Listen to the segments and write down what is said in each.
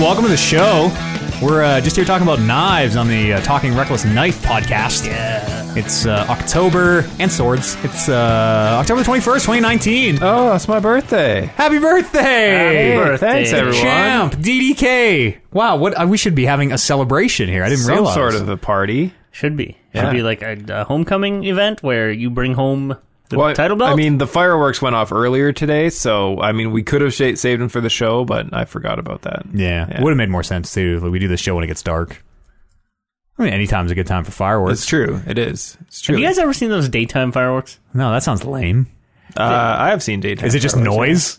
welcome to the show. We're uh, just here talking about knives on the uh, Talking Reckless Knife podcast. Yeah. It's uh, October and swords. It's uh, October 21st, 2019. Oh, it's my birthday. Happy birthday! Hey, birthday. Thanks, everyone. Champ, DDK. Wow, what uh, we should be having a celebration here. I didn't Some realize. sort of a party. Should be. Yeah. Should be like a, a homecoming event where you bring home the Well, title belt. I mean, the fireworks went off earlier today, so I mean, we could have sh- saved them for the show, but I forgot about that. Yeah, Yeah. would have made more sense too. if We do this show when it gets dark. I mean, anytime's a good time for fireworks. it's true. It is. It's true. have you guys ever seen those daytime fireworks? No, that sounds lame. uh, I have seen daytime. Is it just fireworks.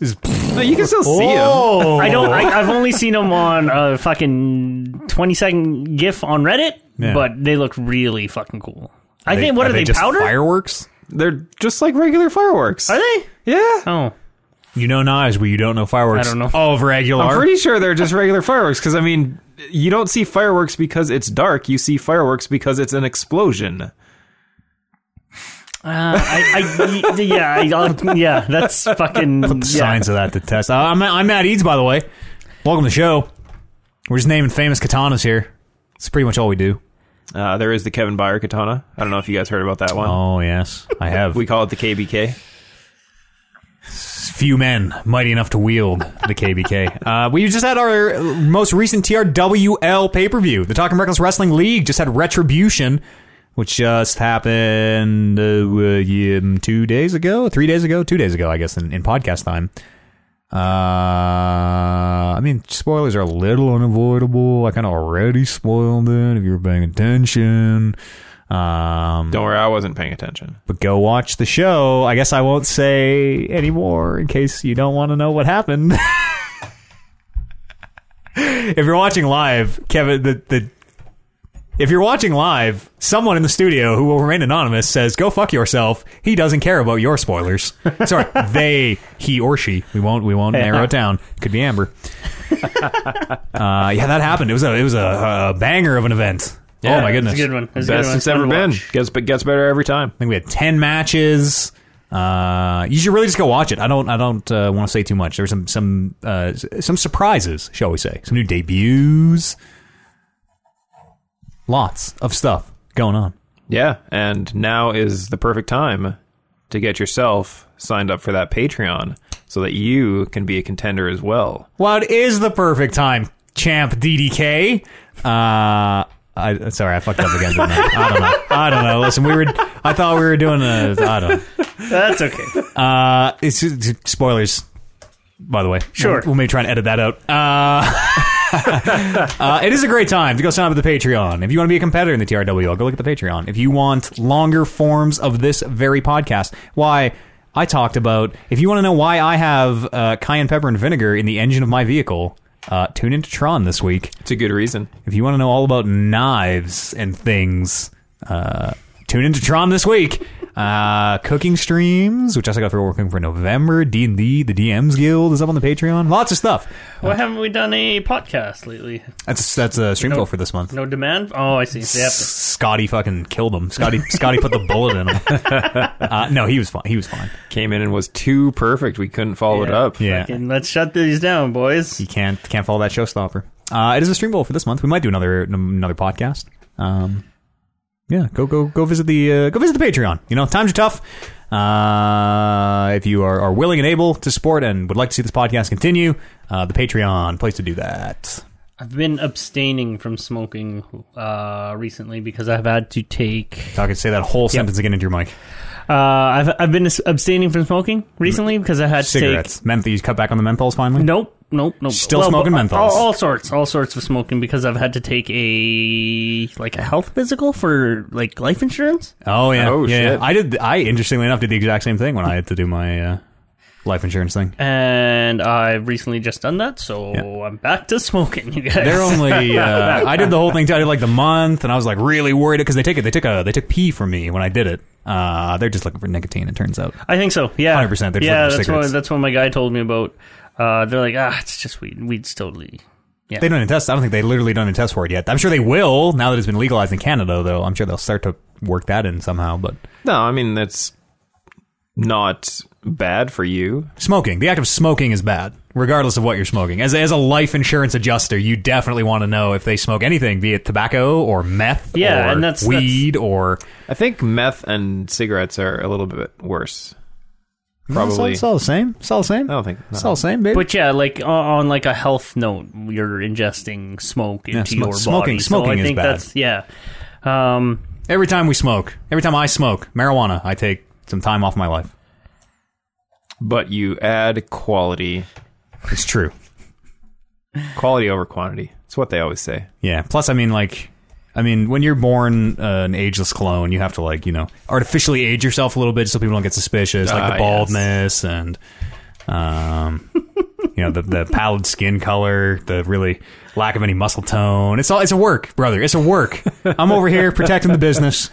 noise? Is No, you can still see them. oh, I don't. I, I've only seen them on a fucking twenty second GIF on Reddit, Yeah. but they look really fucking cool. I think. What are, they? just powder? Fireworks? They're just like regular fireworks. Are they? Yeah. Oh, You know knives where you don't know fireworks. I don't know. Of regular. I'm pretty sure they're just regular fireworks because I mean, you don't see fireworks because it's dark. You see fireworks because it's an explosion. uh, I, I, y- yeah, I, I'll- yeah. That's fucking yeah. Signs of that to test. Uh, I'm, I'm Matt Eads, by the way. Welcome to the show. We're just naming famous katanas here. It's pretty much all we do. Uh, there is the Kevin Byer katana. I don't know if you guys heard about that one. Oh yes, I have. We call it the KBK. few men mighty enough to wield the KBK. Uh, we just had our uh, most recent TRWL pay per view. The Talking Reckless Wrestling League just had Retribution, which just happened uh, uh, yeah, um, two days ago, three days ago, two days ago, I guess, in, in podcast time. Uh, I mean, spoilers are a little unavoidable. I kind of already spoiled it if you were paying attention. Um, Don't worry, I wasn't paying attention. but go watch the show. I guess I won't say anymore in case you don't want to know what happened. if you're watching live, Kevin, the the if you're watching live, someone in the studio who will remain anonymous says, "Go fuck yourself." He doesn't care about your spoilers. Sorry, they, he or she. We won't we won't narrow it down. Could be Amber. uh, yeah, that happened. It was a it was a, a banger of an event. oh Yeah, my it was a goodness, That's a good one. That's a good Best one. it's ever Fun to been. watch. Gets gets better every time. I think we had ten matches. Uh, you should really just go watch it. I don't. I don't uh, want to say too much. There were some some uh, s- some surprises, shall we say? Some new debuts. Lots of stuff going on. Yeah, and now is the perfect time to get yourself signed up for that Patreon so that you can be a contender as well. Well, it is the perfect time, champ DDK. Uh, I, sorry, I fucked up again. Didn't I? I don't know. I don't know. Listen, we were. I thought we were doing a. I don't. know. That's okay. Uh, it's, it's- spoilers, by the way. Sure. We'll, we'll maybe try and edit that out. Uh, uh, it is a great time to go sign up at the Patreon. If you want to be a competitor in the TRWL, go look at the Patreon. If you want longer forms of this very podcast, why I talked about. If you want to know why I have uh, cayenne pepper and vinegar in the engine of my vehicle, uh, tune into Tron this week. It's a good reason. If you want to know all about knives and things, uh, tune into Tron this week. Uh, cooking streams, which I got for working for November. D and D, the DMs Guild is up on the Patreon. Lots of stuff. Why haven't we done a podcast lately? That's that's a stream goal for this month. No demand? Oh, I see. They have to- Scotty fucking killed him. Scotty Scotty put the bullet in him. Uh, no, he was fine. He was fine. Came in and was too perfect. We couldn't follow it Yeah. up. Yeah. Fucking let's shut these down, boys. You can't can't follow that showstopper. Uh, it is a stream goal for this month. We might do another another podcast. Um, yeah, go go go visit the uh, go visit the Patreon. You know, times are tough. Uh, if you are, are willing and able to support and would like to see this podcast continue, uh, the Patreon place to do that. I've been abstaining from smoking uh, recently because I've had to take. So I could say that whole sentence again into your mic. Uh, I've I've been abstaining from smoking recently because I had to take. Cigarettes, menthol. You cut back on the menthols finally. Nope, nope, nope. Still but uh, smoking menthols. All, all sorts, all sorts of smoking because I've had to take a like a health physical for like life insurance. Oh yeah, Oh, yeah, yeah. shit. I did. I interestingly enough did the exact same thing when I had to do my uh, life insurance thing. and I've recently just done that, so Yeah. I'm back to smoking, you guys. They're only. Uh, I did the whole thing. Too. I did like the month, and I was like really worried because they take it. They took a. They took pee from me when I did it. Uh, they're just looking for nicotine. It turns out. I think so. Yeah, 100%, they're just looking for Yeah, that's cigarettes. what that's what my guy told me about. Uh, they're like, ah, it's just weed. Weed's totally. They don't even test. I don't think they literally done a test for it yet. I'm sure they will now that it's been legalized in Canada. Though I'm sure they'll start to work that in somehow. But No, I mean that's not bad for you. smoking, the act of smoking is bad. regardless of what you're smoking. As as a life insurance adjuster, you definitely want to know if they smoke anything, be it tobacco or meth, Yeah, or and that's- weed or I think meth and cigarettes are a little bit worse. Probably. It's all the same. It's all the same. I don't think. no. It's all the same, baby. Oh, But yeah, like o- on like a health note, you're ingesting smoke smo- into your body. smoking- So smoking I is think bad. that's yeah. Um, every time we smoke, every time I smoke marijuana, I take some time off my life. But you add quality, It's true. quality over quantity. It's what they always say. Yeah. Plus, I mean, like, I mean, when you're born uh, an ageless clone, you have to like, you know, artificially age yourself a little bit so people don't get suspicious, like Ah, the baldness and, um, you know, the the pallid skin color, the really lack of any muscle tone. It's all it's a work, brother. It's a work. I'm over here protecting the business.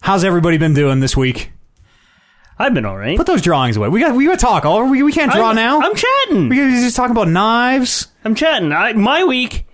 How's everybody been doing this week? I've been all right. Put those drawings away. We got we got to talk. All we, we can't draw I'm, now. I'm chatting. we are just talking about knives. I'm chatting. I, my week,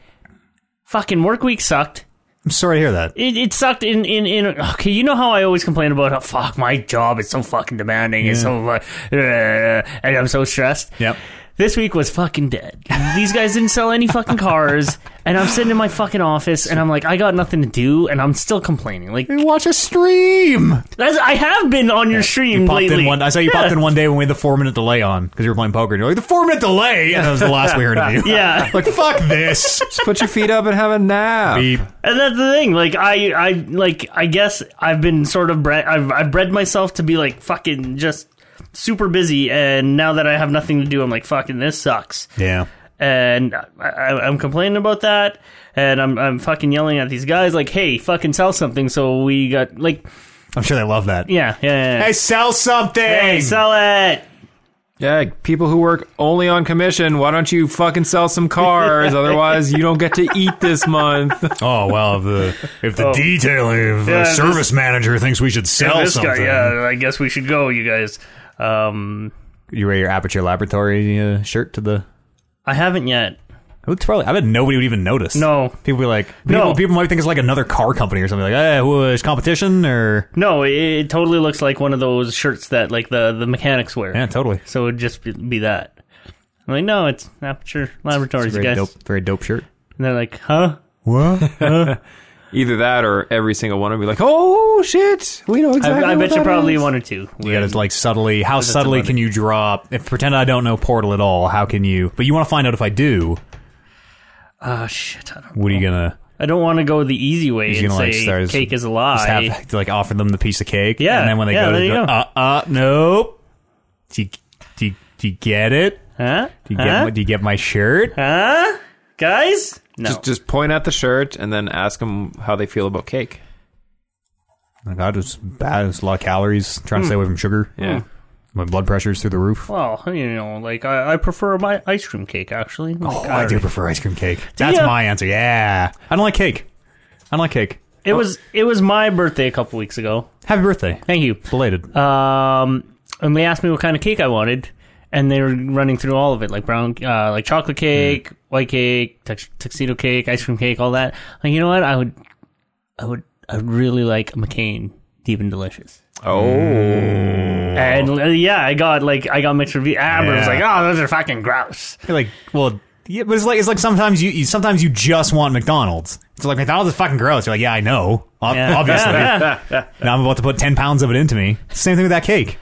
fucking work week sucked. I'm sorry to hear that. It, it sucked in, in in okay. You know how I always complain about how fuck my job is so fucking demanding. It's so uh, uh, and I'm so stressed. Yep. This week was fucking dead. These guys didn't sell any fucking cars, and I'm sitting in my fucking office, and I'm like, I got nothing to do, and I'm still complaining. Like Watch a stream. that's, I have been on your stream popped lately. in one. I saw you yeah. popped in one day when we had the four minute delay on because you were playing poker. And you're like the four minute delay, and that was the last we heard of you. Yeah. like fuck this. Just put your feet up and have a nap. Beep. And that's the thing. Like I, I like I guess I've been sort of bred. I've I've bred myself to be like fucking just super busy. And now that I have nothing to do, I'm like fucking this sucks. Yeah, And I, I, I'm complaining about that. And I'm I'm fucking yelling at these guys like, hey, fucking sell something. So we got like, I'm sure they love that. yeah, yeah, yeah, yeah. Hey, sell something. Hey, sell it. Yeah, people who work only on commission, why don't you fucking sell some cars? Otherwise, you don't get to eat this month. oh well, if the if the detailer, if Oh. Yeah, the this- service manager thinks we should sell this something, guy. Yeah, I guess we should go, you guys. Um, you wear your Aperture Laboratory uh, shirt to the. I haven't yet. It looks probably. I bet nobody would even notice. No. people be like, people, No. people might think it's like another car company or something. Like, hey, who is competition or? No, it, it totally looks like one of those shirts that like the the mechanics wear. Yeah, totally. So it'd just be, be that. I'm like, no, it's Aperture Laboratories, Very guys. dope. Very dope shirt. And they're like, huh? What? Either that or every single one would be like, oh shit, we know exactly. I, I what bet you that probably is." one or two. You gotta like subtly. How that's subtly about can you drop? If pretend I don't know Portal at all, how can you? But you want to find out if I do. Ah, shit. I don't, What are you gonna? I don't want to go the easy way He's and gonna, like, say start- cake is a Just lie. have to, like offer them the piece of cake. Yeah, And then when they yeah, go, there they you go, go. uh, uh, nope. Do you, do you, do you get it? huh? Do you get? huh? my- Do you get my shirt? Uh-huh. huh? Guys? No. Just, just point at the shirt and then ask them how they feel about cake. Oh My God, it's bad. It's a lot of calories. Trying to Hmm. stay away from sugar. Yeah. My blood pressure's through the roof. well, you know, like I, I prefer my ice cream cake actually. Like, Oh, I do prefer ice cream cake. That's ya? my answer. Yeah, I don't like cake. I don't like cake. It was it was my birthday a couple weeks ago. Happy birthday, Thank you. belated. um, and they asked me what kind of cake I wanted, and they were running through all of it, like brown, uh, like chocolate Hmm. cake, white cake, tux- tuxedo cake, ice cream cake, all that. Like, you know what? I would, I would, I would really like a McCain deep and delicious. Oh, And uh, yeah, I got like I got mixed review. Amber was Yeah. like, "Oh, those are fucking gross." You're like, well, yeah, but it's like it's like sometimes you, you sometimes you just want McDonald's. It's like McDonald's is fucking gross. You're like, yeah, I know, Ob- Yeah. obviously. Yeah. Now I'm about to put ten pounds of it into me. Same thing with that cake.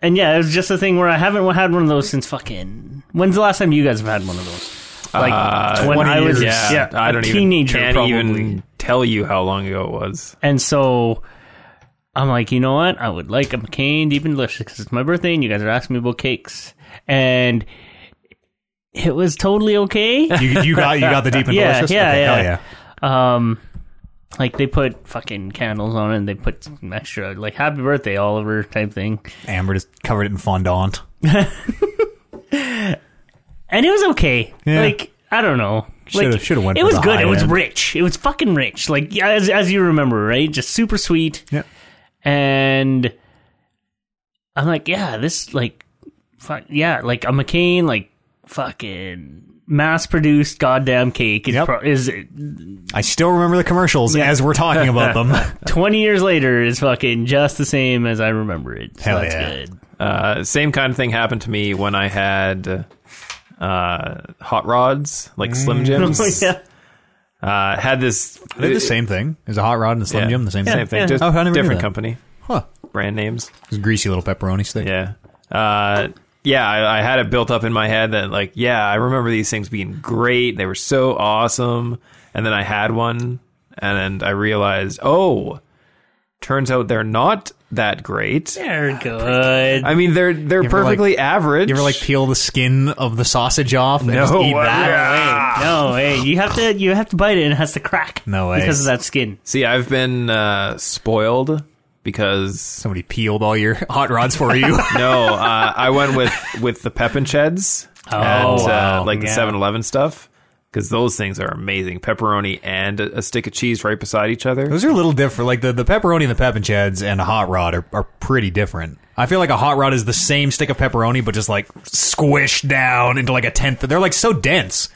And yeah, it was just a thing where I haven't had one of those since fucking. When's the last time you guys have had one of those? Like when 20 I was Uh, Oh, years. yeah, I don't a even teenager can't probably. even tell you how long ago it was. And so I'm like, you know what? I would like a McCain Deep and Delicious because it's my birthday and you guys are asking me about cakes. And it was totally okay. You, you got you got the deep and Yeah, delicious. yeah, okay, yeah. Hell yeah. um, like they put fucking candles on it and they put some extra, like, happy birthday, Oliver type thing. Amber just covered it in fondant. And it was okay. Yeah. Like, I don't know. Shoulda- like, shoulda went It for was the good. high It was end. rich. It was fucking rich. Like yeah, as as you remember, right? Just super sweet. Yeah. and I'm like, yeah, this like, fuck, yeah, like a McCain, like fucking mass-produced goddamn cake is, Yep. pro- is I still remember the commercials as we're talking about them. 20 years later is fucking just the same as I remember it. So Hell that's yeah. good. Uh, Uh, same kind of thing happened to me when I had uh, hot rods, like Slim Jims. Oh, yeah. uh, had this They're the same thing. Is a hot rod and a Slim Yeah. Jim the same Same thing? thing, yeah. just Oh, I never knew different that. company, Huh. brand names. It's a greasy little pepperoni stick. Yeah. Uh, yeah, I, I had it built up in my head that like, yeah, I remember these things being great. They were so awesome. And then I had one and I realized, oh, turns out they're not that great. They're good. I mean, they're they're ever, like- perfectly average. You ever like peel the skin of the sausage off and No just eat way. that? Yeah. No way. You have to you have to bite it and it has to crack. No way. Because of that skin. See, I've been uh, spoiled because Somebody peeled all your hot rods for you. no, uh, I went with with the Pep and Cheds and Oh, wow. uh, like the Yeah. 7-Eleven stuff because those things are amazing. Pepperoni and a, a stick of cheese right beside each other. Those are a little different. Like the, the pepperoni and the pep and chads and a hot rod are, are pretty different. I feel like a hot rod is the same stick of pepperoni, but just like squished down into like a tenth. They're like so dense.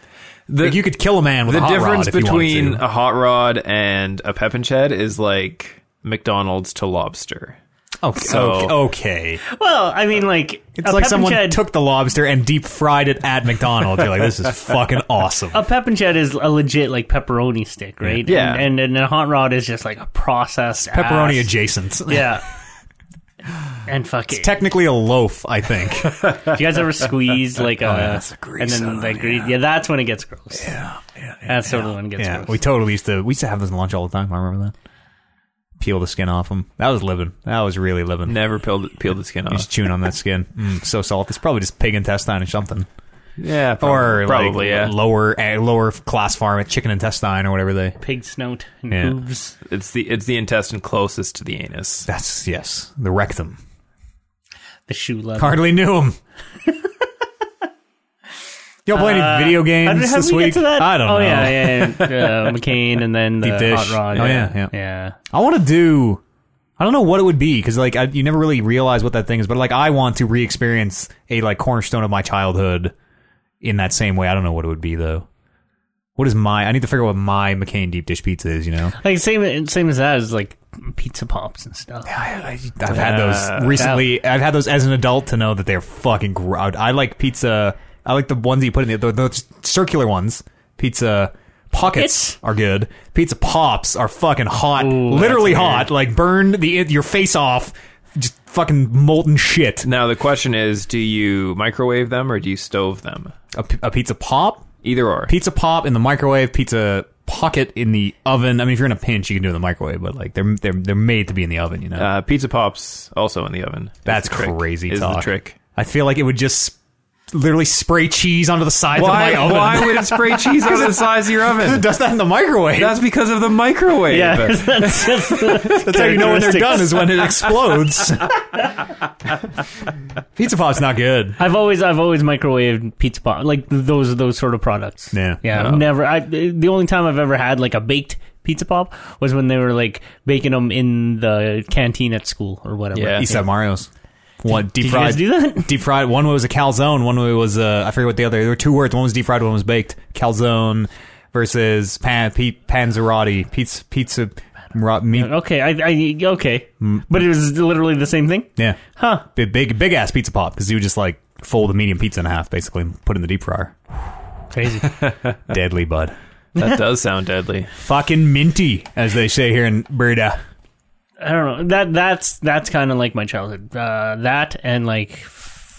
like you could kill a man with the a hot difference rod if you between wanted to. a hot rod and a pep and ched is like McDonald's to lobster. Okay, so- okay, okay. Well, I mean like It's a like pep someone and shed, took the lobster and deep fried it at McDonald's. You're like, this is fucking awesome. a pep and shed is a legit like pepperoni stick, right? Yeah. And, and and a hot rod is just like a processed Pepperoni ass- adjacent. Yeah. and fuck it. Technically a loaf, I think. Do you guys ever squeeze like a, Oh, that's the grease and on then like it, grease? Yeah. that's when it gets gross. yeah, yeah, yeah. That's sort of when it gets Yeah, gross. we totally used to. We used to have those in lunch all the time. I remember that. Peel the skin off them. That was living. That was really living. Never peeled peeled the skin off. Just chewing on that skin. Mm, so salty. It's probably just pig intestine or something, Yeah, probably, or probably like yeah. lower eh, lower class farm at chicken intestine or whatever they. Pig snout and Yeah. hooves. It's the it's the intestine closest to the anus. That's yes, the rectum. The shoe leather. Hardly knew him. Y'all play any video Uh, How did, games how did this we week? get to that? I don't know. oh, yeah, yeah, yeah. Uh, McCain and then the Deep dish. hot rod. Oh, yeah, yeah. yeah. I want to do. I don't know what it would be because like I, you never really realize what that thing is, but like I want to re-experience a like cornerstone of my childhood in that same way. I don't know what it would be though. What is my? I need to figure out what my McCain deep dish pizza is. You know, Like same same as that is like pizza pops and stuff. I, have had those recently. I've had those as an adult to know that they're fucking. Gr- I, I like pizza. I like the ones that you put in the, the, those circular ones. Pizza pockets Pockets? are good. Pizza pops are fucking hot, Ooh, literally that's weird. hot. Like burn the your face off, just fucking molten shit. Now the question is, do you microwave them or do you stove them? A, p- a pizza pop, Either or. pizza pop in the microwave, pizza pocket in the oven. I mean, if you're in a pinch, you can do it in the microwave, but like they're they're they're made to be in the oven. You know, Uh, pizza pops also in the oven. is that's the trick- crazy. Is the talk. trick. I feel like it would just literally spray cheese onto the sides Why, of my oven. why would it spray cheese on the size of your it oven? does that in the microwave? That's because of the microwave. Yeah, that's just the That's how you know when they're characteristics. done is when it explodes. Pizza pop's not good. I've always I've always microwaved pizza pop like th- those those sort of products. Yeah. yeah. No. I've Never. I the only time I've ever had like a baked pizza pop was when they were like baking them in the canteen at school or whatever. Yeah. East Side Mario's. One deep Did you fried. guys do that? Deep fried. One was a calzone. One was uh, I forget what the other. There were two words. One was deep fried. One was baked. Calzone versus pan, pe, panzerotti. Pizza pizza. Ra, meat. Okay. I, I okay. Mm. But it was literally the same thing. Yeah. Huh. Big big, big ass pizza pop because you would just like fold a medium pizza in half basically and put it in the deep fryer. Crazy. Deadly, bud. That does sound deadly. Fucking minty, as they say here in Breda. I don't know. That that's that's kind of like my childhood. Uh, that and like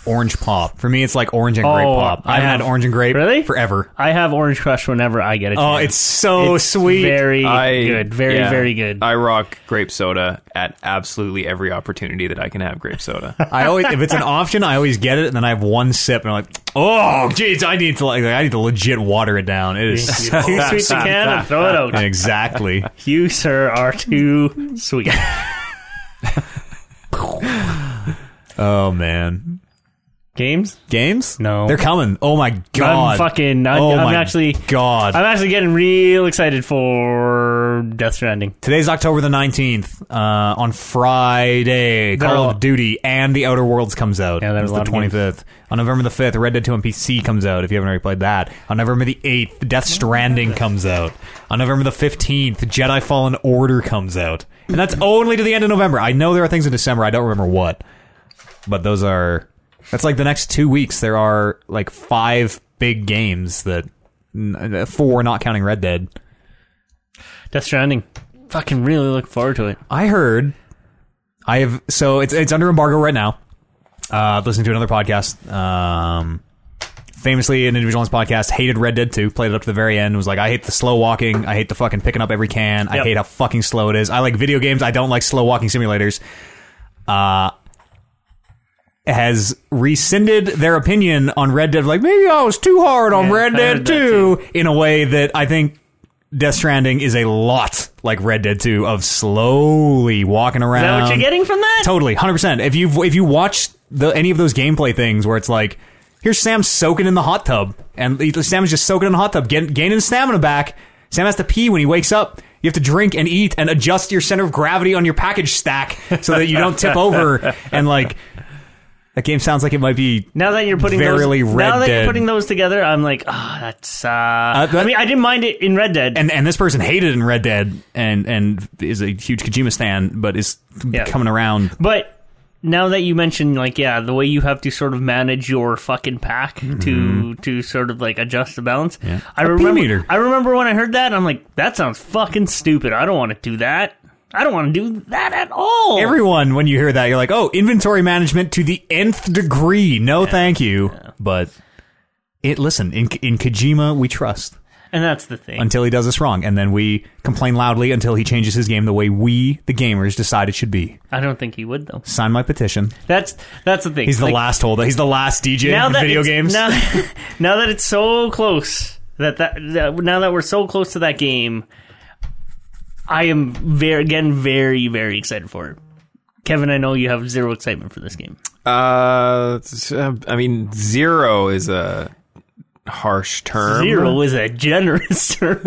Orange pop. For me, it's like orange and grape Oh, pop. I I haven't had have- orange and grape Really? forever. I have Orange Crush whenever I get a Oh, chance. it's so It's sweet. Very I, good. Very yeah. very good. I rock grape soda at absolutely every opportunity that I can have grape soda. I always, if it's an option, I always get it, and then I have one sip, and I'm like, oh, jeez, I need to like, I need to legit water it down. It Too is so sweet to can and throw it out. exactly. You sir are too sweet. Oh man, Games? games? No. they're coming. Oh my god, I'm fucking. I'm, oh I'm my actually. god. I'm actually getting real excited for Death Stranding. Today's October the 19th. Uh, on Friday, There Call are- of Duty and The Outer Worlds comes out. Yeah, there are It's a lot the of games. 25th. On November the 5th, Red Dead 2 on PC comes out if you haven't already played that. On November the 8th, Death Stranding comes out. On November the 15th, Jedi Fallen Order comes out. And that's only to the end of November. I know there are things in December. I don't remember what. But those are that's like the next two weeks. There are like five big games that n- uh, four, not counting Red Dead. Death Stranding. Fucking really look forward to it. I heard I have so it's it's under embargo right now. Uh listening to another podcast. Um famously an individual on this podcast hated Red Dead 2, played it up to the very end, was like, I hate the slow walking, I hate the fucking picking up every can, I Yep. hate how fucking slow it is. I like video games, I don't like slow walking simulators. Uh has rescinded their opinion on Red Dead, like maybe I was too hard on Yeah, Red I Dead heard that 2 in a way that I think Death Stranding is a lot like Red Dead 2 of slowly walking around. Is that what you're getting from that? Totally, hundred percent. If you if you watch the any of those gameplay things where it's like, here's Sam soaking in the hot tub, and Sam is just soaking in the hot tub, gain- gaining stamina back. Sam has to pee when he wakes up. You have to drink and eat and adjust your center of gravity on your package stack so that you don't tip over. And like, that game sounds like it might be Now that you're putting Verily those, Red now that Dead. you're putting those together, I'm like, ah, that's. Uh, that- I mean, I didn't mind it in Red Dead. and and this person hated in Red Dead and and is a huge Kojima stan, but is Yeah. coming around. But now that you mentioned, like, yeah, the way you have to sort of manage your fucking pack to to sort of like adjust the balance. I Mm-hmm. A pea remember. meter. I remember when I heard that, I'm like, that sounds fucking stupid. I don't want to do that. I don't want to do that at all. Everyone, when you hear that, you're like, "Oh, inventory management to the nth degree." No, thank you. But it listen in in Kojima we trust and that's the thing. until he does us wrong, and then we complain loudly until he changes his game the way we, the gamers, decide it should be. I don't think he would though. Sign my petition. That's that's the thing. He's the Like, last holdout. He's the last DJ in video it's- games. Now, now that it's so close that, that that now that we're so close to that game, I am very again very very excited for it. Kevin, I know you have zero excitement for this game. Uh, it's, uh, I mean, zero is a harsh Um, term. Zero is a generous term,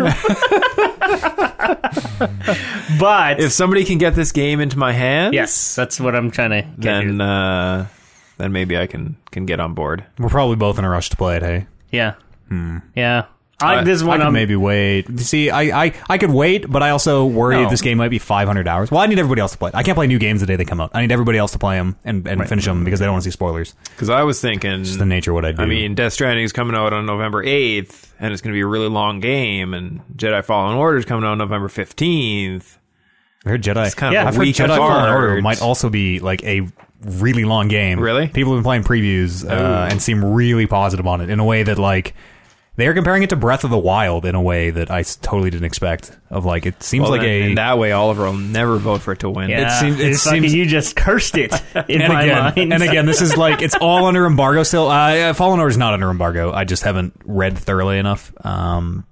but If somebody can get this game into my hands, yes, that's what I'm trying to get. then here. uh, then maybe I can can get on board. We're probably both in a rush to play it. Hey, yeah, yeah. I, I- this uh, hmm. I one, could I'm, maybe wait. See, I, I I could wait, but I also worry No. this game might be 500 hours. Well, I need everybody else to play it. I can't play new games the day they come out. I need everybody else to play them and, and finish them because they don't want to see spoilers. Because I was thinking, the nature of what I do. I mean, Death Stranding is coming out on November eighth, and it's going to be a really long game. And Jedi Fallen Order is coming out on November fifteenth. I heard Jedi. It's kind of Yeah, a I've heard week Jedi Fallen apart. Order might also be like a really long game. Really? people have been playing previews uh, and seem really positive on it in a way that like they are comparing it to Breath of the Wild in a way that I s- totally didn't expect. Of like, it seems Well, like then, a in that way, Oliver will never vote for it to win. Yeah, it seems- it it's fucking- seems- you just cursed it in and my again, mind. and again, this is like it's all under embargo still. Uh, yeah, Fallen Order is not under embargo. I just haven't read thoroughly enough. Um,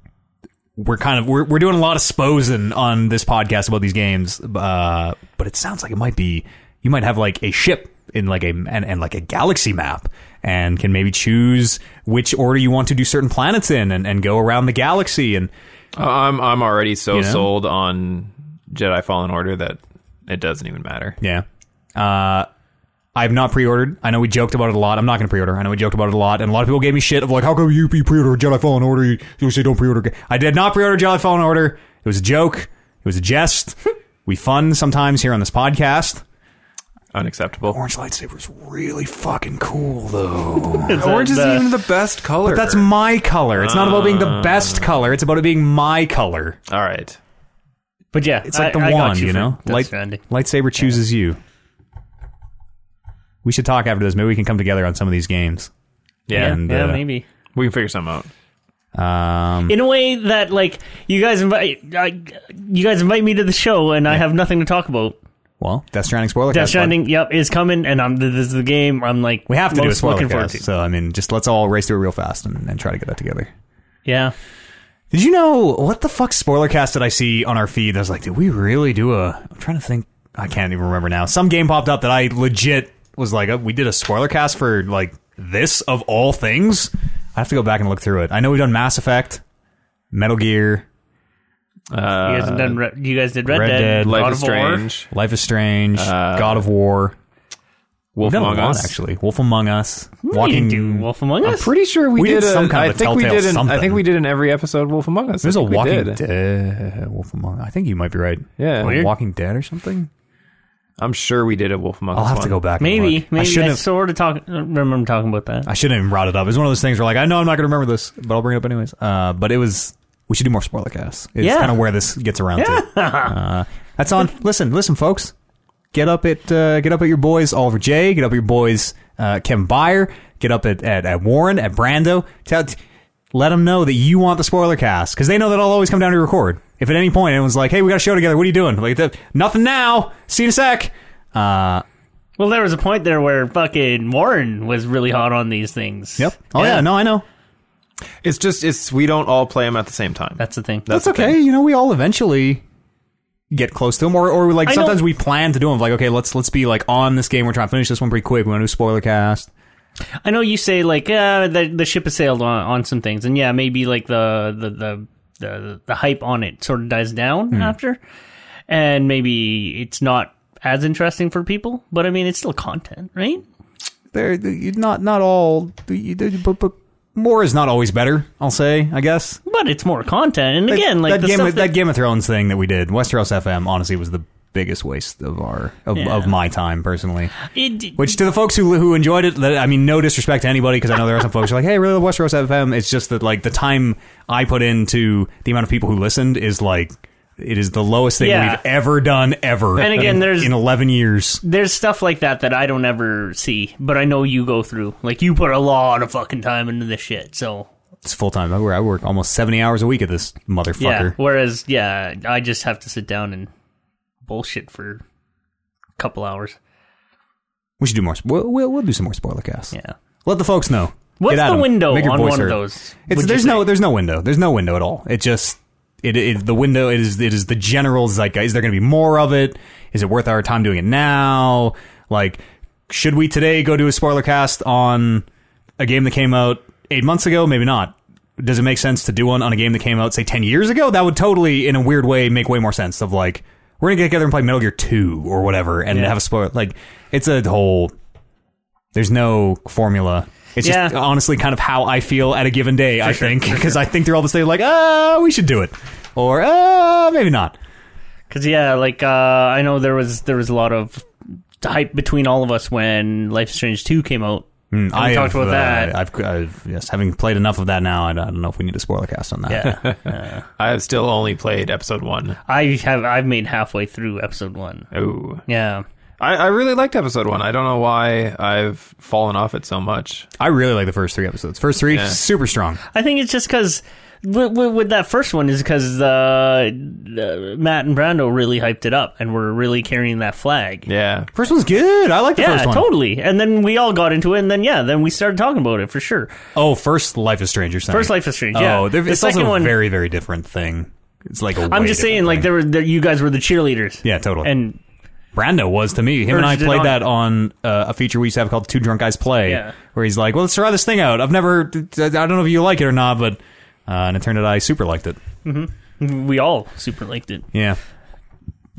we're kind of we're, we're doing a lot of sposing on this podcast about these games, uh, but it sounds like it might be you might have like a ship in like a and, and like a galaxy map and can maybe choose which order you want to do certain planets in and, and go around the galaxy and I- I'm I'm already so know? sold on Jedi Fallen Order that it doesn't even matter. Yeah. Uh, I've not pre-ordered. I know we joked about it a lot. I'm not going to pre-order. I know we joked about it a lot, and a lot of people gave me shit of like, "How come you you pre-order Jedi Fallen Order? You, you say don't pre-order." ga-" I did not pre-order Jedi Fallen Order. It was a joke. It was a jest. we fun sometimes here on this podcast. Unacceptable. Orange lightsaber's really fucking cool though. Orange is isn't even the best color. That's my color. It's not about being the best color. It's about it being my color. all right. But yeah, It's like I- the I got wand, you, you, for know. Death Light- Stranding. lightsaber chooses you. We should talk after this. Maybe we can come together on some of these games. Yeah, and, yeah, uh, maybe we can figure something out. Um, in a way that like you guys invite I, you guys invite me to the show and I have nothing to talk about. well, Death Stranding spoiler. Death cast, bud. Stranding, yep, is coming, and I'm this is the game. I'm like We have to do a most spoiler looking forward cast. to. So I mean, just let's all race through it real fast and, and try to get that together. Yeah, Did you know what the fuck spoiler cast did I see on our feed? I was like, did we really do a? I'm trying to think. I can't even remember now. Some game popped up that I legit was like, oh, we did a spoiler cast for like this of all things. I have to go back and look through it. I know we've done Mass Effect, Metal Gear, you guys Uh, have done. Re- you guys did Red, Red Dead, Dead, Life God is of War. Strange, Life is Strange, God of War. We've Wolf done Among a lot, Us. actually. Wolf Among Us, We Walking didn't do Wolf Among Us. Pretty sure we, We did a- some kind of I a think we Telltale did. An, I something. think we did in every episode Wolf Among Us. There's I a think we Walking uh, did. Dead Wolf Among Us. I think you might be right. Yeah. Or Weird. Walking Dead or something. I'm sure we did a Wolf Among I'll Us have to one. go back. and Maybe, look. I maybe I, shouldn't have. sort of talk. Remember talking about that. I shouldn't have even brought it up. It's one of those things where like I know I'm not going to remember this, but I'll bring it up anyways. Uh, but it was we should do more spoiler casts. It's Yeah. kind of where this gets around to. Uh, that's on. Listen, listen, folks. Get up at uh, get up at your boys Oliver J. Get up at your boys uh, Kevin Byer. Get up at, at, at Warren at Brando. Tell, t- let them know that you want the spoiler cast because they know that I'll always come down to record. If at any point anyone's like, "Hey, we got a show together. What are you doing?" Like, "Th- nothing now. See you in a sec. Uh, Well, there was a point there where fucking Warren was really hot on these things. yep. Oh yeah. No, I know. It's just it's we don't all play them at the same time. Uh. that's the thing. That's okay. You know, we all eventually get close to them, or or like I know- sometimes we plan to do them. Like, okay, let's let's be like on this game. We're trying to finish this one pretty quick. We want to do spoiler cast. I know you say like uh, the the ship has sailed on, on some things, and yeah, maybe like the the the the, the hype on it sort of dies down Hmm. after, and maybe it's not as interesting for people. But I mean, it's still content, right? They're, you- not not all, you- you- but, but more is not always better. I'll say, I guess. But it's more content, and again, like that the game stuff of, that, Game of Thrones thing that we did, Westeros FM, honestly was the biggest waste of our of, Yeah. of my time personally. it, Which to the folks who who enjoyed it, that- I mean, no disrespect to anybody, because I know there are some folks who are like, "Hey, really, love Westeros FM." It's just that like the time I put into the amount of people who listened is like it is the lowest thing Yeah. we've ever done ever. And again, in, there's- in eleven years. there's stuff like that that I don't ever see, but I know you go through. Like you put a lot of fucking time into this shit, so It's full time. I work, I work almost seventy hours a week at this yeah. motherfucker. Whereas, yeah, I just have to sit down and bullshit for a couple hours. We should do more. sp- We'll, we'll we'll do some more spoiler casts. Yeah. Let the folks know. What's Get at the 'em. window Make your on voice one heard. of those? It's, would you there's say? no there's no window. There's no window at all. It just it, it the window it is it is the general zeitgeist. Is there going to be more of it? Is it worth our time doing it now? Like, should we today go do a spoiler cast on a game that came out eight months ago? Maybe not. Does it make sense to do one on a game that came out say ten years ago? That would totally, in a weird way, make way more sense. Of like, we're gonna get together and play Metal Gear Two or whatever, and Yeah. have a spoiler. Like, it's a whole. There's no formula. It's just Yeah. honestly kind of how I feel at a given day. I think because I think they're all the same. Like, ah, we should do it, or ah, maybe not. Cause yeah, like uh, I know there was there was a lot of hype between all of us when Life is Strange Two came out. Mm, I talked about that. I've, I've yes, having played enough of that now. I don't I don't know if we need a spoiler cast on that. Yeah, I have still only played episode one. I have I've made halfway through episode one. Oh, Yeah, I, I really liked episode one. I don't know why I've fallen off it so much. I really like the first three episodes. First three, Yeah. super strong. I think it's just because with, with, with that first one is because uh, Matt and Brando really hyped it up and were really carrying that flag. Yeah, First one's good. I like the Yeah, first one. totally. And then we all got into it, and then yeah, then we started talking about it for sure. Oh, first Life is Strange. You're saying First Life is Strange. Oh, Yeah, they're- the it's second also a one. very very different thing. It's like a I'm way just saying, different like thing. there were there, you guys were the cheerleaders. Yeah, totally. And Brando was to me. Him and I Urged it played on. that on uh, a feature we used to have called Two Drunk Guys Play, Yeah. where he's like, "Well, let's try this thing out. I've never, I don't know if you like it or not, but." Uh, and it turned out I super liked it. we all super liked it. Yeah,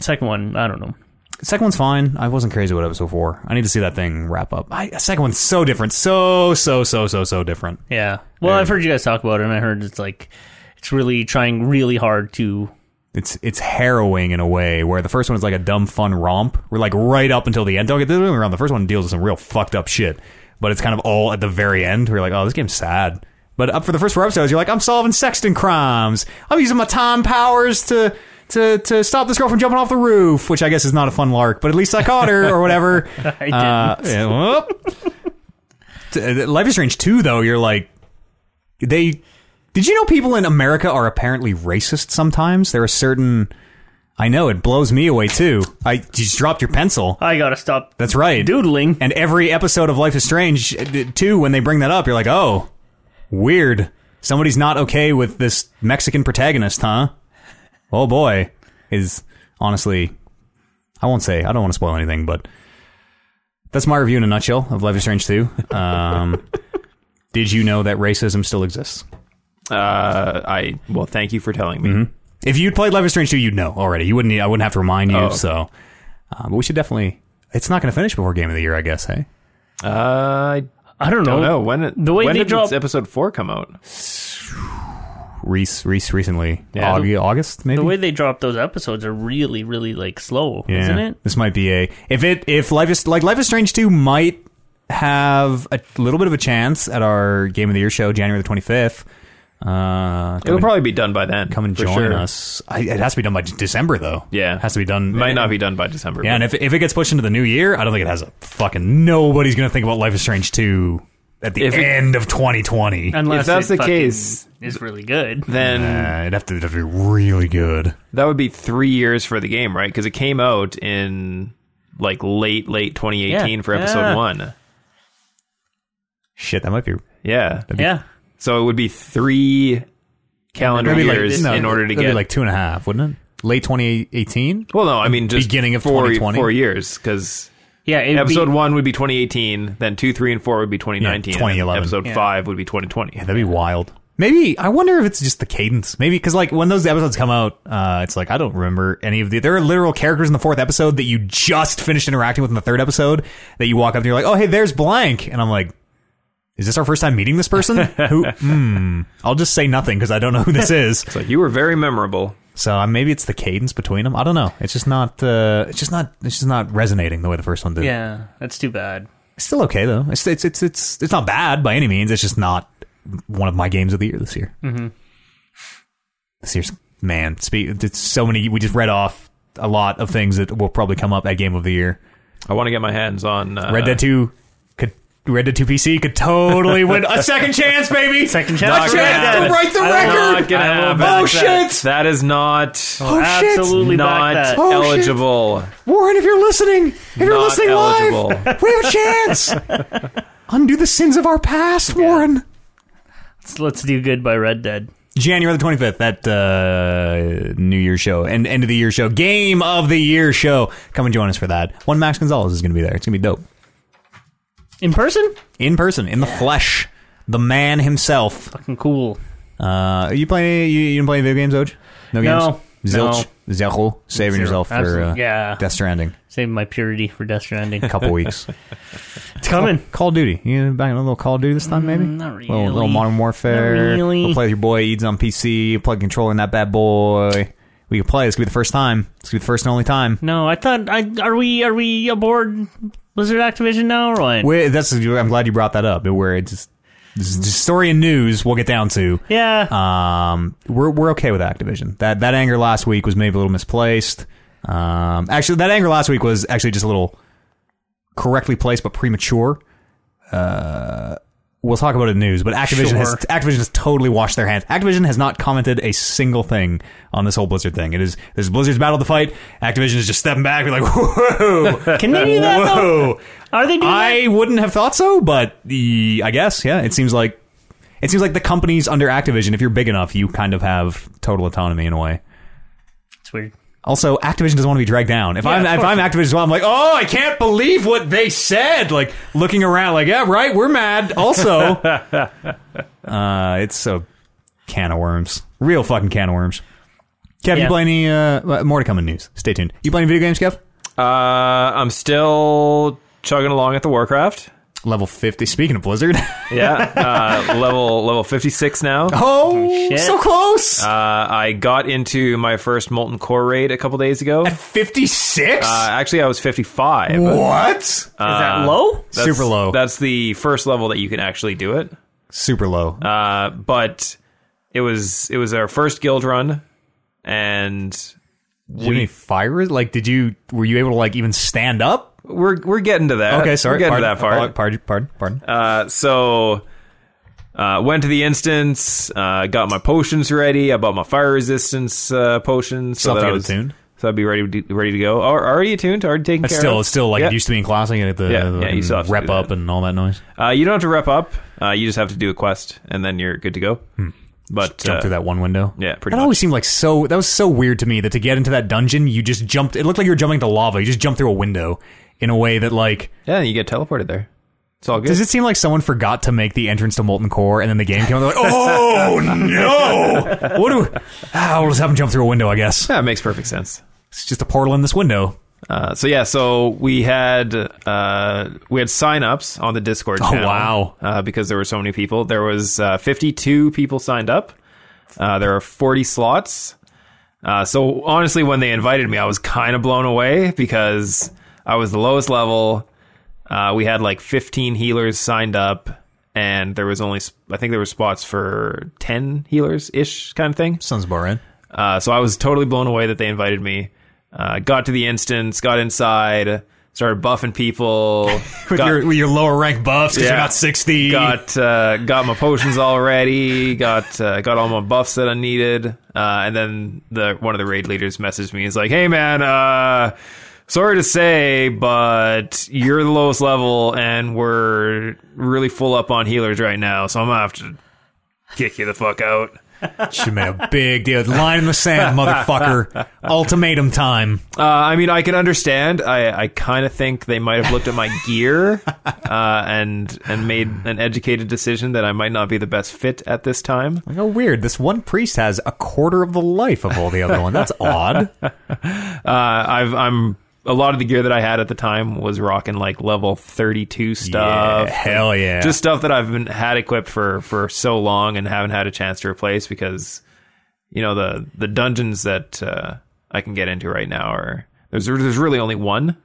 Second one, I don't know. second one's fine. I wasn't crazy about episode four. I need to see that thing wrap up. I, second one's so different, so so so so so different. Yeah. Well, Yeah. I've heard you guys talk about it, and I heard it's like it's really trying really hard to. It's it's harrowing in a way where the first one is like a dumb fun romp. We're like right up until the end. Don't get this wrong. The first one deals with some real fucked up shit, but it's kind of all at the very end. We're like, oh, this game's sad. But up for the first four episodes, you're like, I'm solving sexton crimes. I'm using my time powers to to to stop this girl from jumping off the roof, which I guess is not a fun lark, but at least I caught her or whatever. I didn't. Uh, yeah, whoop. T- uh, Life is Strange 2, though, you're like, they. Did you know people in America are apparently racist sometimes? There are certain. I know, it blows me away, too. I you just dropped your pencil. I gotta stop That's right. doodling. And every episode of Life is Strange uh, d- 2, when they bring that up, you're like, oh, weird. Somebody's not okay with this Mexican protagonist, huh? Oh, boy. Is honestly, I won't say, I don't want to spoil anything, but that's my review in a nutshell of Life is Strange 2. Um, did you know that racism still exists? uh, I well, thank you for telling me. If you'd played Life is Strange 2, you'd know already. You wouldn't. need- I wouldn't have to remind you. Oh. So, uh, but we should definitely. It's not going to finish before Game of the Year, I guess. Hey, Uh, I I don't know. don't know when it, The way when they did drop- episode four come out. Reese Reese recently. Yeah. Aug- August maybe. The way they drop those episodes are really, really like slow, Yeah. isn't it? This might be a if it if Life is like Life is Strange two might have a little bit of a chance at our Game of the Year show January the twenty fifth. Uh, come It'll and, probably be done by then. come and for join sure. us. I, it has to be done by December though. Yeah. it has to be done. Might not be done by December. Yeah, but- and if if it gets pushed into the new year, I don't think it has a fucking nobody's gonna think about Life is Strange two at the If it- end of twenty twenty. Unless If that's it the fucking case- is really good. then Uh, it'd have to, it'd have to be really good. that would be three years for the game, right? Because it came out in like late, late 2018 Yeah. for episode Yeah. one. Shit, that might be Yeah. Yeah, So it would be three calendar Maybe like- years no, in order to that'd be get like two and a half, wouldn't it? Late twenty eighteen. Well, no, I mean just Beginning of four, 2020? four years because yeah. It'd episode be, one would be 2018, then two, three, and four would be 2019, Yeah, 2011. and episode Yeah. five would be 2020. That'd be wild. Maybe I wonder if it's just the cadence. Maybe because like when those episodes come out, uh, it's like I don't remember any of the. There are literal characters in the fourth episode that you just finished interacting with in the third episode that you walk up and you're like, oh hey, there's blank, and I'm like, is this our first time meeting this person? who? Hmm. I'll just say nothing because I don't know who this is. So you were very memorable. So uh, maybe it's the cadence between them. I don't know. It's just not. Uh, it's just not. It's just not resonating the way the first one did. yeah, that's too bad. It's still okay though. It's it's it's it's it's not bad by any means. It's just not one of my games of the year this year. Mm-hmm. This year's man, speak. It's so many. We just read off a lot of things that will probably come up at game of the year. I want to get my hands on uh, Red Dead Two could. Red Dead 2 PC could totally win a second chance, baby. Second chance. a chance to Not right the gonna happen. Not record. gonna I will happen. Oh back that. shit! That is not Oh shit! Absolutely not back that. Oh, shit. eligible. Warren, if you're listening, if you're Not listening eligible. live, we have a chance. Undo the sins of our past, Warren. Let's, let's do good by Red Dead. January the 25th, that uh, New Year show and end of the year show, game of the year show. Come and join us for that. One Max Gonzalez is going to be there. It's going to be dope. In person, In person, in the flesh, the man himself. fucking cool. Uh, you play? You, you didn't play any video games, Oj? No No. games. Zilch, zero, saving Zero. yourself for Absolute- uh, yeah. Death Stranding. Saving my purity for Death Stranding. A couple weeks. it's coming. Call of Duty. You gonna back in a little Call of Duty this time, maybe? Mm, not Little, little really. Modern Warfare. Not really. We'll play with your boy Eads on PC. Plug controller in that bad boy. We can play. This could be the first time. This could be the first and only time. No, I thought. I are we are we aboard Blizzard Activision now or what? Wait, that's. I'm glad you brought that up. Where it's just, this is just story and news. We'll get down to. yeah, Uh, Um, we're we're okay with Activision. That that anger last week was maybe a little misplaced. Um, actually, that anger last week was actually just a little correctly placed but premature. Uh, we'll talk about it in news, but Activision has Sure. Activision has totally washed their hands. Activision has not commented a single thing on this whole Blizzard thing. It is this is Blizzard's battle to fight. Activision is just stepping back, be like, whoa, can they do that though? whoa. Are they doing that? I wouldn't have thought so, but the, I guess yeah. It seems like it seems like the companies under Activision, if you're big enough, you kind of have total autonomy in a way. It's weird. Also, Activision doesn't want to be dragged down. If I'm of if course. I'm Activision as well, I'm like, oh, I can't believe what they said. Like looking around, like yeah, right, we're mad. Also, uh, it's a can of worms, real fucking can of worms. Kev, Yeah. you play any uh, more to come in news? Stay tuned. You play any video games, Kev? Uh, I'm still chugging along at the Warcraft. Level fifty. Speaking of Blizzard, Yeah, uh, level level 56 now. oh, shit. so close. Uh, I got into my first molten core raid a couple days ago. Uh, 56? actually, I was 55. what? Is that low? uh, That's- Super low. That's the first level that you can actually do it. Super low. Uh, but it was it was our first guild run, and did you have any fire? res- Like, did you, were you able to, like, even stand up? we're we're getting to that. Okay, sorry. we're getting pardon, to that part. uh, Pardon, pardon, pardon. Uh, so uh, went to the instance, uh, got my potions ready. I bought my fire resistance uh, potions. So Still have that to I get was, attuned? So I'd be ready to, ready to go. Al- Already attuned? Already taken That's care still, of? it's still, like, Yeah. it used to be in class. I get the, Yeah, the yeah, you still have to rep do that. up and all that noise. Uh, you don't have to rep up. Uh, you just have to do a quest, and then you're good to go. But Hmm. Jump uh, through that one window. yeah, pretty That much. always seemed like so, that was so weird to me that to get into that dungeon, you just jumped, it looked like you were jumping to lava. You just jumped through a window in a way that, like, yeah, you get teleported there. It's all good. Does it seem like someone forgot to make the entrance to Molten Core, and then the game came out? They're like, "Oh no! What do? We, ah, we'll just have him jump through a window, I guess. yeah, it makes perfect sense. It's just a portal in this window. Uh, so yeah, so we had uh, we had signups on the Discord. Channel, wow. Uh, because there were so many people, there was uh, 52 people signed up. Uh, there are 40 slots. Uh, so honestly, when they invited me, I was kind of blown away because I was the lowest level. Uh, we had like 15 healers signed up, and there was only s- I think there were spots for 10 healers ish kind of thing. Sounds about right. Uh, so I was totally blown away that they invited me. Uh, got to the instance, got inside, started buffing people. With got, your with your lower rank buffs because Yeah. you're not sixty. got uh, got my potions already. Got uh, got all my buffs that I needed. Uh, and then the one of the raid leaders messaged me. He's like, "Hey man, uh, sorry to say, but you're the lowest level, and we're really full up on healers right now. So I'm gonna have to kick you the fuck out." She made a big deal. Line in the sand, motherfucker. Ultimatum time. Uh, I mean, I can understand. I, I kind of think they might have looked at my gear uh, and and made an educated decision that I might not be the best fit at this time. Like, oh, weird. This one priest has a quarter of the life of all the other one. That's odd. Uh, I've I'm a lot of the gear that I had at the time was rocking like level 32 stuff. Yeah, hell yeah. Just stuff that I've been had equipped for for so long and haven't had a chance to replace because you know the the dungeons that uh, I can get into right now are there's there's really only one.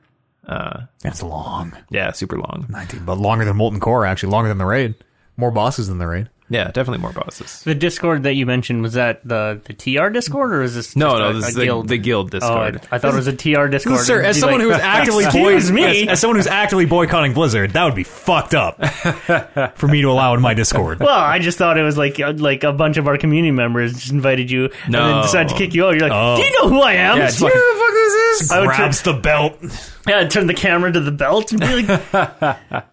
that's long. Yeah, super long. Nineteen, but longer than Molten Core. Actually, longer than the raid. More bosses than the raid. Yeah, definitely more bosses. The Discord that you mentioned was that the the TR Discord or is this No, just no, a, this a is the- guild? the guild Oh, I- Discord. I, thought it was a TR Discord. Sir, It'd as be someone like- who is actively Excuse me. as, as someone who's actively boycotting Blizzard, that would be fucked up for me to allow in my Discord. Well, I just thought it was like uh, like a bunch of our community members just invited you and No. then decided to kick you out. You're like, Oh. do you know who I am? Yeah, Yeah, it's like- I would Grabs the belt. I'd turn the camera to the belt and be like,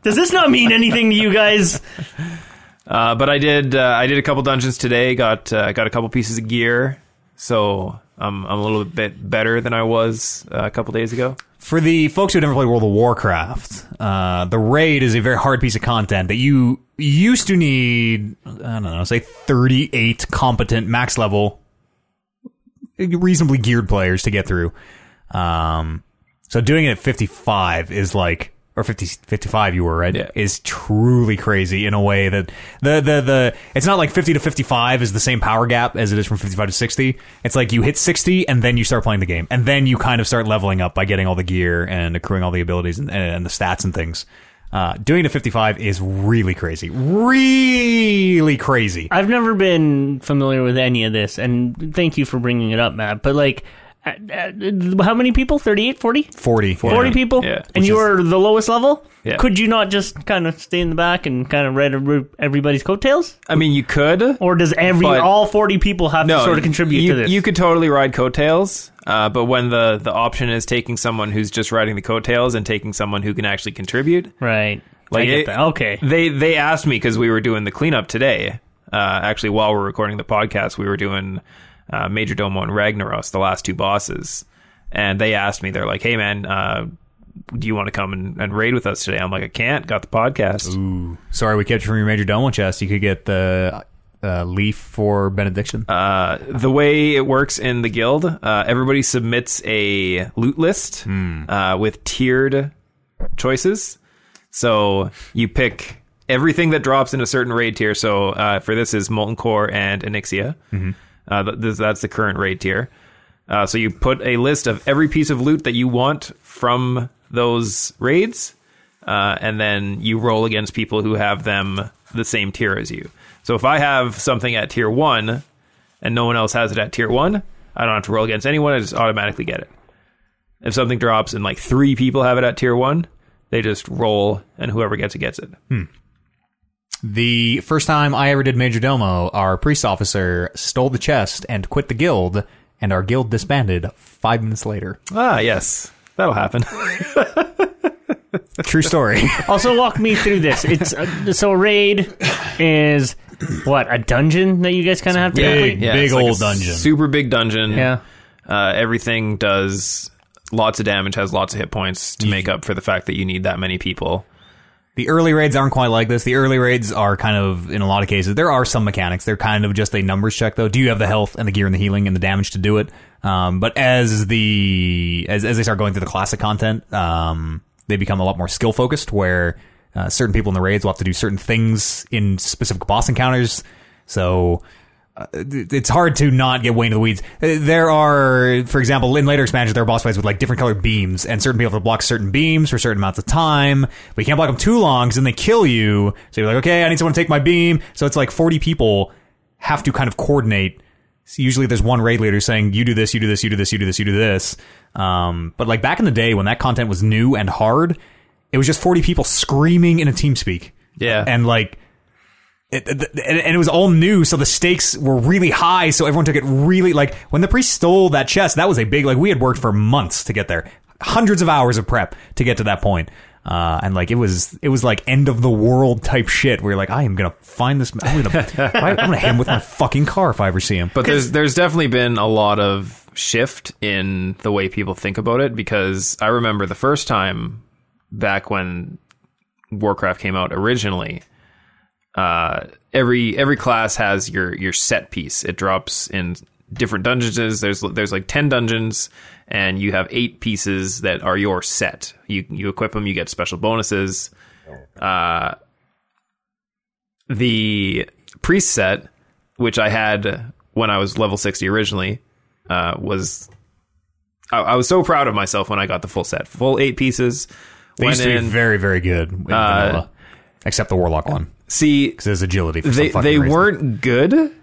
does this not mean anything to you guys? Uh, but I did uh, I did a couple dungeons today. Got uh, got a couple pieces of gear, so I'm I'm a little bit better than I was uh, a couple days ago. for the folks who never played World of Warcraft, uh, the raid is a very hard piece of content that you used to need. I don't know, say thirty-eight competent max level, reasonably geared players to get through. Um, so doing it at fifty-five is like, or 50, 55 you were right, Yeah. is truly crazy in a way that the the the it's not like fifty to fifty-five is the same power gap as it is from fifty-five to sixty. It's like you hit sixty and then you start playing the game, and then you kind of start leveling up by getting all the gear and accruing all the abilities and, and the stats and things. Uh, doing it at 55 is really crazy. Really crazy. I've never been familiar with any of this, and thank you for bringing it up, Matt. But like, uh, uh, how many people? 38, 40? 40. 40 Yeah. people? Yeah. And Which you were the lowest level? Yeah. Could you not just kind of stay in the back and kind of ride every- everybody's coattails? I mean, you could Or does every But- all 40 people have to sort of contribute you, to this? You could totally ride coattails, uh, but when the the option is taking someone who's just riding the coattails and taking someone who can actually contribute, right. I Like, get it- that. Okay. they they asked me because we were doing the cleanup today. Uh, actually, while we're recording the podcast, we were doing uh, Major Domo and Ragnaros, the last two bosses, and they asked me. They're like, "Hey, man, uh, do you want to come and, and raid with us today?" I'm like, "I can't. Got the podcast." Ooh. Sorry, we kept you from your major domo chest. You could get the uh, leaf for benediction. Uh, the way it works in the guild, uh, everybody submits a loot list uh, with tiered choices. So you pick everything that drops in a certain raid tier. So uh, for this is Molten Core and Anixia. Uh, th- th- that's the current raid tier. Uh, so you put a list of every piece of loot that you want from those raids, uh, and then you roll against people who have them the same tier as you. So if I have something at tier one and no one else has it at tier one, I don't have to roll against anyone. I just automatically get it. If something drops and like three people have it at tier one, they just roll, and whoever gets it gets it. The first time I ever did Major Domo, our priest officer stole the chest and quit the guild, and our guild disbanded five minutes later. Ah, yes, that'll happen. True story. Also, walk me through this. It's uh, so a raid is what a dungeon that you guys kind of have to complete. big it's like a old dungeon. super big dungeon. Yeah. uh, everything does lots of damage, has lots of hit points to make up for the fact that you need that many people. the early raids aren't quite like this. The early raids are kind of, in a lot of cases, there are some mechanics. They're kind of just a numbers check, though. Do you have the health and the gear and the healing and the damage to do it? Um, but as the as as they start going through the classic content, um, they become a lot more skill focused, where uh, certain people in the raids will have to do certain things in specific boss encounters. So uh, it's hard to not get way into the weeds. Uh, There are, for example, in later expansions, there are boss fights with like different colored beams, and certain people have to block certain beams for certain amounts of time. But you can't block them too long, because then they kill you. So you're like, okay, I need someone to take my beam. So it's like 40 people have to kind of coordinate. So usually, there's one raid leader saying, "You do this, you do this, you do this, you do this, you do this." Um, but like back in the day when that content was new and hard, it was just 40 people screaming in a team speak. Yeah. and like it, it- and and it was all new, so the stakes were really high. So everyone took it really like when the priest stole that chest. That was a big like we had worked for months to get there, hundreds of hours of prep to get to that point. Uh, and like it was, it was like end of the world type shit. Where you're like, I am gonna find this. I'm gonna, I'm gonna hit him with my fucking car if I ever see him. But there's there's definitely been a lot of shift in the way people think about it because I remember the first time back when Warcraft came out originally, uh, every every class has your your set piece. It drops in different dungeons. There's there's like ten dungeons, and you have eight pieces that are your set. You you equip them, you get special bonuses. Uh, the priest set, which I had when I was level sixty originally, uh, was I, I was so proud of myself when I got the full set, full eight pieces. They used went to be in- uh, very, very good, in vanilla, except the warlock one see because his agility. For they some fucking they reason. weren't good. Uh,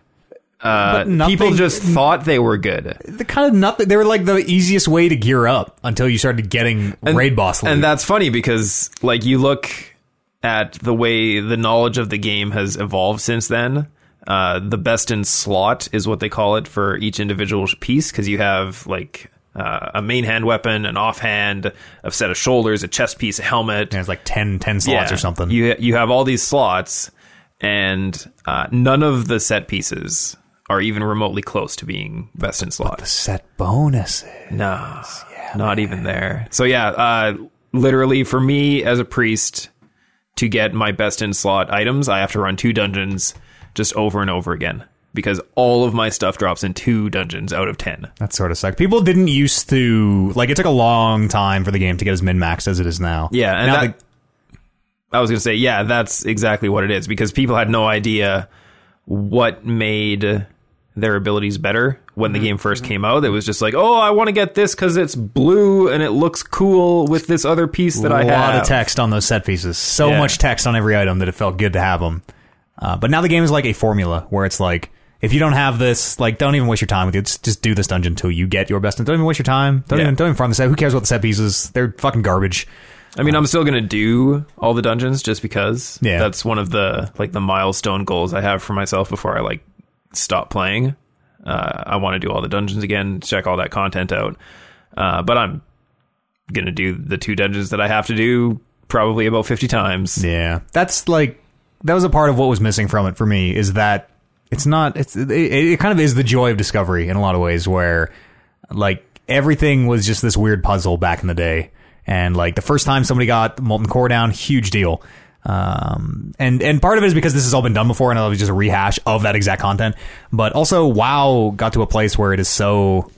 But nothing- people just thought they were good, the kind of nothing. They were like the easiest way to gear up until you started getting raid boss. loot. and that's funny because like you look at the way the knowledge of the game has evolved since then. Uh, the best in slot is what they call it for each individual piece because you have like uh, a main hand weapon, an offhand, a set of shoulders, a chest piece, a helmet, And it's like 10, 10 slots or something. You you have all these slots, and uh, none of the set pieces are even remotely close to being best in slot. set bonuses. No, not even there. So yeah, uh, literally for me as a priest to get my best in slot items, I have to run two dungeons just over and over again because all of my stuff drops in two dungeons out of ten. That sort of sucked. People didn't used to like. It took a long time for the game to get as min maxed as it is now. Yeah, and now that, I was gonna say, yeah, that's exactly what it is because people had no idea what made their abilities better when the game 1st came out. It was just like, oh, I want to get this because it's blue and it looks cool with this other piece that the, I a lot have. of text on those set pieces. So Yeah. much text on every item that it felt good to have them. Uh, but now the game is like a formula where it's like, if you don't have this, like, don't even waste your time with it. Just, just do this dungeon until you get your best. Don't even waste your time. Don't Yeah. even don't even farm the set. Who cares about the set pieces? They're fucking garbage. I mean, I'm still gonna do all the dungeons just because. Yeah. that's one of the like the milestone goals I have for myself before I like stop playing. Uh, I want to do all the dungeons again, check all that content out. Uh, but I'm gonna do the two dungeons that I have to do probably about 50 times. Yeah, that's like that was a part of what was missing from it for me is that it's not it's it, it kind of is the joy of discovery in a lot of ways where like everything was just this weird puzzle back in the day and like the first time somebody got molten core down huge deal um and and part of it is because this has all been done before and it was just a rehash of that exact content but also wow got to a place where it is so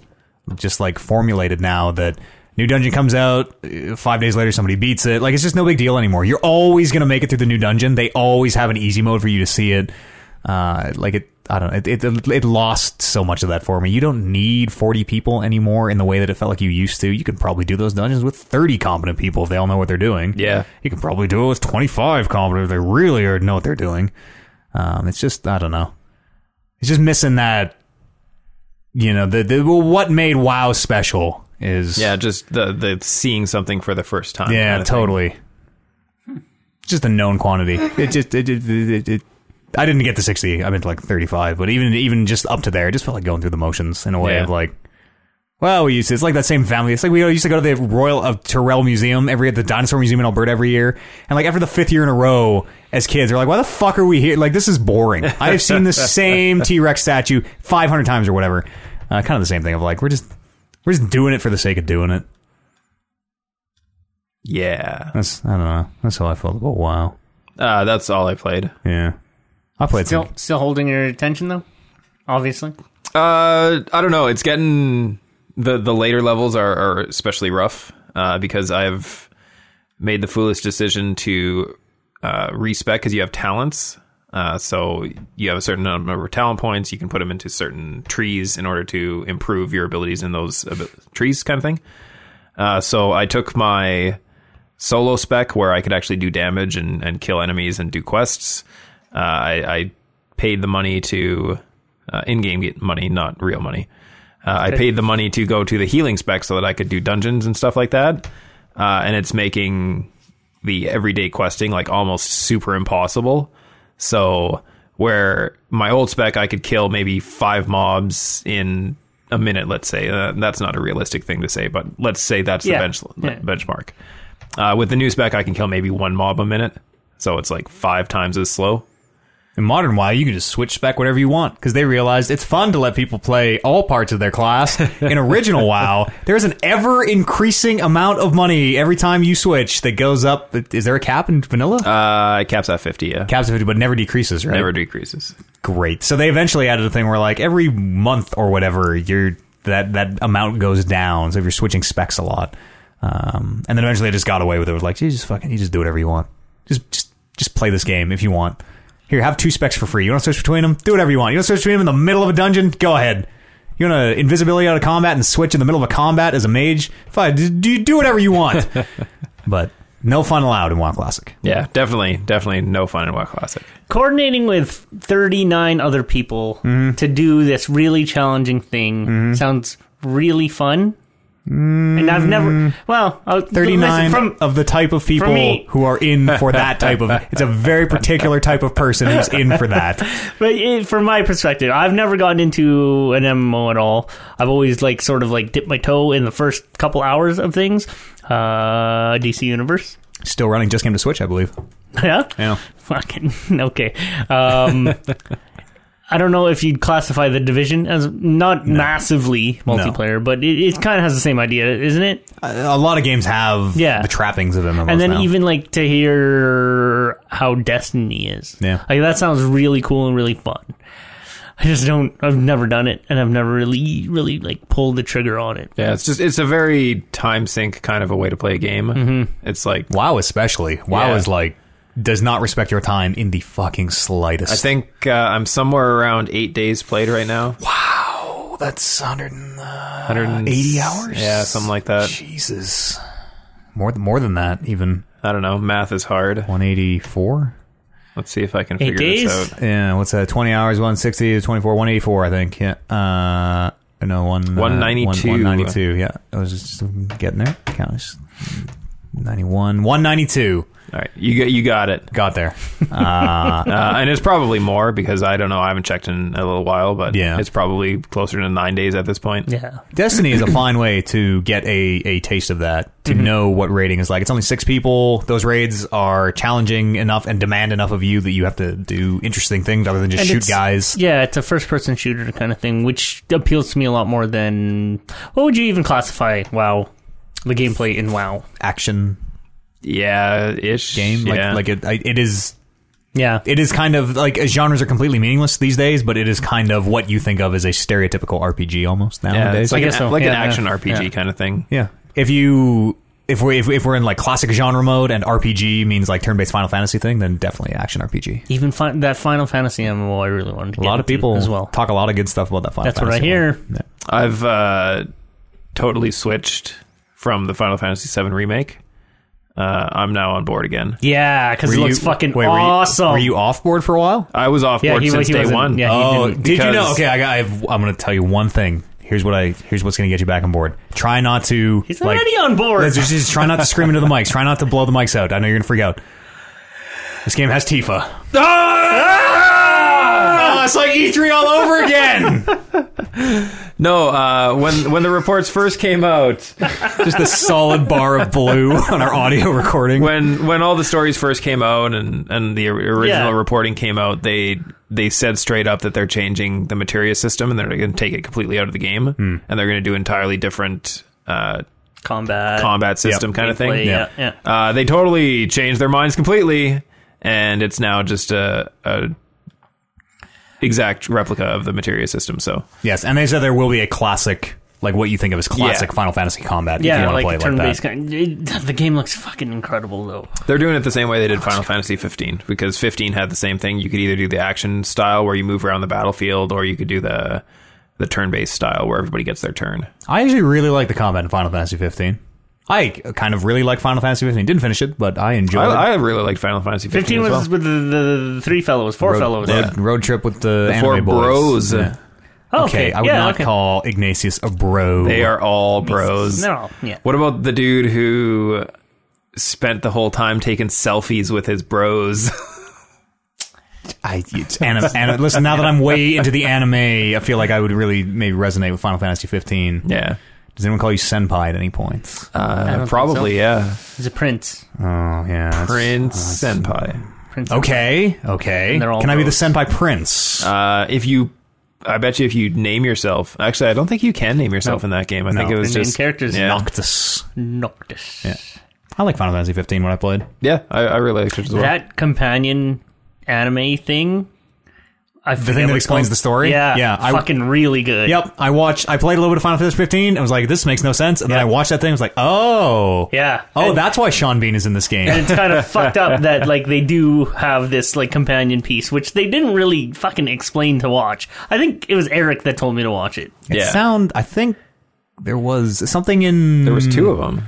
just like formulated now that new dungeon comes out uh, five days later somebody beats it like it's just no big deal anymore you're always going to make it through the new dungeon they always have an easy mode for you to see it uh, like it i don't know it, it, it lost so much of that for me you don't need 40 people anymore in the way that it felt like you used to you can probably do those dungeons with 30 competent people if they all know what they're doing Yeah. you can probably do it with 25 competent if they really are- know what they're doing um, it's just i don't know it's just missing that you know the, the well, what made wow special is Yeah, just the the seeing something for the first time. yeah kind of thing. totally just a known quantity it just it, it, it, it, it- i didn't get to 60 i meant like 35 but even even just up to there it just felt like going through the motions in a way Yeah. of like well, we used to. It's like that same family. It's like we used to go to the Royal of Terrell Museum every at the Dinosaur Museum in Alberta every year. And like after the fifth year in a row, as kids, we're like, "Why the fuck are we here? Like this is boring. I have seen the same T Rex statue five hundred times or whatever." Uh, kind of the same thing of like we're just we're just doing it for the sake of doing it. Yeah, That's I don't know. That's how I felt about WoW. uh, that's all I played. Yeah, I played Still, some. still holding your attention though. Obviously, Uh, I don't know. It's getting the the later levels are, are especially rough uh, because I've made the foolish decision to uh, respec because you have talents. Uh, so you have a certain number of talent points. You can put them into certain trees in order to improve your abilities in those abi- trees, kind of thing. Uh, so I took my solo spec where I could actually do damage and, and kill enemies and do quests. Uh, I, I paid the money to uh, in-game get money, not real money. Uh, I paid the money to go to the healing spec so that I could do dungeons and stuff like that. Uh, and it's making the everyday questing like almost super impossible. So where my old spec, I could kill maybe five mobs in a minute. Let's say uh, that's not a realistic thing to say, but let's say that's Yeah. the bench Yeah. benchmark. Uh, with the new spec, I can kill maybe one mob a minute, so it's like five times as slow. In modern WoW, you can just switch spec whatever you want because they realized it's fun to let people play all parts of their class. In original WoW, there's an ever increasing amount of money every time you switch that goes up. Is there a cap in vanilla? Uh, it caps at fifty. Yeah, Caps of 50, but never decreases, right? never decreases. Great. So they eventually added a thing where like every month or whatever, you're that that amount goes down. So if you're switching specs a lot, um, and then eventually I just got away with it. It was like, you just fucking, you just do whatever you want. Just just just play this game if you want. Here, have two specs for free. You want to switch between them? Do whatever you want. You want to switch between them in the middle of a dungeon? Go ahead. You want to invisibility out of combat and switch in the middle of a combat as a mage? Fine. Do- Do do whatever you want. but no fun allowed in WoW Classic. Yeah, definitely, definitely no fun in WoW Classic. coordinating with 39 other people to do this really challenging thing sounds really fun. And I've never well, I- listen, 39 from of the type of people me- who are in for that type of it's a very particular type of person who's in for that but it, from my perspective, I've never gotten into an MMO at all. I've always like sort of like dipped my toe in the first couple hours of things. Uh DC Universe. still running just came to switch i believe yeah. yeah Fucking okay. Um, I don't know if you'd classify the division as not massively multiplayer, but it, it kind of has the same idea, isn't it? a lot of games have Yeah. the trappings of mmos and then now. even like to hear how Destiny is. Yeah. like that sounds really cool and really fun. I just don't. I've never done it, and I've never really, really like pulled the trigger on it. Yeah, it's just it's a very time sink kind of a way to play a game. Mm-hmm. It's like wow especially wow Yeah. is like does not respect your time in the fucking slightest I think uh, I'm somewhere around eight days played right now. wow Oh, that's 100 and, uh, 180 80 hours Yeah, something like that. jesus more th- more than that even I don't know. Math is hard. 184 Let's see if I can figure Eight days? this out. yeah what's that 20 hours 160 to 24 184 i think yeah uh no one uh, 192. one- 192 yeah i was just getting there count was 91 192 All right, you got you got it. got there uh Uh, and it's probably more because I don't know. I haven't checked in a little while, but Yeah. it's probably closer to nine days at this point. Yeah, Destiny is a Mm-hmm. fine way to get a, a taste of that, to know what raiding is like. It's only six people. Those raids are challenging enough and demand enough of you that you have to do interesting things other than just And shoot it's- guys. Yeah, it's a first-person shooter kind of thing, which appeals to me a lot more than what would you even classify? WoW, the gameplay in WoW. Action Yeah, ish game. Like, yeah. like it, I- it is Yeah, it is kind of like uh, genres are completely meaningless these days, but it is kind of what you think of as a stereotypical RPG almost yeah, nowadays. it's like, I an, guess so. like an Yeah, action yeah. RPG Yeah. kind of thing. yeah. If you if we if, if we're in like classic genre mode and RPG means like turn based Final Fantasy thing, then definitely action RPG. even fi- that Final Fantasy MMO, I really wanted to. A get lot of into people as well. talk a lot of good stuff about that Final That's what I Fantasy hear. one. Yeah. I've uh, totally switched from the Final Fantasy VII remake. Uh, I'm now on board again. Yeah, because it Were looks you- fucking wait, were you- awesome. Were you off board for a while? I was off Yeah, board he was- since he day wasn't- one. yeah, he Oh, didn't. did you know? Because- Okay, I got. I've, I'm going to tell you one thing. Here's what I. Here's what's going to get you back on board. Try not to. He's like, already on board. Let's just, just try not to scream into the mics. Try not to blow the mics out. I know you're gonna freak out. This game has Tifa. Oh! Ah! It's like E3 all over again. No, uh, when when the reports first came out, just a solid bar of blue on our audio recording. when when all the stories first came out and and the original Yeah. reporting came out, they they said straight up that they're changing the materia system and they're going to take it completely out of the game Hmm. and they're going to do entirely different uh, combat, combat system kind of gameplay, thing. Yeah, yeah. Uh, they totally changed their minds completely, and it's now just a, a exact replica of the materia system. So yes, and they said there will be a classic like what you think of as classic Final Fantasy combat. if you yeah, want like to play it like turn-based. that. kind- it- the game looks fucking incredible though. They're doing it the same way they did Final Fantasy 15 because 15 had the same thing. You could either do the action style where you move around the battlefield, or you could do the the turn based style where everybody gets their turn. I actually really like the combat in Final Fantasy 15. I kind of really like Final Fantasy 15. Didn't finish it, but I enjoyed. I, I really liked Final Fantasy 15, Fifteen as was well. with the, the, the three fellows, four road, fellows. road, road trip with the, uh, anime Four boys. bros. Yeah. Oh, Okay, I would yeah, not okay. call Ignatius a bro. They are all bros. They're all yeah. What about the dude who spent the whole time taking selfies with his bros? I, it's anime, anime, listen, now that I'm way into the anime, I feel like I would really maybe resonate with Final Fantasy 15. yeah. Does anyone call you senpai at any point? don't Uh, think probably, so. yeah. He's a prince. Oh yeah. that's- Prince Senpai. Prince. Okay. Okay. And they're all Can I be the bros. senpai prince? Uh, if you, I bet you, if you name yourself, actually, I don't think you can name yourself in that game. I think No. it was Your name just character is yeah. Noctis. Noctis. Yeah. I like Final Fantasy 15 when I played. Yeah, I, I really liked it as well. That companion anime thing. I The thing that explains the story. Yeah, Yeah. I, fucking really good. Yep. I watched. I played a little bit of Final Fantasy 15. I was like, this makes no sense. And then I watched that thing. I was like, oh. Yeah. Oh, And- that's why Sean Bean is in this game. and it's kind of fucked up that like they do have this like companion piece, which they didn't really fucking explain to watch. I think it was Eric that told me to watch it. It Yeah. sound. I think there was something in there was two of them.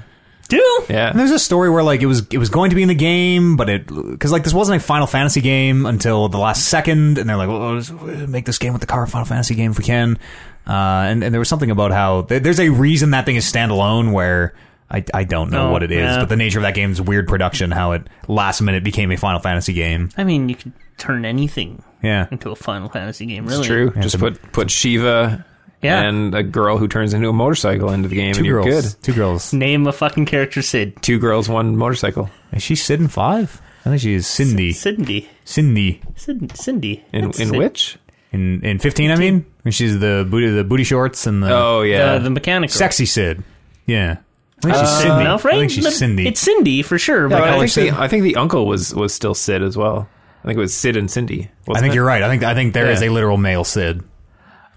Do Yeah, And there's a story where like it was it was going to be in the game, but it because like this wasn't a Final Fantasy game until the last second, and they're like, well, let's make this game with the car Final Fantasy game if we can. Uh, and and there was something about how there- there's a reason that thing is standalone where. I, I don't know Oh, what it is, yeah. but the nature of that game's weird production, how it last minute became a Final Fantasy game. I mean you could turn anything Yeah. into a Final Fantasy game? Really? it's true. Yeah, just it's a- put put Shiva Yeah. and a girl who turns into a motorcycle into the game, Two and you're girls. good. Two girls. Name a fucking character, Sid. Two girls, one motorcycle. Is she Sid in five? I think she is Cindy. Cindy. Cindy. Sid. Cindy. In That's in Sid. which? In in fifteen, I mean? When she's the booty the booty shorts and the Oh yeah, Uh, the mechanic. Sexy Sid. Yeah. I think she's Cindy. No, right? I think she's But Cindy. It's Cindy for sure. But but I Color think the Sid? I think the uncle was was still Sid as well. I think it was Sid and Cindy. I wasn't think it? you're right. I think I think there is a Yeah. literal male Sid.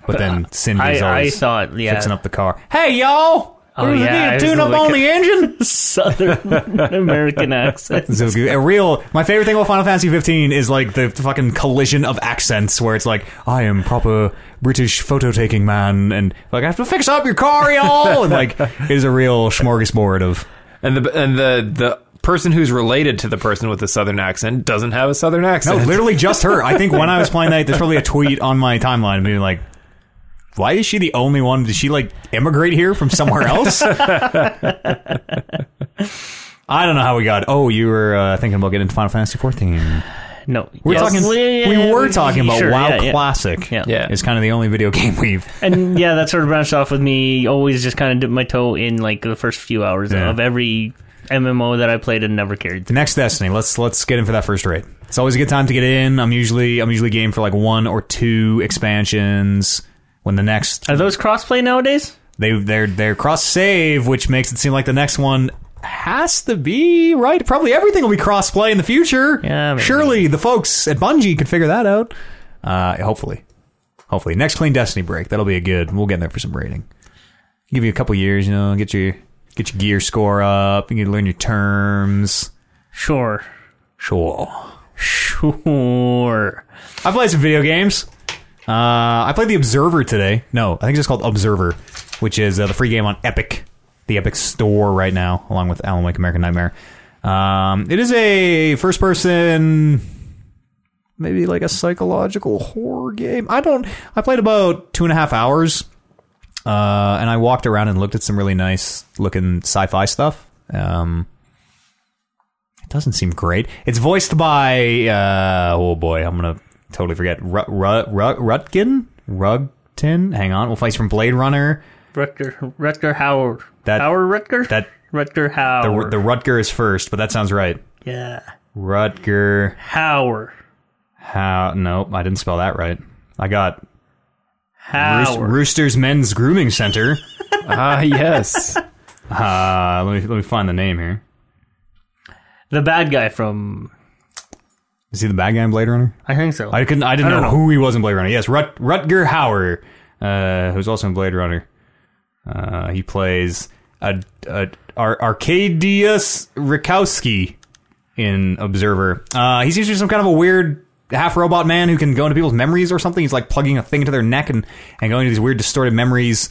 But then Cindy's Uh, I, I always thought, yeah, fixing up the car. Hey y'all! Oh, There's a yeah, need it to was tune up like on a- the engine. Southern American accent. So good. a real my favorite thing about Final Fantasy 15 is like the fucking collision of accents where it's like I am proper British photo taking man and like I have to fix up your car y'all and like it is a real smorgasbord of And the and the the person who's related to the person with the southern accent doesn't have a southern No, accent. literally just her. I think when I was playing that, there's probably a tweet on my timeline being like, "Why is she the only one? Did she like immigrate here from somewhere else?" I don't know how we got. Oh, you were uh, thinking about getting into Final Fantasy 14. No, We're yes. talking. Yeah, we yeah, were yeah, talking about sure, WoW yeah, yeah. Classic. Yeah. Yeah. it's kind of the only video game we've. and yeah, that sort of branched off with me. Always just kind of dipped my toe in like the first few hours Yeah. of every MMO that I played and never carried The through. next Destiny. Let's let's get in for that first raid. It's always a good time to get in. I'm usually I'm usually game for like one or two expansions. When the next Are those crossplay nowadays? They they're they're cross save, which makes it seem like the next one has to be right. Probably everything will be cross play in the future. Yeah, maybe. surely the folks at Bungie could figure that out. Uh, hopefully, hopefully next clean Destiny break that'll be a good. We'll get in there for some rating. Give you a couple years, you know, get your get your gear score up. You can learn your terms. Sure, Sure. sure. I played some video games. Uh, I played The Observer today. No, I think it's just called Observer, which is uh, the free game on Epic, the Epic Store right now, along with Alan Wake American Nightmare. Um, it is a first person, maybe like a psychological horror game. I don't. I played about two and a half hours, uh, and I walked around and looked at some really nice looking sci fi stuff. Um, it doesn't seem great. It's voiced by uh, oh boy, I'm gonna totally forget. Ru- Ru- Ru- Rutkin Rugton. Hang on, we'll face from Blade Runner. Rutger, Rutger Howard. That- Howard Rutger. That Rutger the, Howard. the Rutger is first, but that sounds right. yeah, Rutger. Howard. How? Nope, I didn't spell that right. I got Roos- Howard. Rooster's Men's Grooming Center. Ah, yes. Uh, let me let me find the name here. the bad guy from. Is he the bad guy in Blade Runner? I think so. I couldn't. I didn't I know, don't know. who he was in Blade Runner. Yes, Rut, Rutger Hauer, uh, who's also in Blade Runner. Uh, he plays a, a, Ar- Arcadius Rikowski in Observer. Uh, he's usually some kind of a weird half robot man who can go into people's memories or something. He's like plugging a thing into their neck and, and going to these weird distorted memories.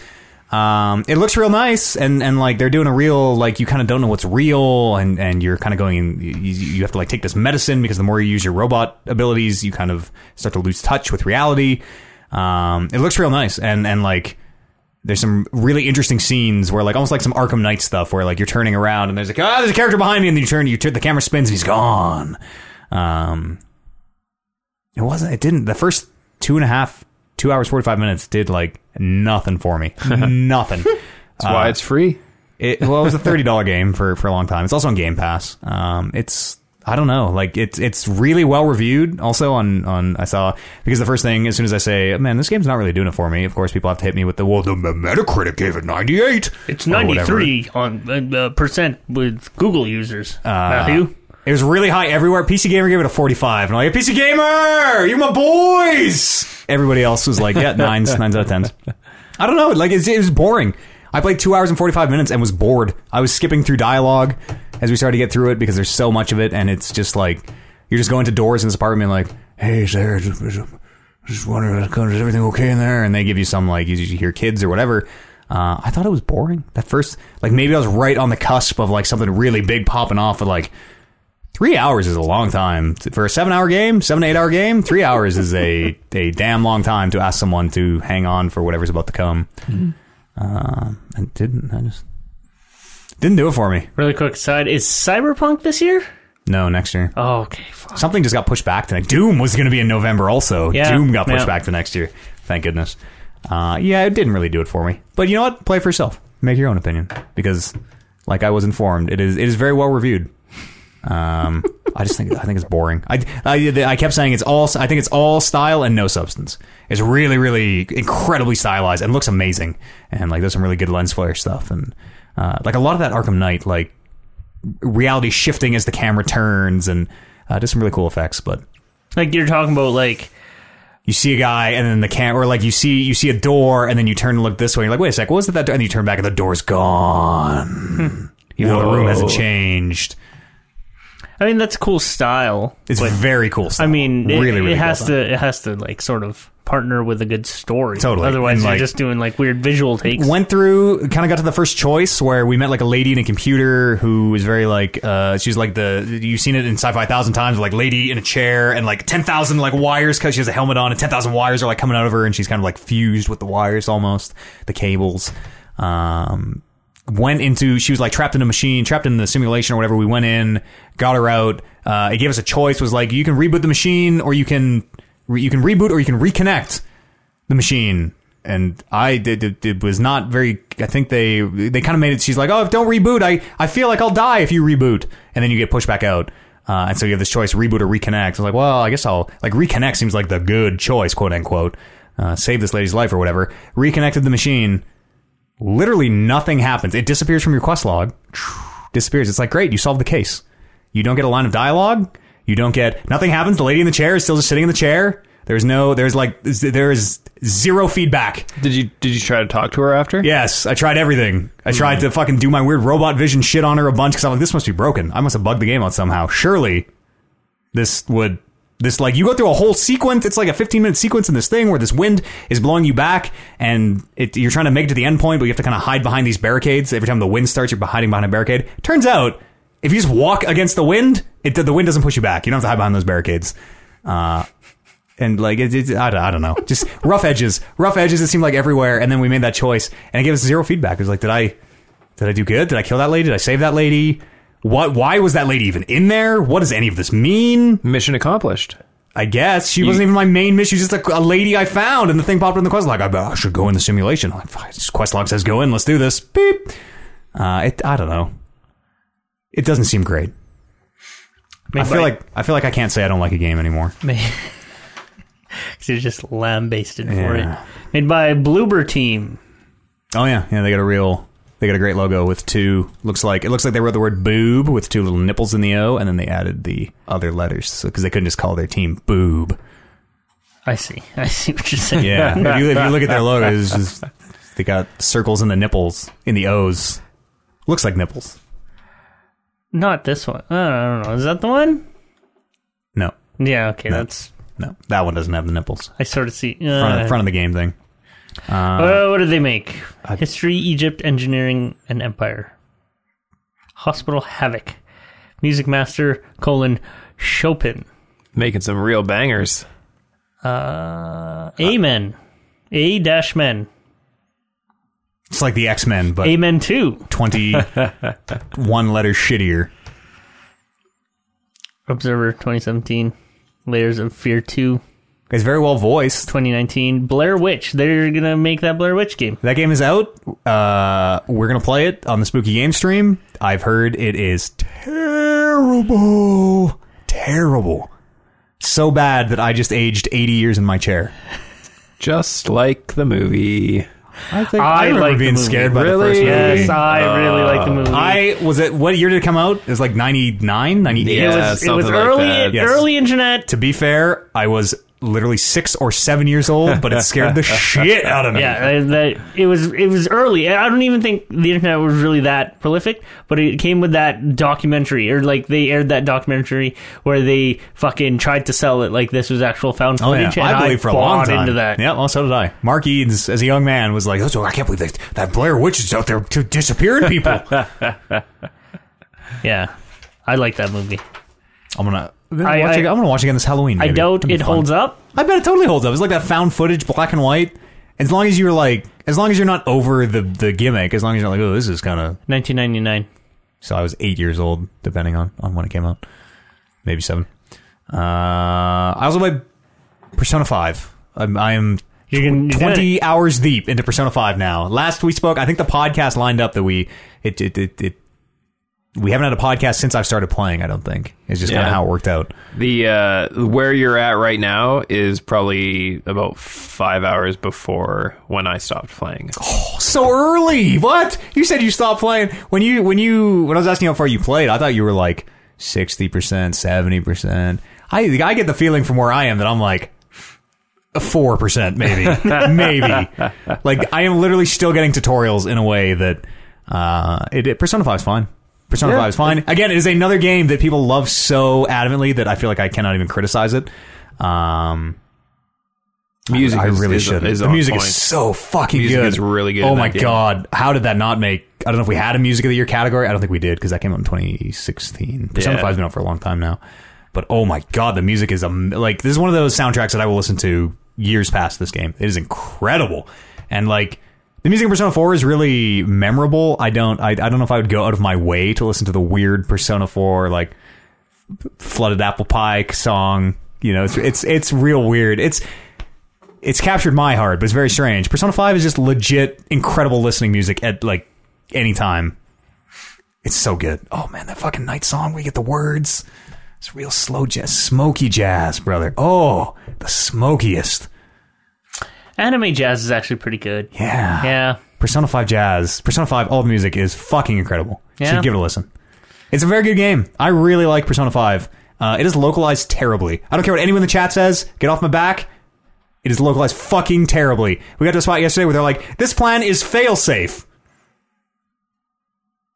Um, it looks real nice and, and like they're doing a real like you kind of don't know what's real and, and you're kind of going in- you, you have to like take this medicine because the more you use your robot abilities you kind of start to lose touch with reality. Um, it looks real nice and and like there's some really interesting scenes where like almost like some Arkham Knight stuff where like you're turning around and there's like ah there's a character behind me and then you turn you turn the camera spins and he's gone. Um, it wasn't. It didn't. The first two and a half, two hours forty five minutes did like nothing for me. nothing. That's why it's free. It, well, it was a thirty dollar game for for a long time. It's also on Game Pass. Um, it's I don't know, like it's it's really well reviewed. Also on on I saw because the first thing as soon as I say, man, this game's not really doing it for me. Of course, people have to hit me with the well, the Metacritic gave it ninety eight. It's 93 on uh, uh, percent with Google users. Uh, Matthew, It was really high everywhere. PC Gamer gave it a 45. And I'm like, PC Gamer, you my boys. Everybody else was like, yeah, nines, nines out of tens. I don't know. Like, it's, it was boring. I played two hours and 45 minutes and was bored. I was skipping through dialogue as we started to get through it because there's so much of it. And it's just like, you're just going to doors in this apartment, like, hey, Sarah, just, just- just wondering, is everything okay in there? And they give you some, like, you usually hear kids or whatever. Uh, I thought it was boring. That first, like, maybe I was right on the cusp of, like, something really big popping off with, like, Three hours is a long time for a seven-hour game, seven to eight-hour game. Three hours is a a damn long time to ask someone to hang on for whatever's about to come. Uh, and didn't I just didn't do it for me? really quick side is Cyberpunk this year? No, next year Oh, okay, fuck. something just got pushed back to next. Doom was going to be in November also. Yeah, Doom got pushed yeah. back to next year. Thank goodness. Uh, yeah, it didn't really do it for me. But you know what? Play for yourself. Make your own opinion because, like I was informed, it is it is very well reviewed. Um, I just think I think it's boring. I, I I kept saying it's all I think it's all style and no substance. It's really really incredibly stylized and looks amazing and like there's some really good lens flare stuff and uh, like a lot of that Arkham Knight like reality shifting as the camera turns and uh, just some really cool effects. But Like you're talking about like you see a guy and then the camera, or like you see you see a door and then you turn and look this way. You're like, wait a sec, what was it that? Door? And you turn back and the door's gone. Hmm. Even though the room hasn't Whoa. changed, I mean that's cool style. it's very cool. Stuff. I mean, it, really, really it has well done. to it has to like sort of partner with a good story. Totally. Otherwise, And, you're like- just doing like weird visual takes. Went through, kind of got to the first choice where we met like a lady in a computer who was very like, uh, she's like the you've seen it in sci-fi a thousand times, like lady in a chair and like ten thousand like wires because she has a helmet on and ten thousand wires are like coming out of her and she's kind of like fused with the wires almost, the cables. Um, went into she was like trapped in a machine trapped in the simulation or whatever we went in got her out uh, it gave us a choice was like you can reboot the machine or you can re- you can reboot or you can reconnect the machine and i did it, it was not very i think they they kind of made it she's like oh if don't reboot i i feel like i'll die if you reboot and then you get pushed back out uh, and so you have this choice reboot or reconnect i was like well i guess i'll like reconnect seems like the good choice quote unquote uh, save this lady's life or whatever reconnected the machine literally nothing happens. It disappears from your quest log. Disappears. It's like, great, you solved the case. You don't get a line of dialogue. You don't get nothing happens. The lady in the chair is still just sitting in the chair. There's no there's like z- there is zero feedback. Did you did you try to talk to her after? Yes, I tried everything. I tried to fucking do my weird robot vision shit on her a bunch because I'm like, this must be broken. I must have bugged the game out somehow. Surely this would this like you go through a whole sequence it's like a 15 minute sequence in this thing where this wind is blowing you back and it, you're trying to make it to the end point but you have to kind of hide behind these barricades every time the wind starts you're hiding behind a barricade turns out if you just walk against the wind it the wind doesn't push you back you don't have to hide behind those barricades uh, and like it, it, I, don't, I don't know just rough edges rough edges it seemed like everywhere and then we made that choice and it gave us zero feedback it was like did i did I do good? Did I kill that lady? Did I save that lady? What? Why was that lady even in there? What does any of this mean? Mission accomplished. I guess she wasn't even my main mission. She's just a, a lady I found, and the thing popped up in the quest log. I, I should go in the simulation. I'm Like, "Fine, this quest log says go in. Let's do this. Beep. Uh, it, I don't know. It doesn't seem great. I feel like I feel like I can't say I don't like a game anymore. because you're just lambasted for Yeah. it. Made by Bloober Team. Oh yeah, yeah. They got a real. They got a great logo with two. Looks like it looks like they wrote the word boob with two little nipples in the O, and then they added the other letters because they couldn't just call their team boob. I see. I see what you're saying. Yeah, if, you, if you look at their logo, it's just They got circles in the nipples, in the O's. Looks like nipples. Not this one. I don't, I don't know. Is that the one? No, Yeah. Okay. That's. no, that one doesn't have the nipples. I sort of see. Uh, Front of, front of the game thing. uh, what do they make? History, Egypt, engineering, and empire. Hospital havoc. Music master colon Chopin. Making some real bangers. Uh, amen. A dash men. It's like the X Men, but Amen two. twenty one letter shittier. Observer 2017. Layers of Fear 2 It's very well voiced. 2019. Blair Witch. They're gonna make that Blair Witch game. That game is out. Uh, we're gonna play it on the Spooky Game stream. I've heard it is terrible, terrible, so bad that I just aged eighty years in my chair. Just like the movie. I think I remember like the being movie. scared by the Really? first movie. Yes, I Uh, really like the movie. I was it. What year did it come out? It was like 99, 98. Yeah. it was, it something was like early, that. Yes. early internet. To be fair, I was literally six or seven years old, but it scared the shit out of me. Yeah, I- that it was it was early. I don't even think the internet was really that prolific, but it came with that documentary, or like they aired that documentary where they fucking tried to sell it like this was actual found Oh, yeah. footage. and I believe for a long bought time. into that. Yeah, well, so did I. Mark Eads, as a young man, was like, oh, I can't believe that, that Blair Witch is out there to disappearing people. Yeah, I like that movie. I'm gonna, I'm gonna I- watch I- it, I'm gonna watch it again this Halloween. I maybe. doubt It'd be it fun. holds up. I bet it totally holds up. It's like that found footage, black and white. As long as you're like, as long as you're not over the the gimmick, as long as you're not like, oh, this is kind of 1999. So I was eight years old, depending on, on when it came out. Maybe seven. Uh, I also played Persona 5. I'm, I am You're gonna- tw- you're 20 hours deep into Persona 5 now. Last we spoke, I think the podcast lined up that we, it, it, it, it we haven't had a podcast since I've started playing, I don't think. It's just kind Yeah. of how it worked out. The uh, where you're at right now is probably about five hours before when I stopped playing. Oh, So early. What? You said you stopped playing when you when you when I was asking you how far you played. I thought you were like sixty percent, seventy percent. I I get the feeling from where I am that I'm like four percent, maybe, maybe. Like I am literally still getting tutorials in a way that uh, it, it Persona Five is fine. Persona Five is fine. Again, it is another game that people love so adamantly that I feel like I cannot even criticize it. Um, Music, I is- really is, should. Is The on music point. is so fucking Music good. is really good Oh in my that game. god, how did that not make? I don't know if we had a music of the year category. I don't think we did because that came out in 2016. Persona Yeah. Five's been out for a long time now, but oh my god, the music is am- like this is one of those soundtracks that I will listen to years past this game. It is incredible, and like. The music in Persona 4 is really memorable. I don't I, I don't know if I would go out of my way to listen to the weird Persona 4 like flooded apple pie song. You know, it's it's it's real weird. It's it's captured my heart, but it's very strange. Persona Five is just legit incredible listening music at like any time. It's so good. Oh man, that fucking night song where you get the words. It's real slow jazz, smoky jazz, brother. Oh, the smokiest. Anime jazz is actually pretty good. Yeah. Yeah. Persona Five jazz. Persona Five. All the music is fucking incredible. You Yeah. Should give it a listen. It's a very good game. I really like Persona Five. Uh, it is localized terribly. I don't care what anyone in the chat says. Get off my back. It is localized fucking terribly. We got to a spot yesterday where they're like, "This plan is failsafe."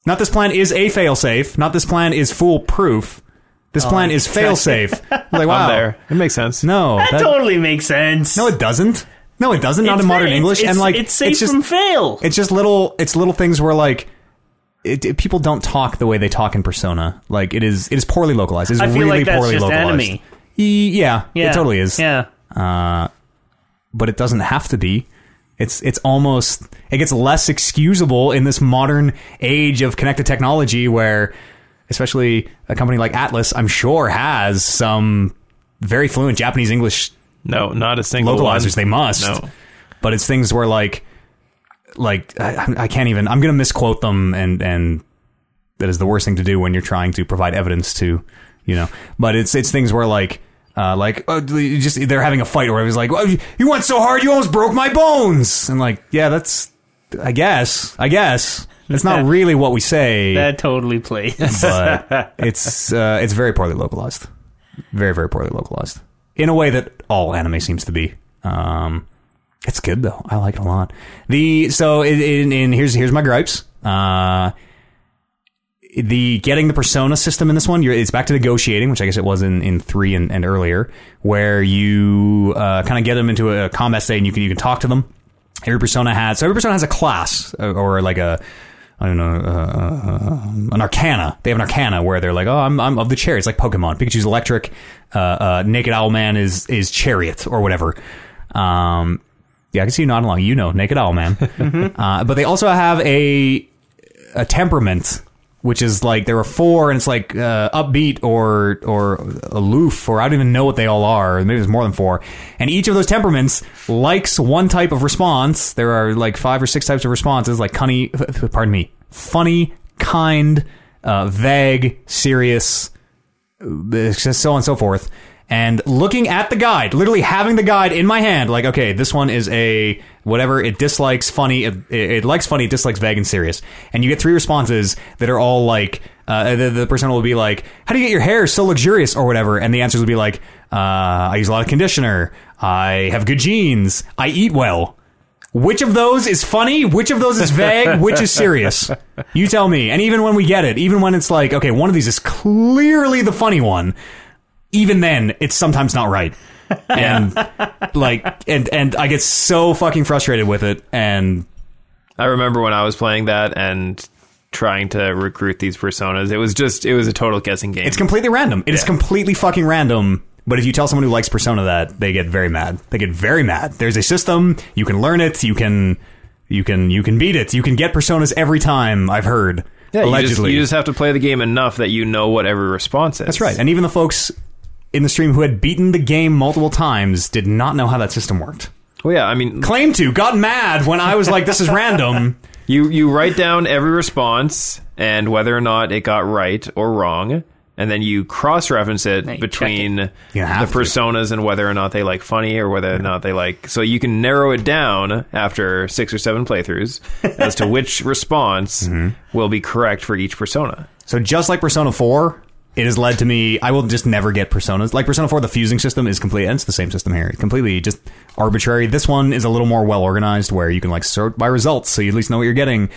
Not this plan is a failsafe. Not this plan is foolproof. Oh, This plan is failsafe. like wow, I'm there. It makes sense. no, That, that- totally makes sense. no, it doesn't. No, it doesn't. Not in modern English. and like, it's safe just from fail. it's just little it's little things where like it, it- people don't talk the way they talk in persona like it is it is poorly localized it's I feel really like that's poorly just localized anime. E- yeah, Yeah. it totally is Yeah. but it doesn't have to be it's it's almost it gets less excusable in this modern age of connected technology where especially a company like atlas i'm sure has some very fluent japanese english No, not a single localizers One. they must No. but it's things where like like I, I can't even i'm gonna misquote them and and that is the worst thing to do when you're trying to provide evidence to you know but it's it's things where like uh, like uh, you just they're having a fight where it was like well, you- you went so hard you almost broke my bones and like yeah that's i guess i guess that's not really what we say That totally plays. but it's uh, it's very poorly localized, very very poorly localized in a way that all anime seems to be. Um, It's good though. I like it a lot. The so it, it, and here's here's my gripes. Uh, the getting the persona system in this one, you're, it's back to negotiating, which I guess it was in, in three and, and earlier, where you uh, kind of get them into a combat state and you can you can talk to them. Every persona has so every persona has a class uh, or like a I don't know, uh, an arcana. They have an arcana where they're like, oh, I'm, I'm of the chariot. It's like Pokemon. Pikachu's electric. Uh, uh, Naked Owl Man is is chariot or whatever. Um, yeah, I can see you nodding along. You know, Naked Owl Man. uh, but they also have a a temperament, which is like there are four, and it's like uh, upbeat or or aloof, or I don't even know what they all are. Maybe there's more than four. And each of those temperaments likes one type of response. There are like five or six types of responses, like cunny, pardon me, funny, kind, uh, vague, serious, uh, so on and so forth. And looking at the guide, literally having the guide in my hand, like, okay, this one is a whatever. It dislikes funny. It, it it likes funny. It dislikes vague and serious. And you get three responses that are all like, uh, the, the person will be like, how do you get your hair so luxurious or whatever? And the answers will be like, uh, I use a lot of conditioner. I have good genes. I eat well. Which of those is funny? Which of those is vague? Which is serious? You tell me. And even when we get it, even when it's like, okay, one of these is clearly the funny one, even then, it's sometimes not right. And like, and and I get so fucking frustrated with it. And I remember when I was playing that and trying to recruit these personas. It was just it was a total guessing game. it's completely random. It is completely fucking random. But if you tell someone who likes Persona that, they get very mad. They get very mad. There's a system. You can learn it. You can, you can, you can beat it. You can get Personas every time. I've heard. Yeah, you just- allegedly. you just have to play the game enough that you know what every response is. That's right. And even the folks in the stream who had beaten the game multiple times did not know how that system worked. Well, yeah, I mean, Claim to got mad when I was like, "This is random." You you write down every response and whether or not it got right or wrong, and then you cross reference it you check between You the have to. personas and whether or not they like funny or whether or not they like. So you can narrow it down after six or seven playthroughs as to which response Mm-hmm. will be correct for each persona. So just like Persona Four, it has led to me. I will just never get Personas. Like Persona Four, the fusing system is complete. And it's the same system here. It's completely just arbitrary. This one is a little more well organized, where you can like sort by results, so you at least know what you're getting.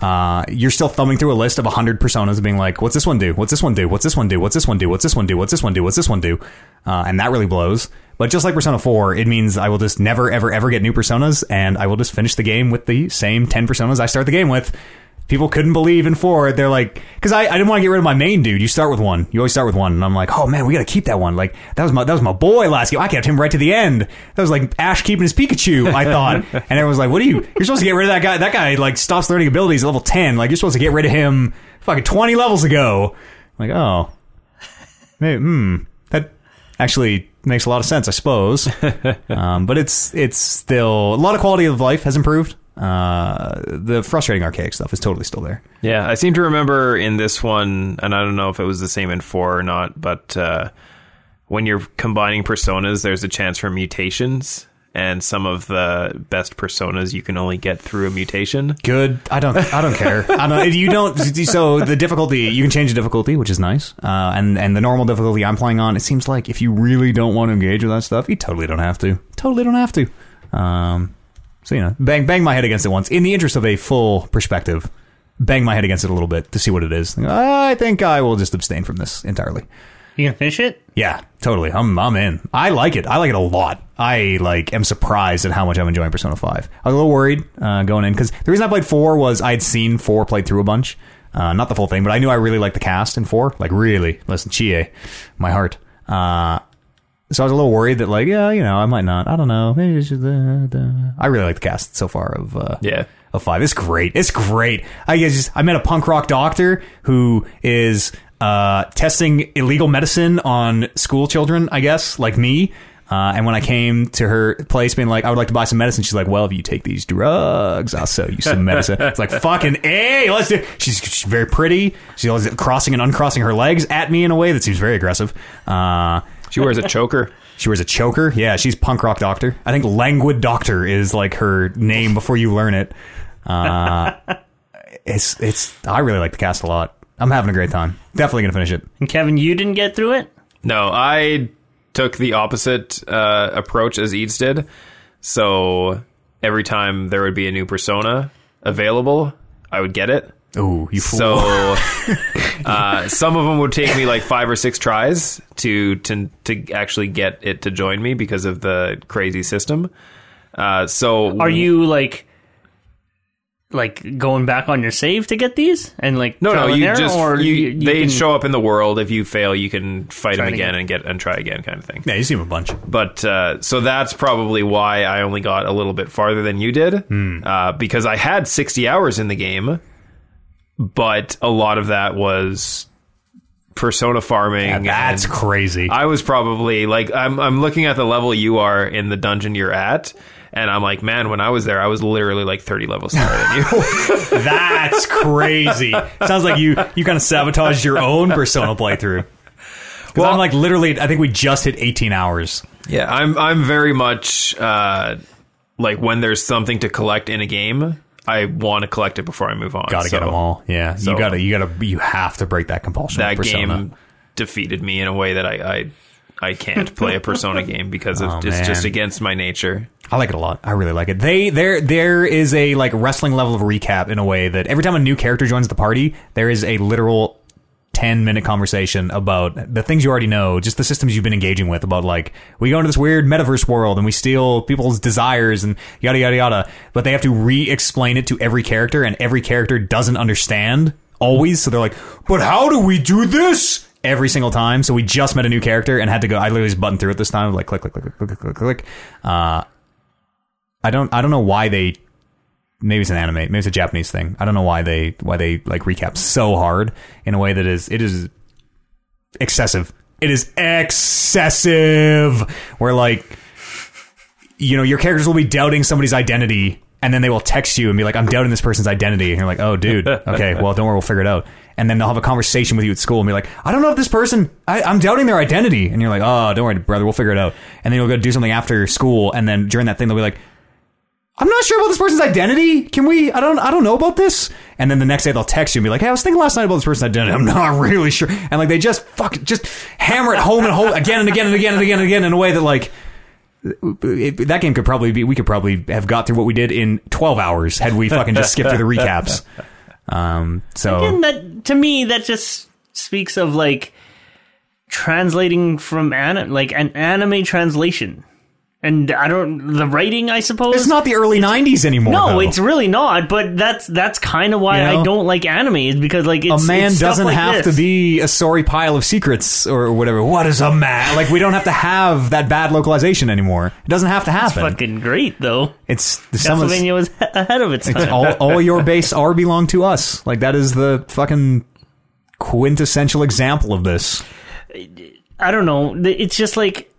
Uh, you're still thumbing through a list of 100 personas and being like, what's this one do? What's this one do? What's this one do? What's this one do? What's this one do? What's this one do? What's this one do? Uh, and that really blows. But just like Persona 4, it means I will just never, ever, ever get new personas, and I will just finish the game with the same 10 personas I start the game with. People couldn't believe in 4. They're like, because I, I didn't want to get rid of my main dude. You start with one. You always start with one. And I'm like, oh man, we got to keep that one. Like, that was my that was my boy last game. I kept him right to the end. That was like Ash keeping his Pikachu, I thought. and everyone's like, what are you? You're supposed to get rid of that guy. That guy, like, stops learning abilities at level 10. Like, you're supposed to get rid of him fucking 20 levels ago. I'm like, oh, Hey, hmm. That actually makes a lot of sense, I suppose. um, but it's it's still a lot of quality of life has improved. Uh, the frustrating archaic stuff is totally still there. Yeah, I seem to remember in this one, and I don't know if it was the same in four or not, but uh, when you're combining personas, there's a chance for mutations, and some of the best personas you can only get through a mutation. Good. I don't. I don't care. I don't. You don't. So the difficulty you can change the difficulty, which is nice. Uh, and and the normal difficulty I'm playing on, it seems like if you really don't want to engage with that stuff, you totally don't have to. Totally don't have to. Um, so you know, bang bang my head against it once in the interest of a full perspective. Bang my head against it a little bit to see what it is. I think I will just abstain from this entirely. You gonna finish it? Yeah, totally. I'm I'm in. I like it. I like it a lot. I like am surprised at how much I'm enjoying Persona Five. I was a little worried uh, going in because the reason I played four was I had seen four played through a bunch, uh, not the full thing, but I knew I really liked the cast in four. Like really, listen, Chie, my heart. Uh, so I was a little worried that like yeah, you know, I might not. I don't know. Maybe it's just, uh, duh. I really like the cast so far of uh, Yeah. of five. It's great. It's great. I guess just, I met a punk rock doctor who is uh, testing illegal medicine on school children. I guess like me. Uh, and when I came to her place, being like, "I would like to buy some medicine," she's like, "Well, if you take these drugs, I'll sell you some medicine." it's like fucking a. Let's do. She's, she's very pretty. She's always crossing and uncrossing her legs at me in a way that seems very aggressive. Uh, She wears a choker. she wears a choker. Yeah, she's punk rock doctor. I think languid doctor is like her name before you learn it. Uh, it's it's. I really like the cast a lot. I'm having a great time. Definitely gonna finish it. And Kevin, you didn't get through it. No, I took the opposite uh, approach as Eads did. So every time there would be a new persona available, I would get it. Oh, you fool. So uh, some of them would take me like five or six tries to to to actually get it to join me because of the crazy system. Uh, so Are you like like going back on your save to get these and like No, trial no, and you error, just or you, you, you they can- show up in the world. If you fail, you can fight them it again again. and get and try again, kind of thing. yeah, you see him a bunch. But uh, so that's probably why I only got a little bit farther than you did, Hmm. uh, because I had sixty hours in the game, but a lot of that was persona farming. That's and- crazy. I was probably like I'm I'm looking at the level you are in the dungeon you're at and I'm like man when I was there I was literally like 30 levels higher than you. That's crazy. Sounds like you you kind of sabotaged your own Persona playthrough. Well, I'm like literally. I think we just hit 18 hours. yeah, I'm I'm very much uh like when there's something to collect in a game, I want to collect it before I move on. Got to So get them all. Yeah, so- you gotta you gotta you have to break that compulsion. That with Persona. game defeated me in a way that I I, I can't play a Persona game because of, Oh, it's just man. against my nature. I like it a lot. I really like it. They there there is a like wrestling level of recap in a way that every time a new character joins the party, there is a literal 10 minute conversation about the things you already know, just the systems you've been engaging with about like we go into this weird metaverse world and we steal people's desires and yada yada yada, but they have to re-explain it to every character and every character doesn't understand always, so they're like, "But how do we do this?" every single time. So we just met a new character and had to go I literally just button through it this time like click click click click click click click. Uh I don't I don't know why they maybe it's an anime, maybe it's a Japanese thing. I don't know why they why they like recap so hard in a way that is it is excessive. It is excessive. Where like you know, your characters will be doubting somebody's identity and then they will text you and be like, I'm doubting this person's identity. And you're like, oh, dude, okay, well, don't worry, we'll figure it out. And then they'll have a conversation with you at school and be like, I don't know if this person, I, I'm doubting their identity. And you're like, oh, don't worry, brother, we'll figure it out. And then you'll go do something after school. And then during that thing, they'll be like, I'm not sure about this person's identity. Can we? I don't. I don't know about this. And then the next day they'll text you and be like, "Hey, I was thinking last night about this person's identity. I'm not really sure." And like they just fuck, just hammer it home and home again and again and again and again and again in a way that like it, that game could probably be. We could probably have got through what we did in 12 hours had we fucking just skipped through the recaps. Um. So Again, that to me that just speaks of like translating from anime like an anime translation and i don't the writing i suppose it's not the early 90s anymore. no though. it's really not but that's that's kind of why You know? i don't like anime is because like it's a man it's stuff doesn't like have this. to be a sorry pile of secrets or whatever. What is a man? Like we don't have to have that bad localization anymore. It doesn't have to happen. fucking great though it's some of Pennsylvania was ahead of its time. all, all your base are belong to us. Like that is the fucking quintessential example of this. I don't know. Th- It's just like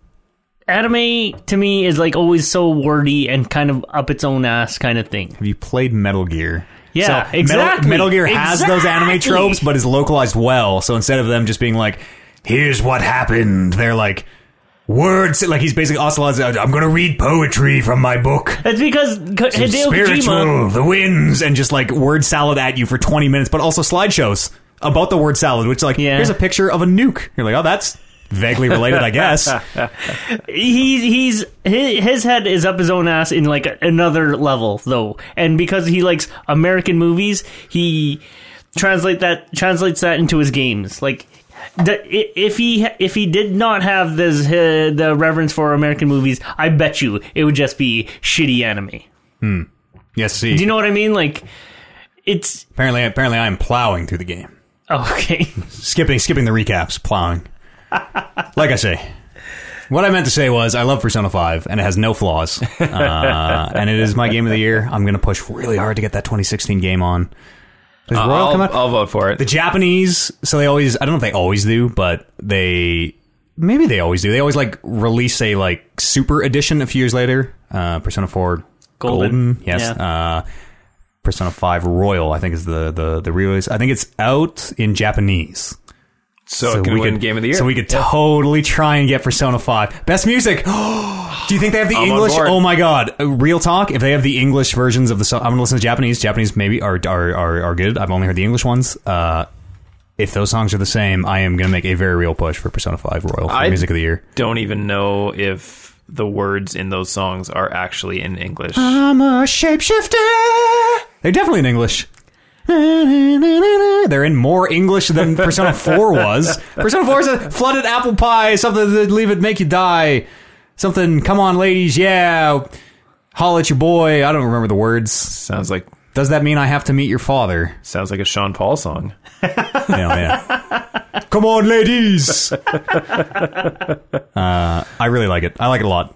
anime to me is like always so wordy and kind of up its own ass kind of thing. Have you played Metal Gear? Yeah, Metal- exactly. Metal, Gear has those anime Exactly. tropes, but is localized well. So instead of them just being like, "Here's what happened," they're like. Words like he's basically ocelot's. I'm gonna read poetry from my book. That's because Ko- Hideo Kojima. spiritual, the winds, and just like word salad at you for 20 minutes, but also slideshows about the word salad, which like, Yeah. here's a picture of a nuke. You're like, oh, that's vaguely related, I guess. He's he's hi- his head is up his own ass in like another level though, and because he likes American movies, he translate that translates that into his games. Like the, i- if he if he did not have this uh, the reverence for American movies, I bet you it would just be shitty anime. yes, see. Do you know what I mean? Like, it's oh, apparently, apparently, I am plowing through the game, okay. skipping, skipping the recaps, plowing. like I say. What I meant to say was, I love Persona 5, and it has no flaws. Uh, and it is my game of the year. I'm going to push really hard to get that 2016 game on. Does Royal I'll, come out? I'll vote for it. The Japanese, so they always, I don't know if they always do, but they, maybe they always do. They always like release a like super edition a few years later. Uh, Persona 4 Golden. Golden. Yes. Yeah. Uh, Persona 5 Royal, I think is the, the, the release. I think it's out in Japanese. so, it can win game of the year. So we could totally try and get Persona 5. Best music. Do you think they have the on English? board. Oh my god. Uh, Real talk, if they have the English versions of the song, I'm going to listen to Japanese. Japanese maybe are, are are are good. I've only heard the English ones. Uh if those songs are the same, I am going to make a very real push for Persona 5 Royal for I- music of the year. don't even know if the words in those songs are actually in English. I'm a shapeshifter. They're definitely in English. They're in more English than Persona 4 was. Persona 4 is a flooded apple pie, something that leave it make you die. Something, come on, ladies, yeah. Holla at your boy. I don't remember the words. Sounds like Does that mean I have to meet your father? sounds like a Sean Paul song. Oh, yeah. Come on, ladies. uh, I really like it. I like it a lot.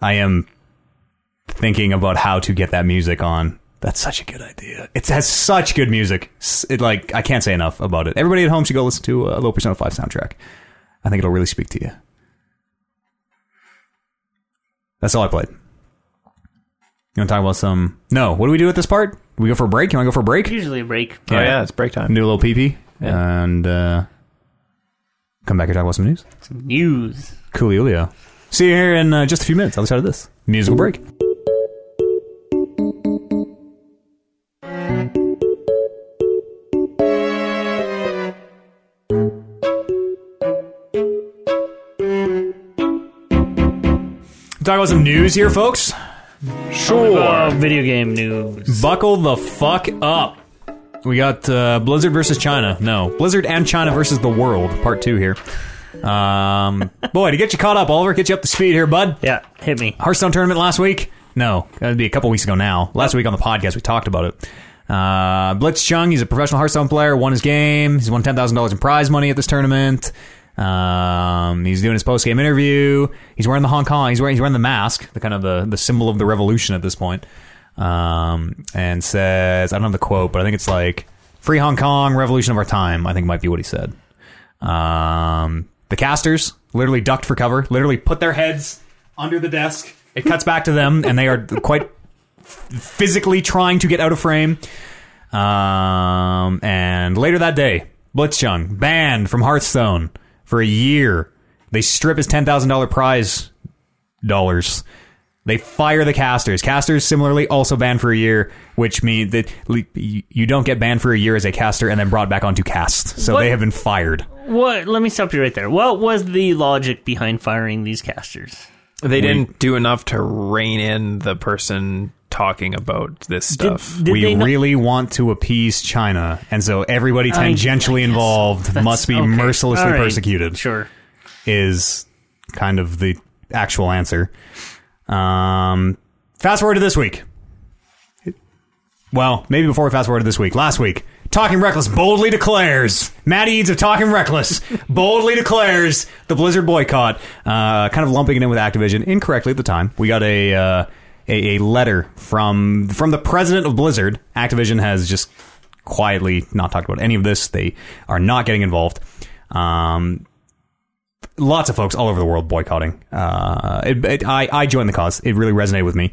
I am thinking about how to get that music on. That's such a good idea. It has such good music. S- It like I can't say enough about it. Everybody at home should go listen to a Low Percent Five soundtrack. I think it'll really speak to you. That's all I played. You want to talk about some? No. What do we do at this part? We go for a break. Can I go for a break? Usually a break. Oh yeah, it's break time. and do a little pee pee and uh, come back and talk about some news. Some news. Coolio. See you here in uh, just a few minutes, other side of this musical break. Talk about some news here, folks. Oh, video game news. Buckle the fuck up. We got uh, Blizzard versus China. No, Blizzard and China versus the world, part two here. Um, boy, to get you caught up, Oliver, get you up to speed here, bud. Yeah, hit me. Hearthstone tournament last week? No, that'd be a couple weeks ago now. Last week on the podcast, we talked about it. Uh, Blitz Chung, he's a professional Hearthstone player, won his game. He's won $10,000 in prize money at this tournament. Um, he's doing his post game interview. He's wearing the Hong Kong, he's wearing, he's wearing the mask, the kind of the, the symbol of the revolution at this point. Um, and says, I don't have the quote, but I think it's like, Free Hong Kong, revolution of our time, I think might be what he said. Um, the casters literally ducked for cover, literally put their heads under the desk. It cuts back to them, and they are quite physically trying to get out of frame. Um, and later that day, Blitzchung banned from Hearthstone for a year. They strip his ten thousand dollar prize dollars. They fire the casters. Casters similarly also banned for a year, which means that le- you you don't get banned for a year as a caster and then brought back onto cast. So What? they have been fired. What? Let me stop you right there. What was the logic behind firing these casters? They didn't do enough to rein in the person talking about this Uh, stuff. Did we they not- really want to appease China, and so everybody tangentially I guess involved That's- must be okay. mercilessly All right. persecuted. Sure. Is kind of the actual answer. Um, fast forward to this week. Well, maybe before we fast forward to this week. Last week, Talking Reckless boldly declares Matt Eads of Talking Reckless boldly declares the Blizzard boycott, uh, kind of lumping it in with Activision incorrectly at the time. We got a, uh, a a letter from from the president of Blizzard. Activision has just quietly not talked about any of this. They are not getting involved. Um, lots of folks all over the world boycotting. Uh, it, it, I, I joined the cause. It really resonated with me,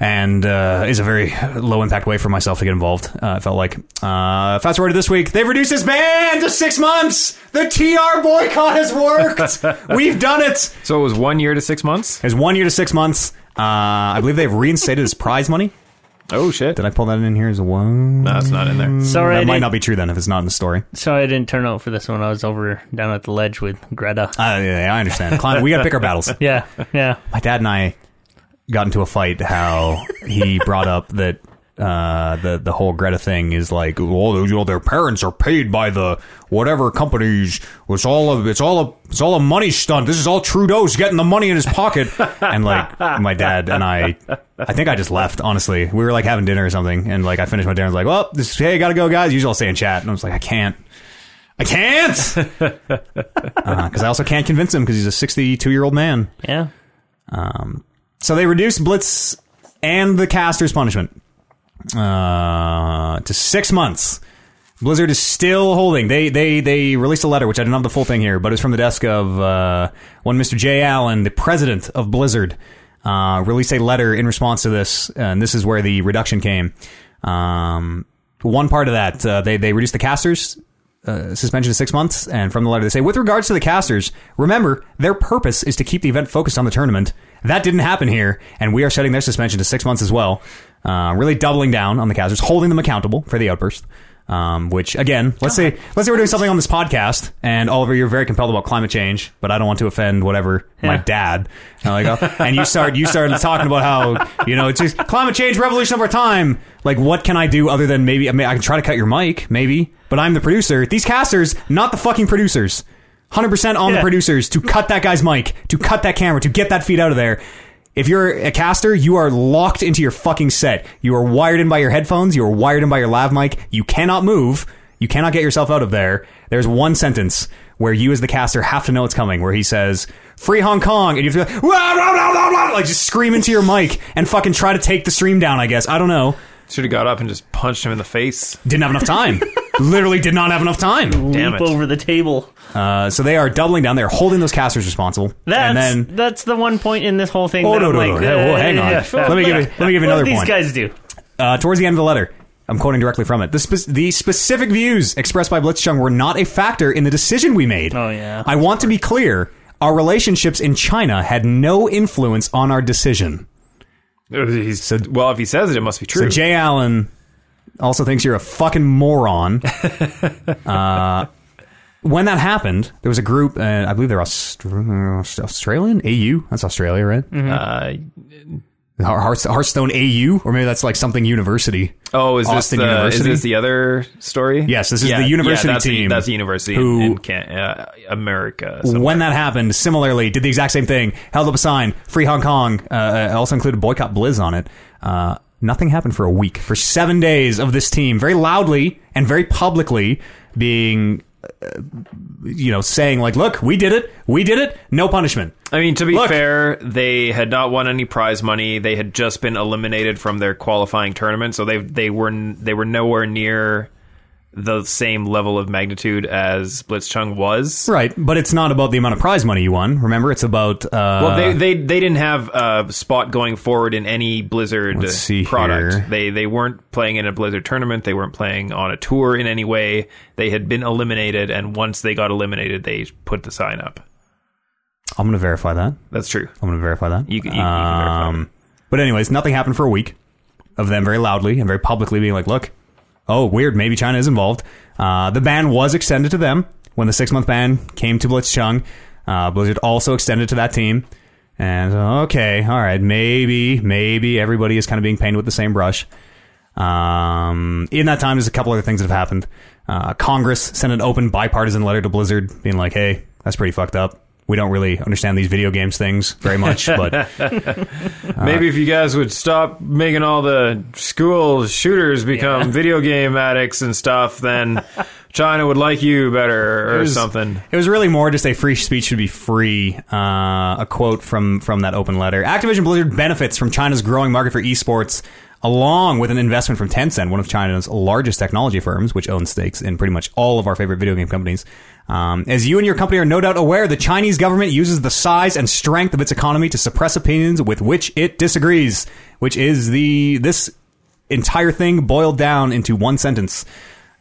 and uh, is a very low impact way for myself to get involved. Uh, it felt like. Uh, fast forward to this week, they've reduced this ban to six months. The TR boycott has worked. We've done it. So it was one year to six months. It's one year to six months. Uh, I believe they've reinstated his prize money. Oh shit! Did I pull that in here as well? No, it's not in there. Sorry, I That might didn't, not be true then if it's not in the story. sorry, I didn't turn out for this one. I was over down at the ledge with Greta. Uh, yeah, I understand. Climb, we got to pick our battles. yeah, yeah. my dad and I got into a fight how he brought up that uh, the the whole Greta thing is like well you know their parents are paid by the whatever companies it's all a it's all a it's all a money stunt this is all Trudeau's getting the money in his pocket and like my dad and I I think I just left honestly we were like having dinner or something and like I finished my dinner I was like well this hey gotta go guys usually I'll stay in chat and I was like I can't I can't because I also can't convince him because he's a 62 year old man Yeah. so they reduced Blitz and the caster's punishment uh, to six months. Blizzard is still holding. They they they released a letter, which I don't have the full thing here, but it's from the desk of uh, one Mr. Jay Allen, the president of Blizzard. Uh, released a letter in response to this, and this is where the reduction came. Um, one part of that, uh, they they reduced the casters uh, suspension to six months. And from the letter, they say, with regards to the casters, remember their purpose is to keep the event focused on the tournament. That didn't happen here, and we are setting their suspension to six months as well. Uh, really doubling down on the casters, holding them accountable for the outburst. Um, which again, let's say let's say we're doing something on this podcast, and Oliver, you're very compelled about climate change, but I don't want to offend whatever my Yeah. dad. And, I go, and you start you started talking about how you know it's just climate change, revolution of our time. Like, what can I do other than maybe I mean I can try to cut your mic, maybe, but I'm the producer. These casters, not the fucking producers. Hundred percent on the Yeah. producers to cut that guy's mic, to cut that camera, to get that feed out of there. If you're a caster, you are locked into your fucking set. You are wired in by your headphones. You are wired in by your lav mic. You cannot move. You cannot get yourself out of there. There's one sentence where you, as the caster, have to know it's coming. Where he says "Free Hong Kong," and you have to go, "Wah, rah, rah, rah, rah," like just scream into your mic and fucking try to take the stream down. I guess I don't know. Should have got up and just punched him in the face. Didn't have enough time. Literally, did not have enough time. Damn leap it. over the table. Uh, so they are doubling down. They're holding those casters responsible. That's and then that's the one point in this whole thing. Oh, that no, I'm no, like, no, no. uh, Well, hang on. yeah, Let me give you- let me give you what another do point. These guys do. uh, towards the end of the letter. I'm quoting directly from it. The, spe- the specific views expressed by Blitzchung were not a factor in the decision we made. Oh, yeah. I want to be clear. Our relationships in China had no influence on our decision. He's, well, if he says it, it must be true. So Jay Allen also thinks you're a fucking moron. uh, when that happened, there was a group, uh, I believe they're Austra- Australian? AU? That's Australia, right? uh, Heart- Hearth- Hearthstone AU? Or maybe that's like something university. oh, is Austin this the, University? is this the other story? Yes, this is the university that's team The, that's the university who- in, in Can- uh, America. So when that happened, similarly, did the exact same thing, held up a sign, free Hong Kong, uh, uh, also included boycott Blizz on it. Uh, nothing happened for a week. For seven days of this team, very loudly and very publicly being, uh, you know, saying, like, look, we did it, we did it, no punishment. I mean, to be Look. fair, they had not won any prize money. They had just been eliminated from their qualifying tournament, so they they were they were nowhere near the same level of magnitude as Blitzchung was. Right, but it's not about the amount of prize money you won. Remember, it's about. Uh, Well, they, they they didn't have a spot going forward in any Blizzard Let's see product. here. They they weren't playing in a Blizzard tournament. They weren't playing on a tour in any way. They had been eliminated, and once they got eliminated, they put the sign up. I'm going to verify that. That's true. I'm going to verify that. You can- you- you can verify Um, But anyways, nothing happened for a week of them very loudly and very publicly being like, "Look, oh weird, maybe China is involved." Uh, the ban was extended to them when the six month ban came to Blitzchung. Uh, Blizzard also extended to that team. And okay, all right, maybe, maybe everybody is kind of being painted with the same brush. Um, in that time, there's a couple other things that have happened. Uh, Congress sent an open bipartisan letter to Blizzard, being like, "Hey, that's pretty fucked up. We don't really understand these video games things very much, but Uh, Maybe if you guys would stop making all the school shooters become video game addicts and stuff, then China would like you better or was- something. It was really more just a free speech should be free. Uh, a quote from from that open letter. Activision Blizzard benefits from China's growing market for esports, along with an investment from Tencent, one of China's largest technology firms, which owns stakes in pretty much all of our favorite video game companies. Um, as you and your company are no doubt aware, the Chinese government uses the size and strength of its economy to suppress opinions with which it disagrees, which is the this entire thing boiled down into one sentence.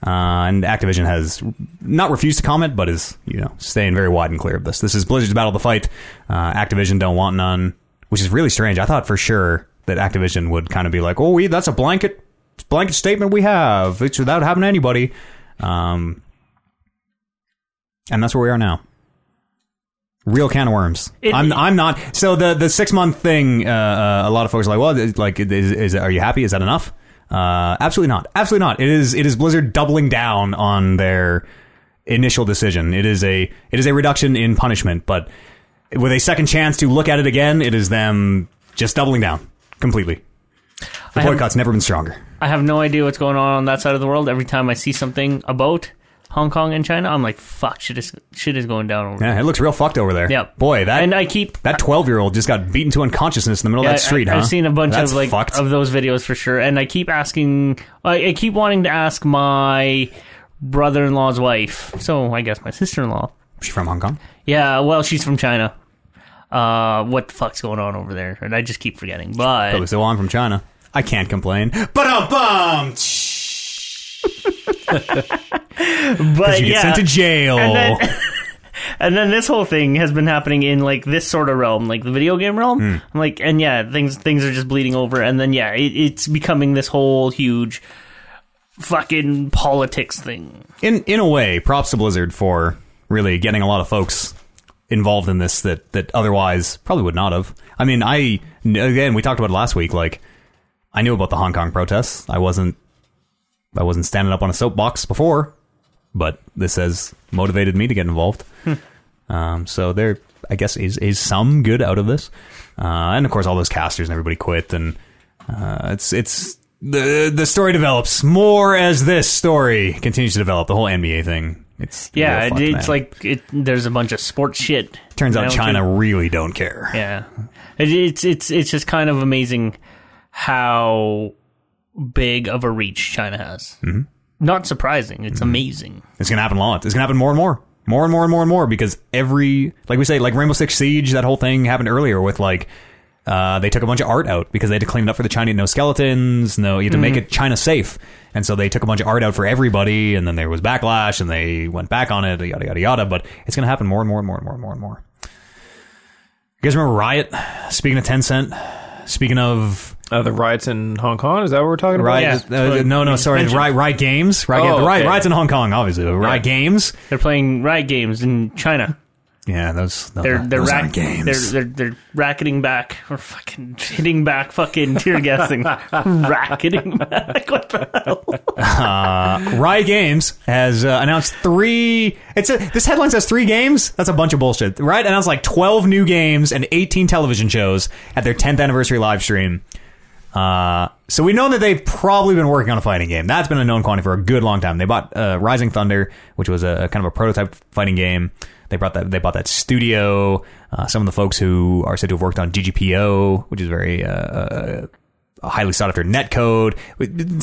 Uh, and Activision has not refused to comment, but is you know staying very wide and clear of this. This is Blizzard's battle to fight. Uh, Activision don't want none, which is really strange. I thought for sure that Activision would kind of be like, "Oh, we that's a blanket blanket statement we have. It's without having anybody." Um, and that's where we are now. Real can of worms. It- I'm I'm not. So the the six month thing. Uh, uh, a lot of folks are like, well, is- like, is, is are you happy? Is that enough? Uh, absolutely not. Absolutely not. It is it is Blizzard doubling down on their initial decision. It is a it is a reduction in punishment, but with a second chance to look at it again, it is them just doubling down completely. The I have- boycott's never been stronger. I have no idea what's going on on that side of the world. Every time I see something about Hong Kong and China, I'm like, fuck, shit is shit is going down over. Yeah, it looks real fucked over there. Yep. boy, that And I keep That twelve-year-old just got beaten to unconsciousness in the middle of I- that street. I, huh? have seen a bunch That's of like fucked. of those videos for sure, and I keep asking, I, I keep wanting to ask my brother-in-law's wife. So I guess my sister-in-law. She from Hong Kong? Yeah, well, she's from China. Uh, what the fuck's going on over there? And I just keep forgetting. But Oh, so I'm from China. I can't complain. But I'm bummed. but You get yeah, sent to jail. And then, and then this whole thing has been happening in like this sort of realm, like the video game realm. Hmm. I'm like, and yeah, things things are just bleeding over, and then yeah, it, it's becoming this whole huge fucking politics thing. in in a way, props to Blizzard for really getting a lot of folks involved in this that that otherwise probably would not have. I mean, I again we talked about it last week. Like, I knew about the Hong Kong protests. I wasn't I wasn't standing up on a soapbox before, but this has motivated me to get involved. Hmm. um, so there, I guess, is is some good out of this. Uh, and of course, all those casters and everybody quit, and uh, it's it's the the story develops more as this story continues to develop. The whole NBA thing. It's real Yeah, it, fucked, man. it's like it, there's a bunch of sports shit. turns out Now, China really don't care. Yeah, it, it's it's it's just kind of amazing how big of a reach China has. Mm-hmm. Not surprising. Mm-hmm. It's amazing. It's gonna happen a lot. It's gonna happen more and more, more and more and more and more because every like we say like Rainbow Six Siege that whole thing happened earlier with like. Uh, they took a bunch of art out because they had to clean it up for the Chinese. No skeletons. No, you had to make it China safe, and so they took a bunch of art out for everybody. And then there was backlash, and they went back on it. Yada yada yada. But it's going to happen more and more and more and more and more and more. You guys remember Riot? Speaking of Tencent, speaking of Uh, the riots in Hong Kong is that what we're talking about? Right. Yeah. uh, no, no, sorry. Mentioned. Right, right games. Right, Oh, Games. right, okay. rights in Hong Kong, obviously. Right, games. They're playing riot games in China. Yeah, those. those They're are- they're those aren't rack- games. They're they're they're racketing back or fucking hitting back fucking tear gassing racketing back. What the hell? Riot Games has uh, announced three. It's a, this headline says three games. That's a bunch of bullshit. Riot announced like twelve new games and eighteen television shows at their tenth anniversary live stream. Uh, so we know that they've probably been working on a fighting game. That's been a known quantity for a good long time. They bought uh, Rising Thunder, which was a, a kind of a prototype fighting game. They brought that. They bought that studio. Uh, some of the folks who are said to have worked on GGPO, which is very uh, a highly sought after netcode.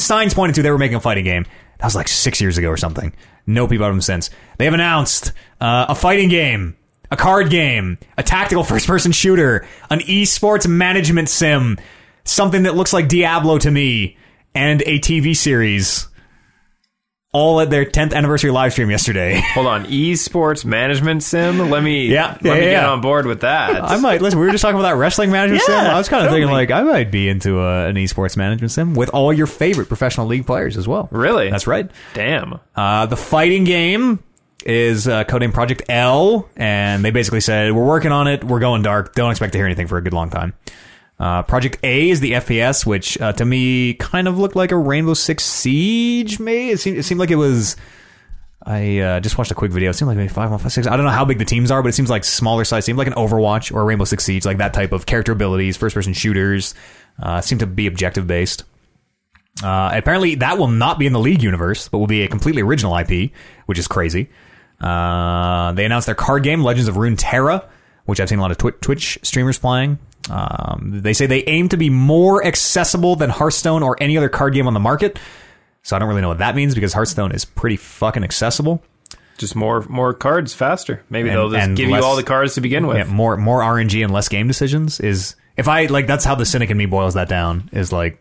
Signs pointed to they were making a fighting game. That was like six years ago or something. No peep out of them since. They have announced uh, a fighting game, a card game, a tactical first person shooter, an esports management sim, something that looks like Diablo to me, and a TV series. All at their 10th anniversary live stream yesterday. Hold on, esports management sim. Let me Yeah, let yeah, me yeah, get yeah. on board with that. I might listen. We were just talking about that wrestling management Yeah, sim. I was kind of thinking like I might be into uh an esports management sim with all your favorite professional league players as well. Really? That's right. Damn. Uh, the fighting game is uh, codename Project L, and they basically said we're working on it. We're going dark. Don't expect to hear anything for a good long time. Uh, Project A is the FPS, which uh, to me kind of looked like a Rainbow Six Siege. May it seemed, it seemed like it was. I uh, just watched a quick video. It seemed like maybe five, one, five, six. I don't know how big the teams are, but it seems like smaller size. Seemed like an Overwatch or a Rainbow Six Siege, like that type of character abilities, first person shooters. Uh, seemed to be objective based. Uh, apparently, that will not be in the League universe, but will be a completely original IP, which is crazy. Uh, they announced their card game, Legends of Runeterra, which I've seen a lot of Twi- Twitch streamers playing. Um, they say they aim to be more accessible than Hearthstone or any other card game on the market. So I don't really know what that means because Hearthstone is pretty fucking accessible. Just more more cards faster. Maybe And- they'll just and give less- you all the cards to begin with. Yeah, more more RNG and less game decisions is if I like that's how the cynic in me boils that down is like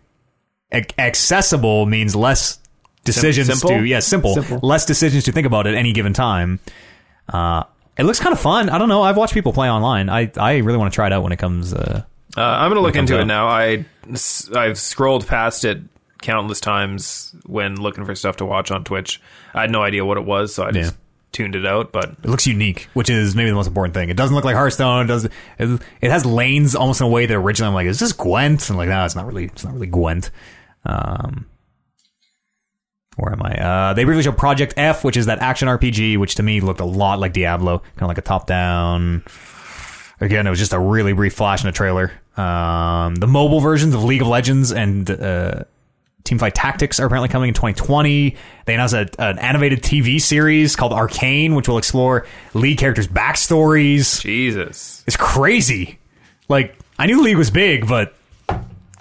ac- accessible means less decisions simple? to yeah simple, Simple. less decisions to think about at any given time. Uh, it looks kind of fun. I don't know. I've watched people play online. I I really want to try it out when it comes. Uh, Uh, I'm gonna look comes into it out. now. I I've scrolled past it countless times when looking for stuff to watch on Twitch. I had no idea what it was, so I just Yeah. tuned it out. But it looks unique, which is maybe the most important thing. It doesn't look like Hearthstone. It does it, it has lanes almost in a way that originally I'm like, is this Gwent? And like, no, it's not really. It's not really Gwent. Um, where am I? Uh, they briefly showed Project F, which is that action RPG, which to me looked a lot like Diablo, kind of like a top-down. Again, it was just a really brief flash in a trailer. Um, the mobile versions of League of Legends and uh, Teamfight Tactics are apparently coming in 2020. They announced a, an animated TV series called Arcane, which will explore League characters' backstories. Jesus, It's crazy. Like I knew League was big, but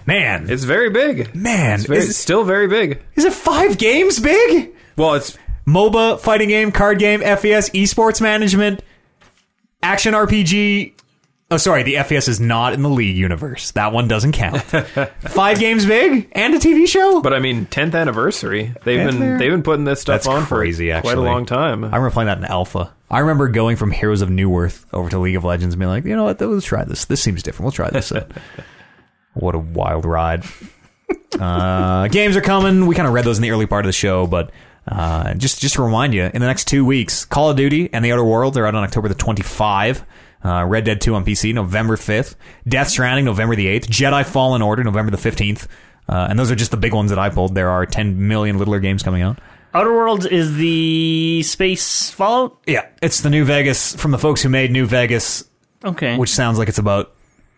man, it's very big. man, it's, very, is- it's still very big. is it five games big? Well, it's MOBA, fighting game, card game, FES, esports management, action RPG. Oh, sorry, the FES is not in the League universe. That one doesn't count. Five games big and a TV show. but I mean, 10th anniversary. They've Is been there? they've been putting this stuff That's on for crazy, quite a actually. long time. I remember playing that in Alpha. I remember going from Heroes of New Earth over to League of Legends and being Uh, like, you know what, let's try this. This seems different. We'll try this. out. what a wild ride. Uh, games are coming. We kind of read those in the early part of the show, but uh, just just to remind you, in the next two weeks, Call of Duty and The Outer Worlds are out on October the 25. Uh, Red Dead 2 on PC, November 5th. Death Stranding, November the 8th. Jedi Fallen Order, November the 15th. Uh, and those are just the big ones that I pulled. There are 10 million littler games coming out. Outer Worlds is the space Fallout. Yeah, it's the New Vegas from the folks who made New Vegas, Okay. which sounds like it's about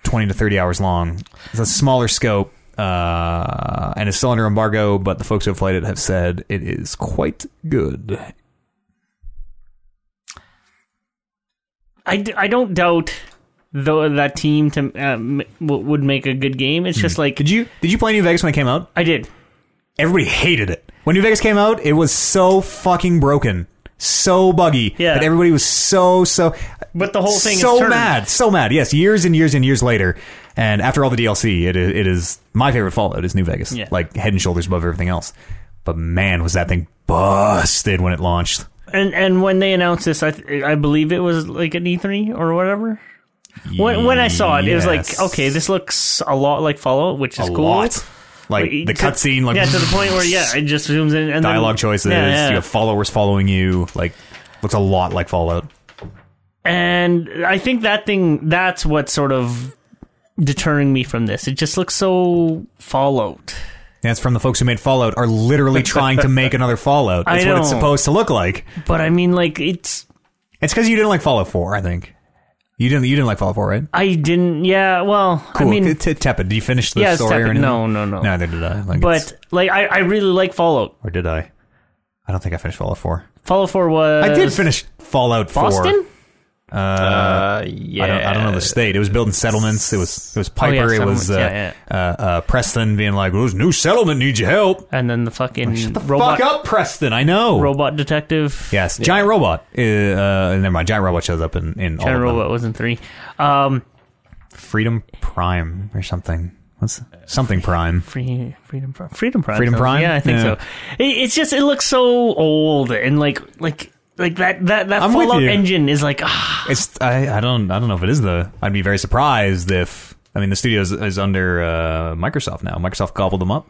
20 to 30 hours long. It's a smaller scope uh, and it's still under embargo, but the folks who have played it have said it is quite good. I, d- I don't doubt though that team to um, w- would make a good game. It's just like Did Hmm. you did you play New Vegas when it came out? I did. Everybody hated it. When New Vegas came out, it was so fucking broken, so buggy Yeah. that everybody was so so But the whole thing so is turned. mad, so mad. Yes, years and years and years later, and after all the DLC, it is, it is my favorite Fallout is New Vegas, Yeah. like head and shoulders above everything else. But man, was that thing busted when it launched? And and when they announced this, I th- I believe it was like an E3 or whatever. When when I saw it, it was Yes. like okay, this looks a lot like Fallout, which is a cool. lot. Like the To- cutscene, like yeah, to the point where yeah, it just zooms in and dialogue then, choices. Yeah, yeah. You have followers following you. Like looks a lot like Fallout. and I think that thing that's what's sort of deterring me from this. It just looks so Fallout. That's from the folks who made Fallout are literally trying to make another Fallout. I That's what it's know. supposed to look like. But I mean, like it's It's because you didn't like Fallout Four, I think. You didn't. You didn't like Fallout Four, right? I didn't. Yeah, well, Cool. I mean, T- t- tepid. Did you finish the Yeah, it's story or tepid. anything? No, no, no. Neither did I. Like, it's- but like I, I really like Fallout. or did I? I don't think I finished Fallout Four. Fallout Four was I did finish Fallout Four. Uh, Boston. Uh, yeah. I don't, I don't know the state. It was building settlements. It was it was Piper. it was settlements. uh, Oh, Yeah, Uh, uh, Preston being like, "Well, "This new settlement needs your help." and then the fucking Oh, Fuck robot up, Preston. I know. robot detective. yes, giant robot. Uh, uh, never mind. Giant robot shows up in in all Giant of them. robot wasn't three. Um, Freedom Prime or something. What's something Prime? free, freedom, Pri- freedom prime, Freedom so- Prime? Yeah, I think Yeah. so. It, it's just it looks so old and like like like that that that I'm with Fallout you. engine is like ah, It's I, I don't I don't know if it is the. I'd be very surprised if I mean the studio is, is under uh, Microsoft now. Microsoft gobbled them up.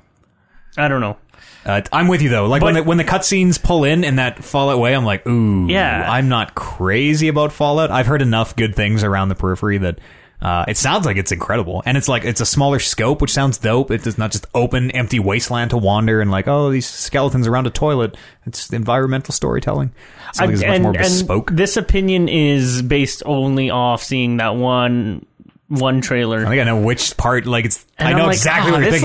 I don't know. Uh, I'm with you though. Like when But- the, when the cutscenes pull in in that Fallout way, I'm like, ooh, Yeah. I'm not crazy about Fallout. I've heard enough good things around the periphery that uh, it sounds like it's incredible, and it's like it's a smaller scope, which sounds dope. It's not just open, empty wasteland to wander and like, oh, these skeletons around a toilet. It's environmental storytelling. Sounds like it's much more bespoke. And this opinion is based only off seeing that one one trailer. I think I know which part. Like it's, And I I'm know like, exactly "Ah, what you're this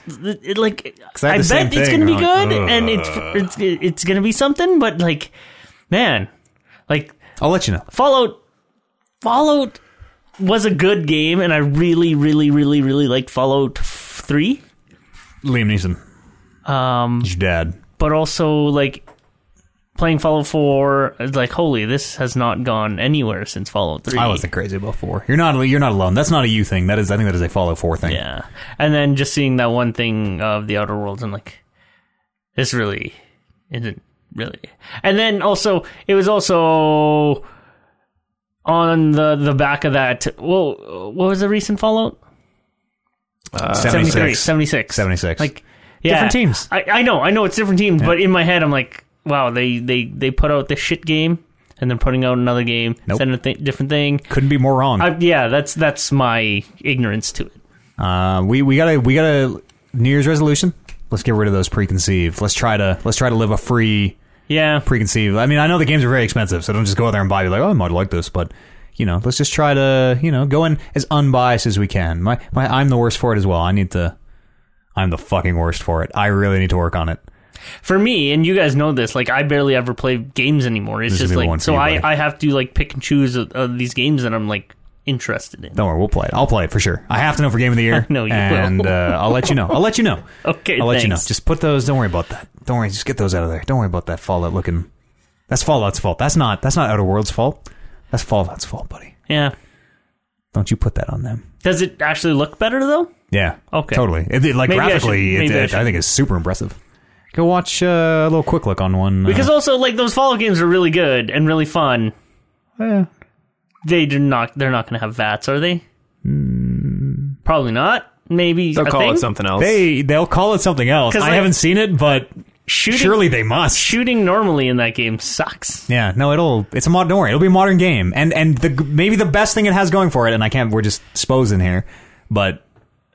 thinking of. looks, it- it, like, I had I the same bet it's thing, gonna and be I'm good, like, and it's it's it's gonna be something. But like, man, like I'll let you know. Fallout, Fallout was a good game, and I really, really, really, really liked Fallout Three. Liam Neeson, Um, he's your dad. but also like playing Fallout Four, it's like holy, this has not gone anywhere since Fallout Three. I wasn't crazy about four. You're not. You're not alone. That's not a you thing. That is. I think that is a Fallout Four thing. Yeah, and then just seeing that one thing of the Outer Worlds, and like, this really isn't really. And then also, it was also on the the back of that. Well, what was the recent Fallout? Uh, 76. 76. 76. Like, yeah, Different teams. I, I know, I know, it's different teams, but in my head, I'm like, wow, they they they put out this shit game, and then putting out another game, Nope. sending a th- different thing. Couldn't be more wrong. I, yeah, that's that's my ignorance to it. Uh, we we gotta we gotta New Year's resolution. Let's get rid of those preconceived. Let's try to let's try to live a free Yeah, preconceived. I mean, I know the games are very expensive, so don't just go out there and buy. You're like, oh, I might like this, but you know, let's just try to you know go in as unbiased as we can. My my, I'm the worst for it as well. I need to. I'm the fucking worst for it. I really need to work on it. for me, and you guys know this, like I barely ever play games anymore. It's This just will be the one like for so you, buddy. I, I have to like pick and choose of, of these games that I'm like interested in. Don't worry, we'll play it. I'll play it for sure. I have to know for game of the year. No, you and, will. uh, I'll let you know. I'll let you know. Okay, I'll let you know. thanks. Just put those. Don't worry about that. Don't worry. Just get those out of there. Don't worry about that Fallout looking. That's Fallout's fault. That's not. That's not Outer Worlds' fault. That's Fallout's fault, buddy. Yeah. Don't you put that on them. Does it actually look better though? Yeah. Okay. Totally. It, it- like Maybe I should- graphically, it- maybe I it- I, should. think it's super impressive. Go watch uh, a little quick look on one. uh, Because also like those Fallout games are really good and really fun. Yeah. Hmm. They do not. They're not going to have VATS, are they? Probably not. maybe They'll a call thing? it something else. They they'll call it something else. 'Cause, I like, haven't seen it, but Shooting, surely they must. shooting normally in that game sucks. Yeah, no, it'll it's a modern don't worry, It'll be a modern game, and and the maybe the best thing it has going for it, and I can't. We're just sposing here, but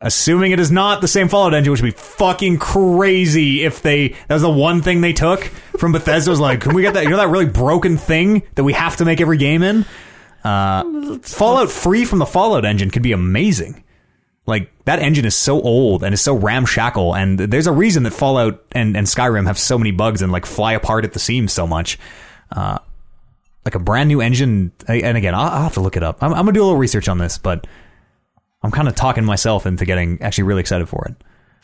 assuming it is not the same Fallout engine, which would be fucking crazy if they that was the one thing they took from Bethesda was like, can we get that? You know that really broken thing that we have to make every game in. Uh, Fallout free from the Fallout engine could be amazing. Like that engine is so old and is so ramshackle, and there's a reason that Fallout and, and Skyrim have so many bugs and like fly apart at the seams so much like a brand new engine. I- And again, I'll, I'll have to look it up. I'm, I'm gonna do a little research on this, but I'm kind of talking myself into getting actually really excited for it.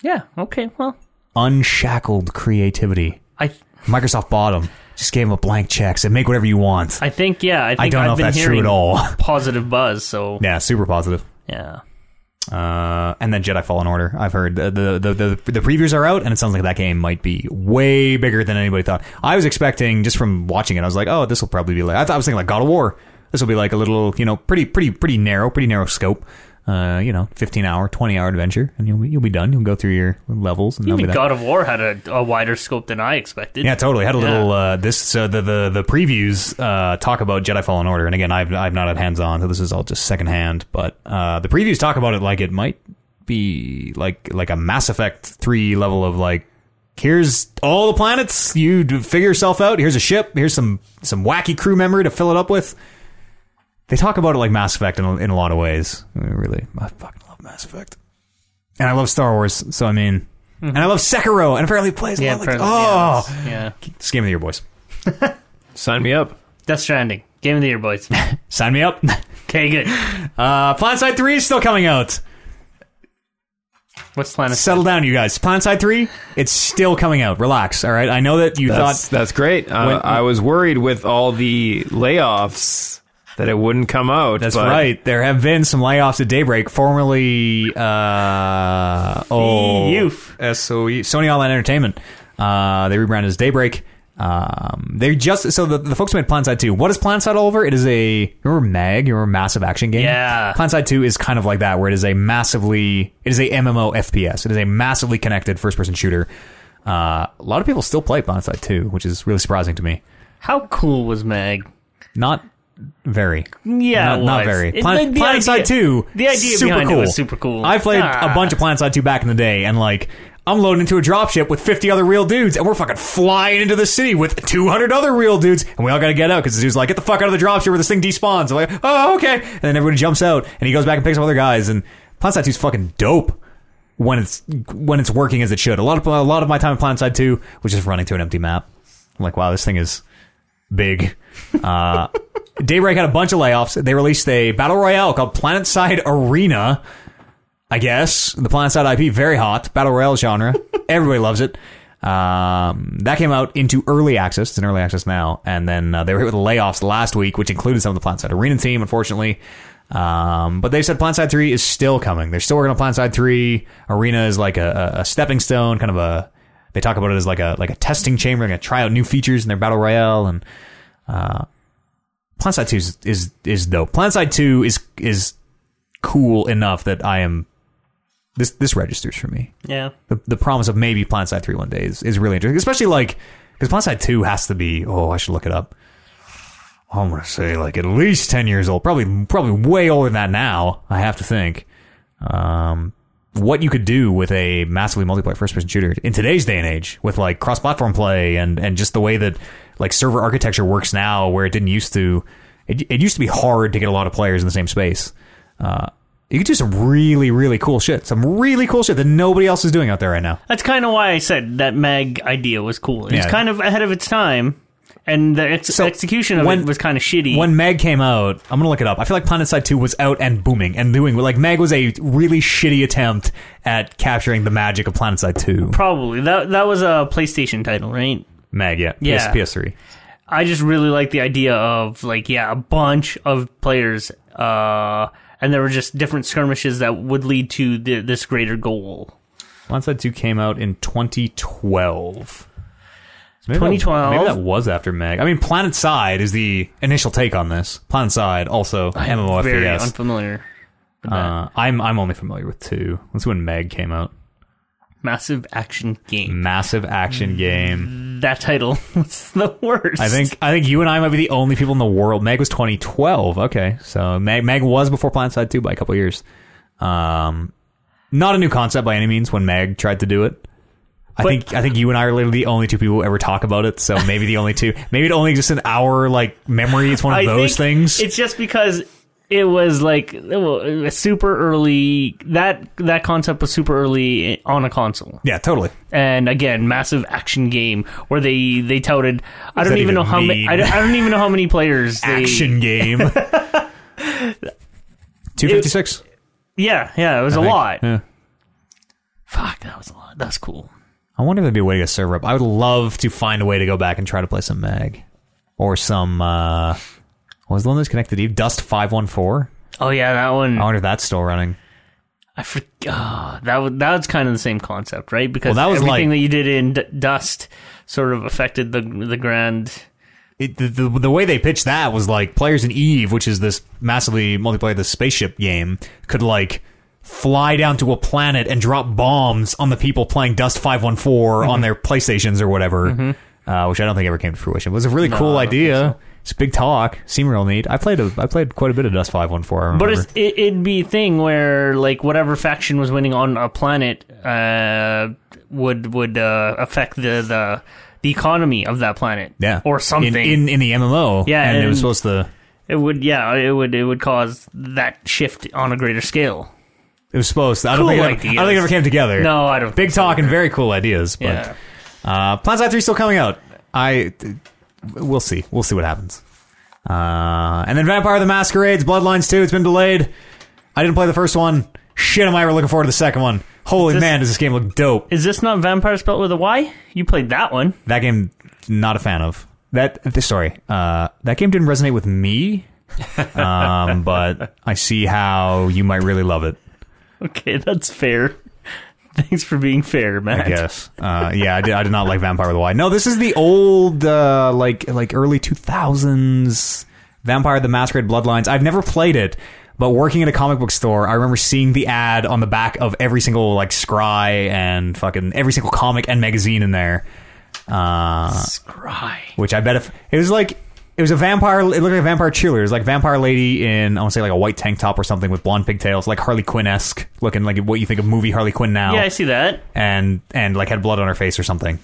Yeah. Okay. Well, Unshackled creativity. I Microsoft bought 'em. Just gave them a blank check. Said make whatever you want. I think yeah. I, think I don't know have if been that's true hearing at all. Positive buzz. So yeah, super positive. yeah. Uh, and then Jedi Fallen Order. I've heard the the, the the the previews are out, and it sounds like that game might be way bigger than anybody thought. I was expecting just from watching it, I was like, oh, this will probably be like. I thought I was thinking like God of War. This will be like a little, you know, pretty pretty pretty narrow, pretty narrow scope. Uh, you know, fifteen hour, twenty hour adventure, and you'll be, you'll be done. You'll go through your levels, and that'll be Even that. God of War had a, a wider scope than I expected. Yeah, totally. Had a Yeah. little uh, this uh, the the the previews uh, talk about Jedi Fallen Order, and again, I've I've not had hands on, so this is all just secondhand. But uh, the previews talk about it like it might be like like a Mass Effect three level of like here's all the planets you d- figure yourself out. Here's a ship. Here's some some wacky crew member to fill it up with. They talk about it like Mass Effect in a, in a lot of ways. I mean, really, I fucking love Mass Effect, and I love Star Wars. So I mean. And I love Sekiro, and apparently plays a Mm-hmm. Yeah. lot like apparently, oh, yeah, yeah. it's game of the year, boys. Sign me up. Death Stranding. Game of the Year, boys. Sign me up. Okay, good. Uh, Planet Side 3 is still coming out. What's Planet? Settle down, you guys. Planet Side 3, it's still coming out. Relax, all right? I know that you That's thought. that's great. Uh, When- I was worried with all the layoffs that it wouldn't come out. That's but right. There have been some layoffs at Daybreak, formerly uh, oh, Youth. E. SOE, Sony Online Entertainment. Uh, they rebranded as Daybreak. Um, they just so the, the folks who made Planet Side 2. What is Planet Side all over? It is a remember Mag, you remember massive action game. Yeah. Planet Side 2 is kind of like that, where it is a massively, it is a MMO FPS. It is a massively connected first person shooter. Uh, a lot of people still play Planet Side 2, which is really surprising to me. How cool was Meg? Not very. Yeah, not, it not was. very. It- Planet, the- the Planet Side idea- Two. the idea super behind it cool. was super cool. I played a Ah. bunch of Planet Side Two back in the day, and like I'm loading into a dropship with 50 other real dudes, and we're fucking flying into the city with 200 other real dudes, and we all got to get out because the dude's like, "Get the fuck out of the dropship where this thing despawns." I'm like, "Oh, okay," and then everybody jumps out, and he goes back and picks up other guys, and Planet Side Two's fucking dope. When it's when it's working as it should, a lot of a lot of my time at Planet Side Two was just running to an empty map. I'm like, wow, this thing is big. Uh, Daybreak had a bunch of layoffs. They released a battle royale called Planet Side Arena. I guess the Planet Side IP very hot battle royale genre. Everybody loves it. Um, that came out into early access. It's in early access now, and then uh, they were hit with layoffs last week, which included some of the Planet Side Arena team, unfortunately. Um, but they said Planet Side Three is still coming. They're still working on Planet Side Three. Arena is like a, a a stepping stone, kind of a. They talk about it as like a like a testing chamber. They're going to try out new features in their battle royale and Planet Side Two is is, is dope. Planet Side Two is is cool enough that I am this this registers for me. Yeah. The, the promise of maybe Planet Side Three one day is, is really interesting, especially like because Planet Side Two has to be. Oh, I should look it up. I'm gonna say like at least ten years old, probably probably way older than that now. I have to think. Um, what you could do with a massively multiplayer first-person shooter in today's day and age, with like cross-platform play and and just the way that like server architecture works now, where it didn't used to. It, it used to be hard to get a lot of players in the same space. Uh, you could do some really really cool shit, some really cool shit that nobody else is doing out there right now. That's kind of why I said that Meg idea was cool. It was Yeah. kind of ahead of its time, and the ex- So, execution of when- it was kind of shitty. When Meg came out, I'm gonna look it up. I feel like Planet Side 2 was out and booming and doing like Meg was a really shitty attempt at capturing the magic of Planet Side 2. Probably that that was a PlayStation title, right? Meg, yeah, Yeah. PS, PS3. I just really like the idea of like yeah, a bunch of players, uh, and there were just different skirmishes that would lead to the, this greater goal. Planet Side 2 came out in 2012. So maybe that- 2012? maybe that was after Meg. I mean, Planet Side is the initial take on this. Planet Side also MMORPG. Very unfamiliar. with that Uh, I'm I'm only familiar with two. That's when Meg came out. massive action game. Massive action game. That title was the worst. I think I think you and I might be the only people in the world. Meg was 2012. Okay, so Meg Meg was before Planet Side 2 by a couple years. Um, not a new concept by any means. When Meg tried to do it, I But- think I think you and I are literally the only two people who ever talk about it. So maybe the only two. Maybe it only exists in our like memory. It's one of I those think things. It's just because it was like it wa- super early. That that concept was super early on a console, yeah, totally. and again, massive action game where they they touted. I don't that even, know even how many. mean? I don't, I don't even know how many players. They, Action game. 256. Yeah, yeah, it was a I think. lot. Yeah. Fuck, that was a lot. That's cool. I wonder if there'd be a way to get server up. I would love to find a way to go back and try to play some Meg or some. uh what was the one that's connected to Eve? Dust five one four. Oh yeah, that one. I wonder if that's still running. I forgot. that was that was kind of the same concept, right? Because Well, that was everything like- that you did in d- dust sort of affected the the grand. It, the, the the way they pitched that was like players in Eve, which is this massively multiplayer this spaceship game, could like fly down to a planet and drop bombs on the people playing Dust five one four on their PlayStations or whatever. Mm-hmm. Uh, which I don't think ever came to fruition. It was a really cool idea. It's big talk. Seemed real neat. I played a, I played quite a bit of Dust five one four. But it's, it, it'd be a thing where like whatever faction was winning on a planet uh, would would uh, affect the, the the economy of that planet, Yeah. or something. In in, in the MMO. Yeah, And, it was and- supposed to it would, yeah, it would it would cause that shift on a greater scale. it was supposed to I don't Cool think it ever, ideas. I don't think it ever came together. No, I don't. Big think so. talk and very cool ideas, but Yeah. uh Planet Side 3 is still coming out. I we'll see. We'll see what happens. Uh and then Vampire the Masquerades Bloodlines 2, it's been delayed. I didn't play the first one. Shit, am I ever looking forward to the second one. Holy This- man, does this game look dope. Is this not vampire spelled with a Y? You played that one. That game not a fan of. That th- sorry. Uh that game didn't resonate with me. um, but I see how you might really love it. Okay, that's fair. Thanks for being fair, Matt. I guess. Uh, yeah, I did, I did not like Vampire with a Y. No, this is the old, uh, like, like early 2000s Vampire the Masquerade Bloodlines. I've never played it, but working at a comic book store, I remember seeing the ad on the back of every single, like, scry and fucking every single comic and magazine in there. Uh, Scry. which I bet if it was like it was a vampire, it looked like a vampire cheerleader. It was like a vampire lady in I want to say like a white tank top or something with blonde pigtails, like Harley Quinn esque looking, like what you think of movie Harley Quinn now, Yeah, I see that. and and like had blood on her face or something.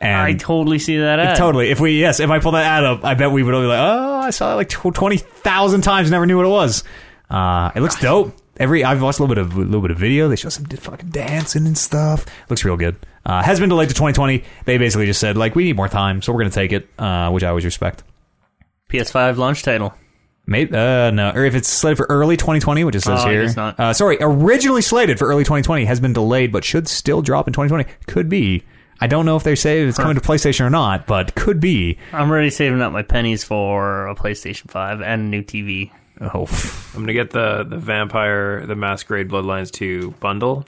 I And totally see that. Ad. totally, if we yes, if I pull that ad up, I bet we would all be like, oh, I saw that like tw- twenty thousand times, never knew what it was. Uh, it looks dope. Every I've watched a little bit of a little bit of video. They show some d- fucking dancing and stuff. Looks real good. Uh, has been delayed to 2020. They basically just said like we need more time, so we're gonna take it, uh, which I always respect. PS5 launch title. Maybe uh, no, or if it's slated for early 2020, which it says Oh, it here. is not. Uh, sorry, originally slated for early 2020 has been delayed, but should still drop in 2020. Could be. I don't know if they say if it's coming to PlayStation or not, but could be. I'm already saving up my pennies for a PlayStation 5 and a new TV. Oh, pff. I'm gonna get the the Vampire the Masquerade Bloodlines 2 bundle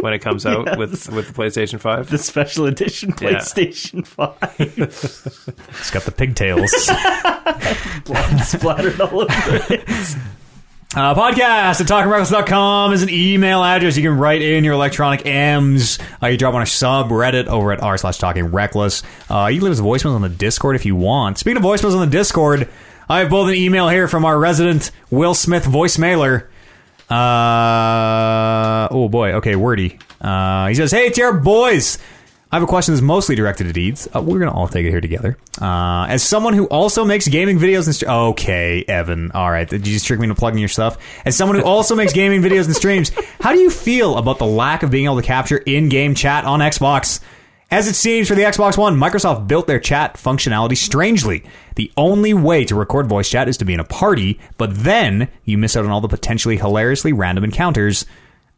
when it comes out with with the PlayStation 5. The special edition Yeah. PlayStation 5 it's got the pigtails. splattered all over it. uh, podcast at talkingreckless.com is an email address. You can write in your electronic M's. Uh, you drop on our subreddit over at r slash talking reckless. Uh, you can leave us voicemails on the Discord if you want. Speaking of voicemails on the Discord, I have both an email here from our resident Will Smith voicemailer. Uh, oh boy. Okay, wordy. Uh, he says, "Hey, it's your boys. I have a question that's mostly directed at Eads. Uh, we're gonna all take it here together. Uh, as someone who also makes gaming videos and str- okay, Evan. All right, did you just trick me into plugging your stuff? As someone who also makes gaming videos and streams, how do you feel about the lack of being able to capture in-game chat on Xbox? As it seems for the Xbox One, Microsoft built their chat functionality strangely. The only way to record voice chat is to be in a party, but then you miss out on all the potentially hilariously random encounters.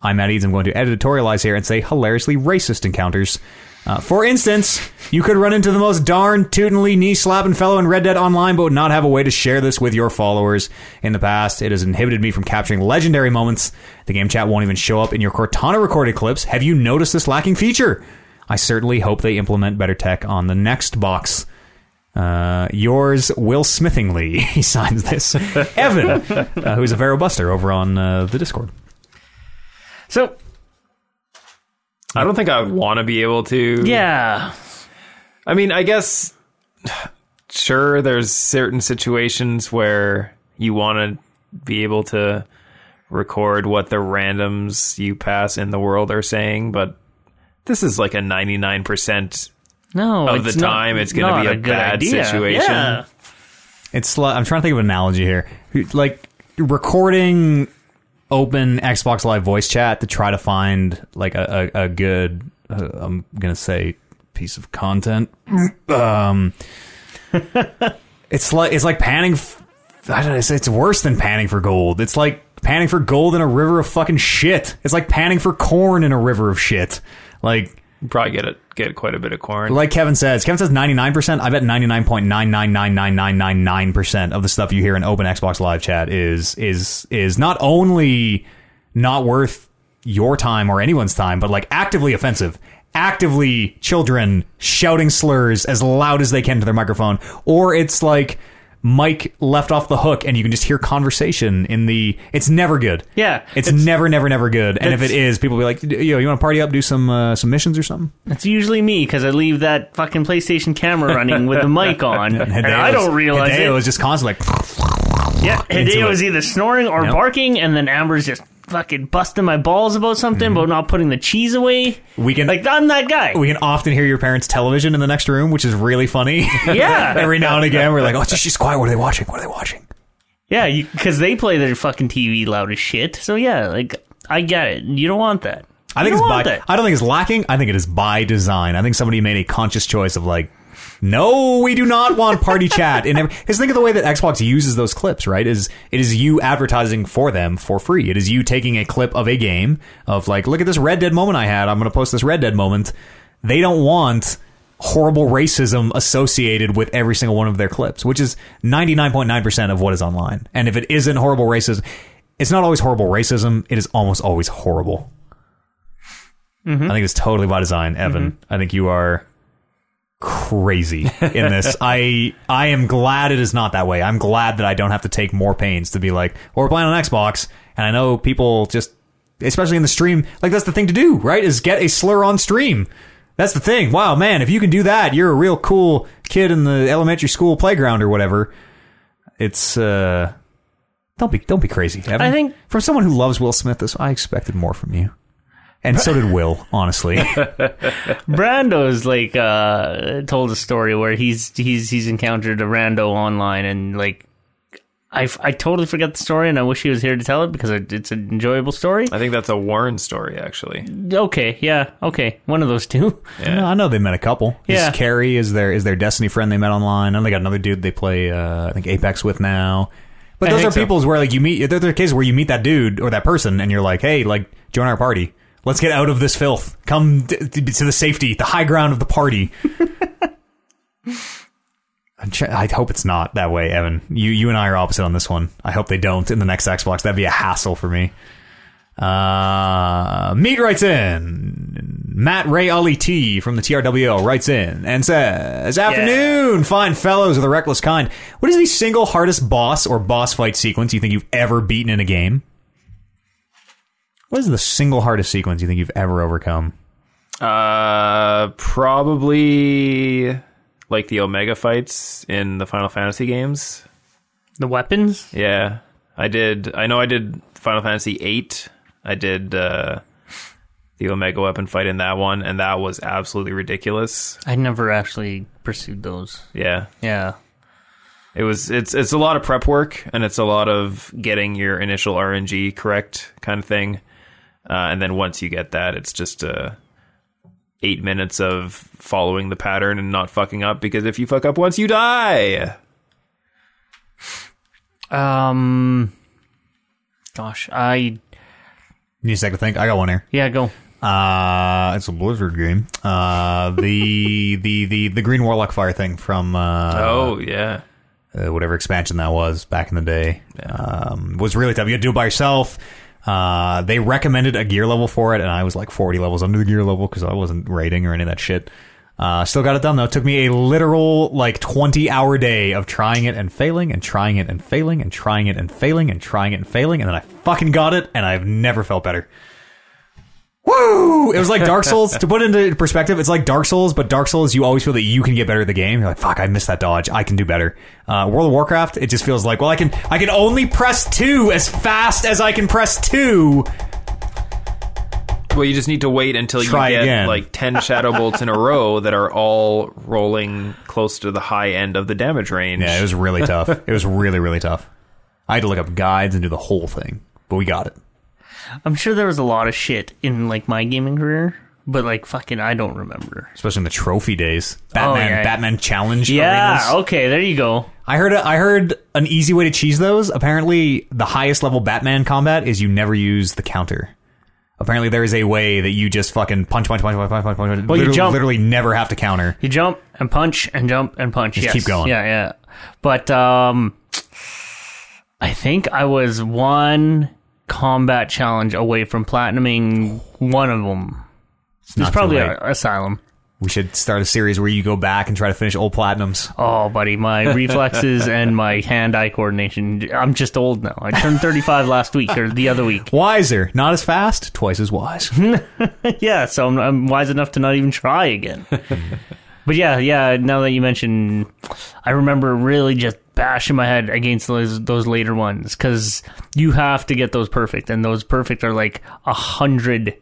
I'm at ease. I'm going to editorialize here and say hilariously racist encounters. Uh, for instance, you could run into the most darn tootin'ly knee slapping fellow in Red Dead Online, but would not have a way to share this with your followers. In the past, it has inhibited me from capturing legendary moments. The game chat won't even show up in your Cortana recorded clips. Have you noticed this lacking feature? I certainly hope they implement better tech on the next box. Uh, yours, Will Smithingly. He signs this. Evan, uh, who's a Vero Buster over on uh, the Discord. So I don't think I would want to be able to. yeah, I mean, I guess sure there's certain situations where you want to be able to record what the randoms you pass in the world are saying, but this is like a 99%. no. Of the it's not- time, it's gonna be not a good bad idea. situation. Yeah. It's li- I'm trying to think of an analogy here. Like recording open Xbox Live voice chat to try to find like a, a, a good uh, I'm gonna say piece of content. Um, it's like it's like panning. F- I don't know. It's, it's worse than panning for gold. It's like panning for gold in a river of fucking shit. It's like panning for corn in a river of shit. Like You probably get a, get quite a bit of corn. like Kevin says, Kevin says 99%. I bet 99.9999999% of the stuff you hear in open Xbox live chat is is is not only not worth your time or anyone's time, but like actively offensive. Actively children shouting slurs as loud as they can to their microphone or it's like Mike left off the hook and you can just hear conversation in the it's never good. Yeah. It's, never never never good. And if it It's- is, people will be like, "Yo, you want to party up, do some uh, some missions or something?" It's usually me because I leave that fucking PlayStation camera running with the mic on, and, I Hideo's- don't realize Hideo it. was just constantly like, yeah, into Hideo is either snoring or Yep. barking, and then Amber's just fucking busting my balls about something, but not putting the cheese away. Mm-hmm. we can Like I'm that guy. we can often hear your parents' television in the next room, which is really funny. yeah, Every now and again, we're like, "Oh, she's she's quiet. What are they watching? What are they watching?" yeah, because they play their fucking TV loud as shit. So yeah, like I get it. You don't want that. I think You don't it's by. want that. I don't think it's lacking. I think it is by design. I think somebody made a conscious choice of like, no, we do not want party chat. And because think of the way that Xbox uses those clips. Right? Is it is you advertising for them for free? It is you taking a clip of a game of like, look at this Red Dead moment I had. I'm going to post this Red Dead moment. They don't want horrible racism associated with every single one of their clips, which is 99.9% of what is online. And if it isn't horrible racism, it's not always horrible racism. It is almost always horrible. Hmm? I think it's totally by design, Evan. Mm-hmm. I think you are crazy in this. I I am glad it is not that way. I'm glad that I don't have to take more pains to be like, well, we're playing on Xbox, and I know people just, especially in the stream, like that's the thing to do, right? Is get a slur on stream. That's the thing. Wow, man, if you can do that, you're a real cool kid in the elementary school playground or whatever. It's uh, don't be don't be crazy. Evan. I think- from someone who loves Will Smith, this I expected more from you. And so did Will, honestly. Brando's like uh, told a story where he's he's he's encountered a rando online and like I, f- I totally forgot the story and I wish he was here to tell it because it, it's an enjoyable story. I think that's a Warren story, actually. Okay, yeah, okay, one of those two. No, I know they met a couple. Is Yeah. Carrie is their is their Destiny friend they met online, and they got another dude they play uh, I think Apex with now. But I those are think so. people's where like you meet. There are cases where you meet that dude or that person, and you're like, hey, like join our party. Let's get out of this filth. Come t- t- to the safety, the high ground of the party. I'm try- I hope it's not that way, Evan. You you and I are opposite on this one. I hope they don't in the next Xbox. That'd be a hassle for me. Uh, Meat writes in. Matt Ray Ali T from the TRWL writes in and says, Afternoon, fine fellows of the reckless kind. What is the single hardest boss or boss fight sequence you think you've ever beaten in a game? What is the single hardest sequence you think you've ever overcome? Uh, probably like the Omega fights in the Final Fantasy games. The weapons? Yeah, I did. I know I did Final Fantasy eight. I did uh, the Omega Weapon fight in that one, and that was absolutely ridiculous. I never actually pursued those. Yeah, Yeah. it was. It's it's a lot of prep work, and it's a lot of getting your initial RNG correct kind of thing. Uh, and then once you get that, it's just uh, eight minutes of following the pattern and not fucking up. Because if you fuck up once, you Uh, die. Um gosh, I You need a second to think. I got one here. yeah, go. Uh, it's a Blizzard game. Uh, the, the, the, the Green Warlock Fire thing from, uh, oh yeah, uh, whatever expansion that was back in the day um, was really tough. You had to do it by yourself. Uh, they recommended a gear level for it, and I was like 40 levels under the gear level because I wasn't rating or any of that shit. Uh, still got it done though. It took me a literal like 20 hour day of trying it and failing and trying it and failing and trying it and failing and trying it and failing, and then I fucking got it, and I've never felt better. Woo! It was like Dark Souls. to put it into perspective, it's like Dark Souls, but Dark Souls, you always feel that you can get better at the game. You're like, fuck, I missed that dodge. I can do better. Uh, World of Warcraft, it just feels like, well, I can, I can only press two as fast as I can press two. Well, you just need to wait until you Try get again. like 10 shadow bolts in a row that are all rolling close to the high end of the damage range. Yeah, it was really tough. It was really, really tough. I had to look up guides and do the whole thing, but we got it. I'm sure there was a lot of shit in like my gaming career, but like fucking, I don't remember. Especially in the trophy days, Batman, Oh, yeah, yeah. Batman Challenge. Yeah. arenas. Okay. There you go. I heard. I heard an easy way to cheese those. Apparently, the highest level Batman combat is you never use the counter. Apparently, there is a way that you just fucking punch, punch, punch, punch, punch, punch, punch. Well, you literally, jump. literally never have to counter. You jump and punch and jump and punch. Just yes. keep going. Yeah, yeah. But um, I think I was one combat challenge away from platinuming one of them. It's, not too probably late. a- Asylum. We should start a series where you go back and try to finish old platinums. Oh, buddy, my reflexes and my hand-eye coordination. I'm just old now. I turned 35 last week or the other week. Wiser, not as fast, twice as wise. Hmm. yeah, so I'm, I'm wise enough to not even try again. but yeah, yeah. Now that you mention, I remember really just bashing my head against those those later ones because you have to get those perfect, and those perfect are like a hundred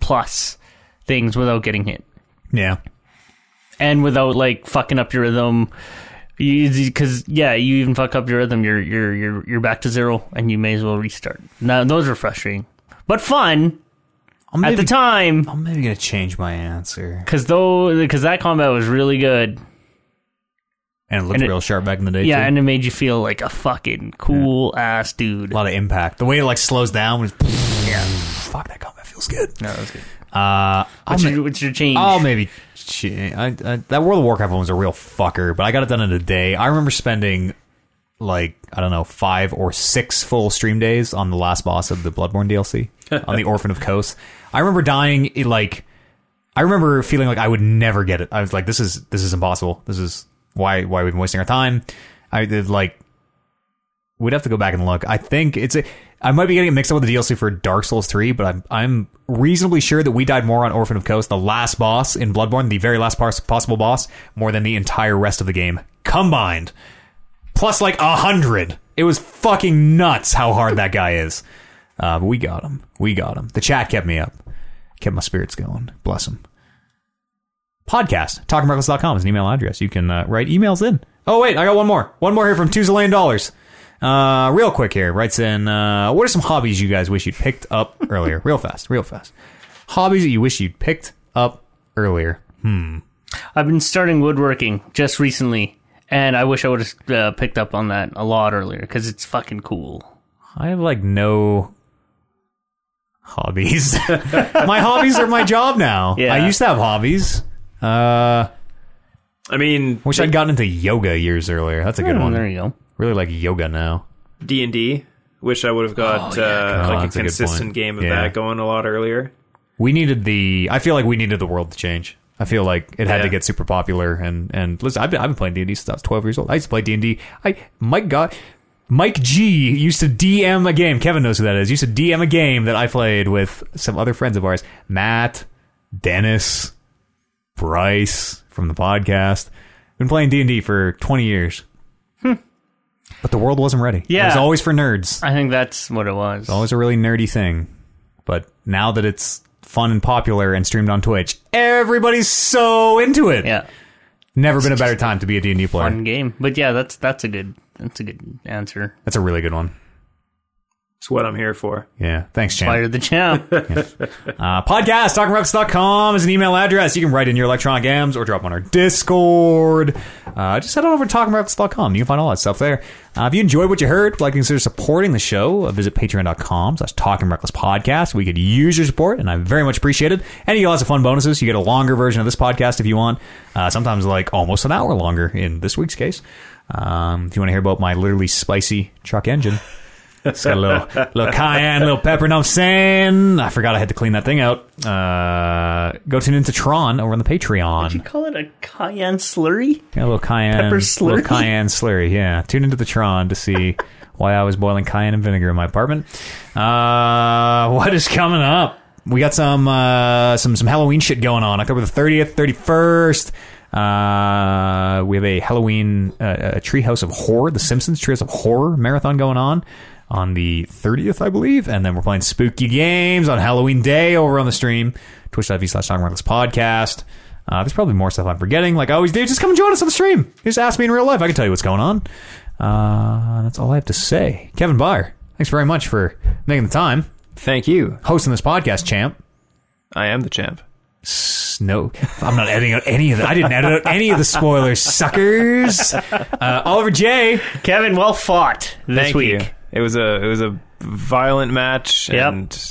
plus things without getting hit yeah. and without like fucking up your rhythm. Because yeah, you even fuck up your rhythm, you're you're you're you're back to zero, and you may as well restart. Now those are frustrating, but fun I'm at maybe, the time. I'm maybe gonna change my answer. Cause though, because that combat was really good. And it looked And it- real sharp back in the day. Yeah, too. and it made you feel like a fucking cool ass dude. a lot of impact. The way it like slows down was yeah. Fuck that combat feels good. No, that was good. Uh, I'll, What's ma- your, what's your change? I'll Oh, maybe. ch- I, I, that World of Warcraft one was a real fucker, but I got it done in a day. I remember spending like I don't know five or six full stream days on the last boss of the Bloodborne DLC on the Orphan of Coast. I remember dying in, like. I remember feeling like I would never get it. I was like, "This is this is impossible. This is why why we've been wasting our time." I did like We'd have to go back and look. I think it's a. I might be getting it mixed up with the DLC for Dark Souls 3, but I'm I'm reasonably sure that we died more on Orphan of Coast, the last boss in Bloodborne, the very last pos- possible boss, more than the entire rest of the game combined, plus like a hundred. It was fucking nuts how hard that guy is. Uh, but we got him. We got him. The chat kept me up, kept my spirits going. Bless him. Podcast talkingreckless.com is an email address. You can uh, write emails in. Oh wait, I got one more. One more here from Tuzalane Dollars. Uh, real quick here, writes in, uh, what are some hobbies you guys wish you'd picked up earlier? Real fast, real fast. Hobbies that you wish you'd picked up earlier. I've been starting woodworking just recently, and I wish I would have uh, picked up on that a lot earlier because it's fucking cool. I have like no hobbies. my hobbies are my job now. Yeah. I used to have hobbies. Uh, I mean, wish I'd gotten into yoga years earlier. That's a good Hmm, one. There you go. Really like yoga now. D and D. Wish I would have Oh, got uh, like a that's a good point. consistent game of Yeah. that going a lot earlier. We needed the. I feel like we needed the world to change. I feel like it had Yeah. to get super popular. And and listen, I've been, I've been playing D and D since I was twelve years old. I used to play D and D. I Mike got Mike G used to DM a game. Kevin knows who that is. Used to DM a game that I played with some other friends of ours, Matt, Dennis, Bryce from the podcast. Been playing D and D for twenty years. But the world wasn't ready. Yeah. it was always for nerds I think that's what it was. always a really nerdy thing. But now that it's fun and popular and streamed on Twitch, everybody's so into it. Yeah, Never been a better time to be a D&D player. fun game. But yeah, that's that's a good that's a good answer. That's a really good one. It's what I'm here for. Yeah. Thanks, Chan. Fire the champ. Uh, podcast, talkingrucks.com is an email address. You can write in your electronic AMs or drop on our Discord. Uh, just head on over to talkingrucks.com. You can find all that stuff there. Uh, if you enjoyed what you heard, like to consider supporting the show, uh, visit patreon.com slash talking reckless podcast. We could use your support, and I very much appreciate it. And you get lots of fun bonuses. You get a longer version of this podcast if you want, uh, sometimes like almost an hour longer in this week's case. Um, if you want to hear about my literally spicy truck engine. It's got a little, little cayenne, little pepper. And I'm saying, I forgot I had to clean that thing out. Uh, go tune into Tron over on the Patreon. you call it a cayenne slurry? Yeah, a little cayenne, Pepper little slurry? cayenne slurry. Yeah, tune into the Tron to see why I was boiling cayenne and vinegar in my apartment. Uh, what is coming up? We got some uh, some some Halloween shit going on. October the thirtieth, thirty first. Uh, we have a Halloween uh, a Treehouse of Horror, The Simpsons Treehouse of Horror marathon going on on the 30th, I believe. And then we're playing spooky games on Halloween Day over on the stream, twitch.tv slash Talking Reckless podcast. Uh, there's probably more stuff I'm forgetting. Like I always do, just come and join us on the stream. Just ask me in real life. I can tell you what's going on. Uh, that's all I have to say. Kevin Byer, thanks very much for making the time, Thank you. hosting this podcast, champ. I am the champ. No, I'm not editing out any of the. I didn't edit out any of the spoilers, suckers. Uh, Oliver J. Kevin, well fought this Thank you. week. It was a it was a violent match Yep. and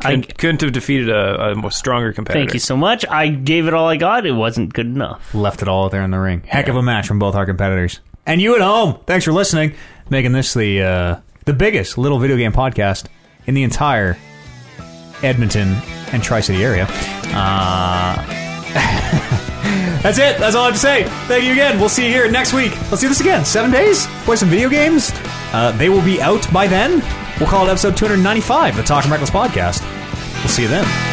couldn't, couldn't have defeated a, a more stronger competitor. Thank you so much. I gave it all I got. It wasn't good enough. left it all out there in the ring. Heck of a match from both our competitors. And you at home, thanks for listening, making this the uh, the biggest little video game podcast in the entire Edmonton and Tri City area. Uh, that's it. That's all I have to say. Thank you again. We'll see you here next week. Let's do this again. Seven days. Play some video games. Uh, they will be out by then. We'll call it episode 295 of the Talking Reckless podcast. We'll see you then.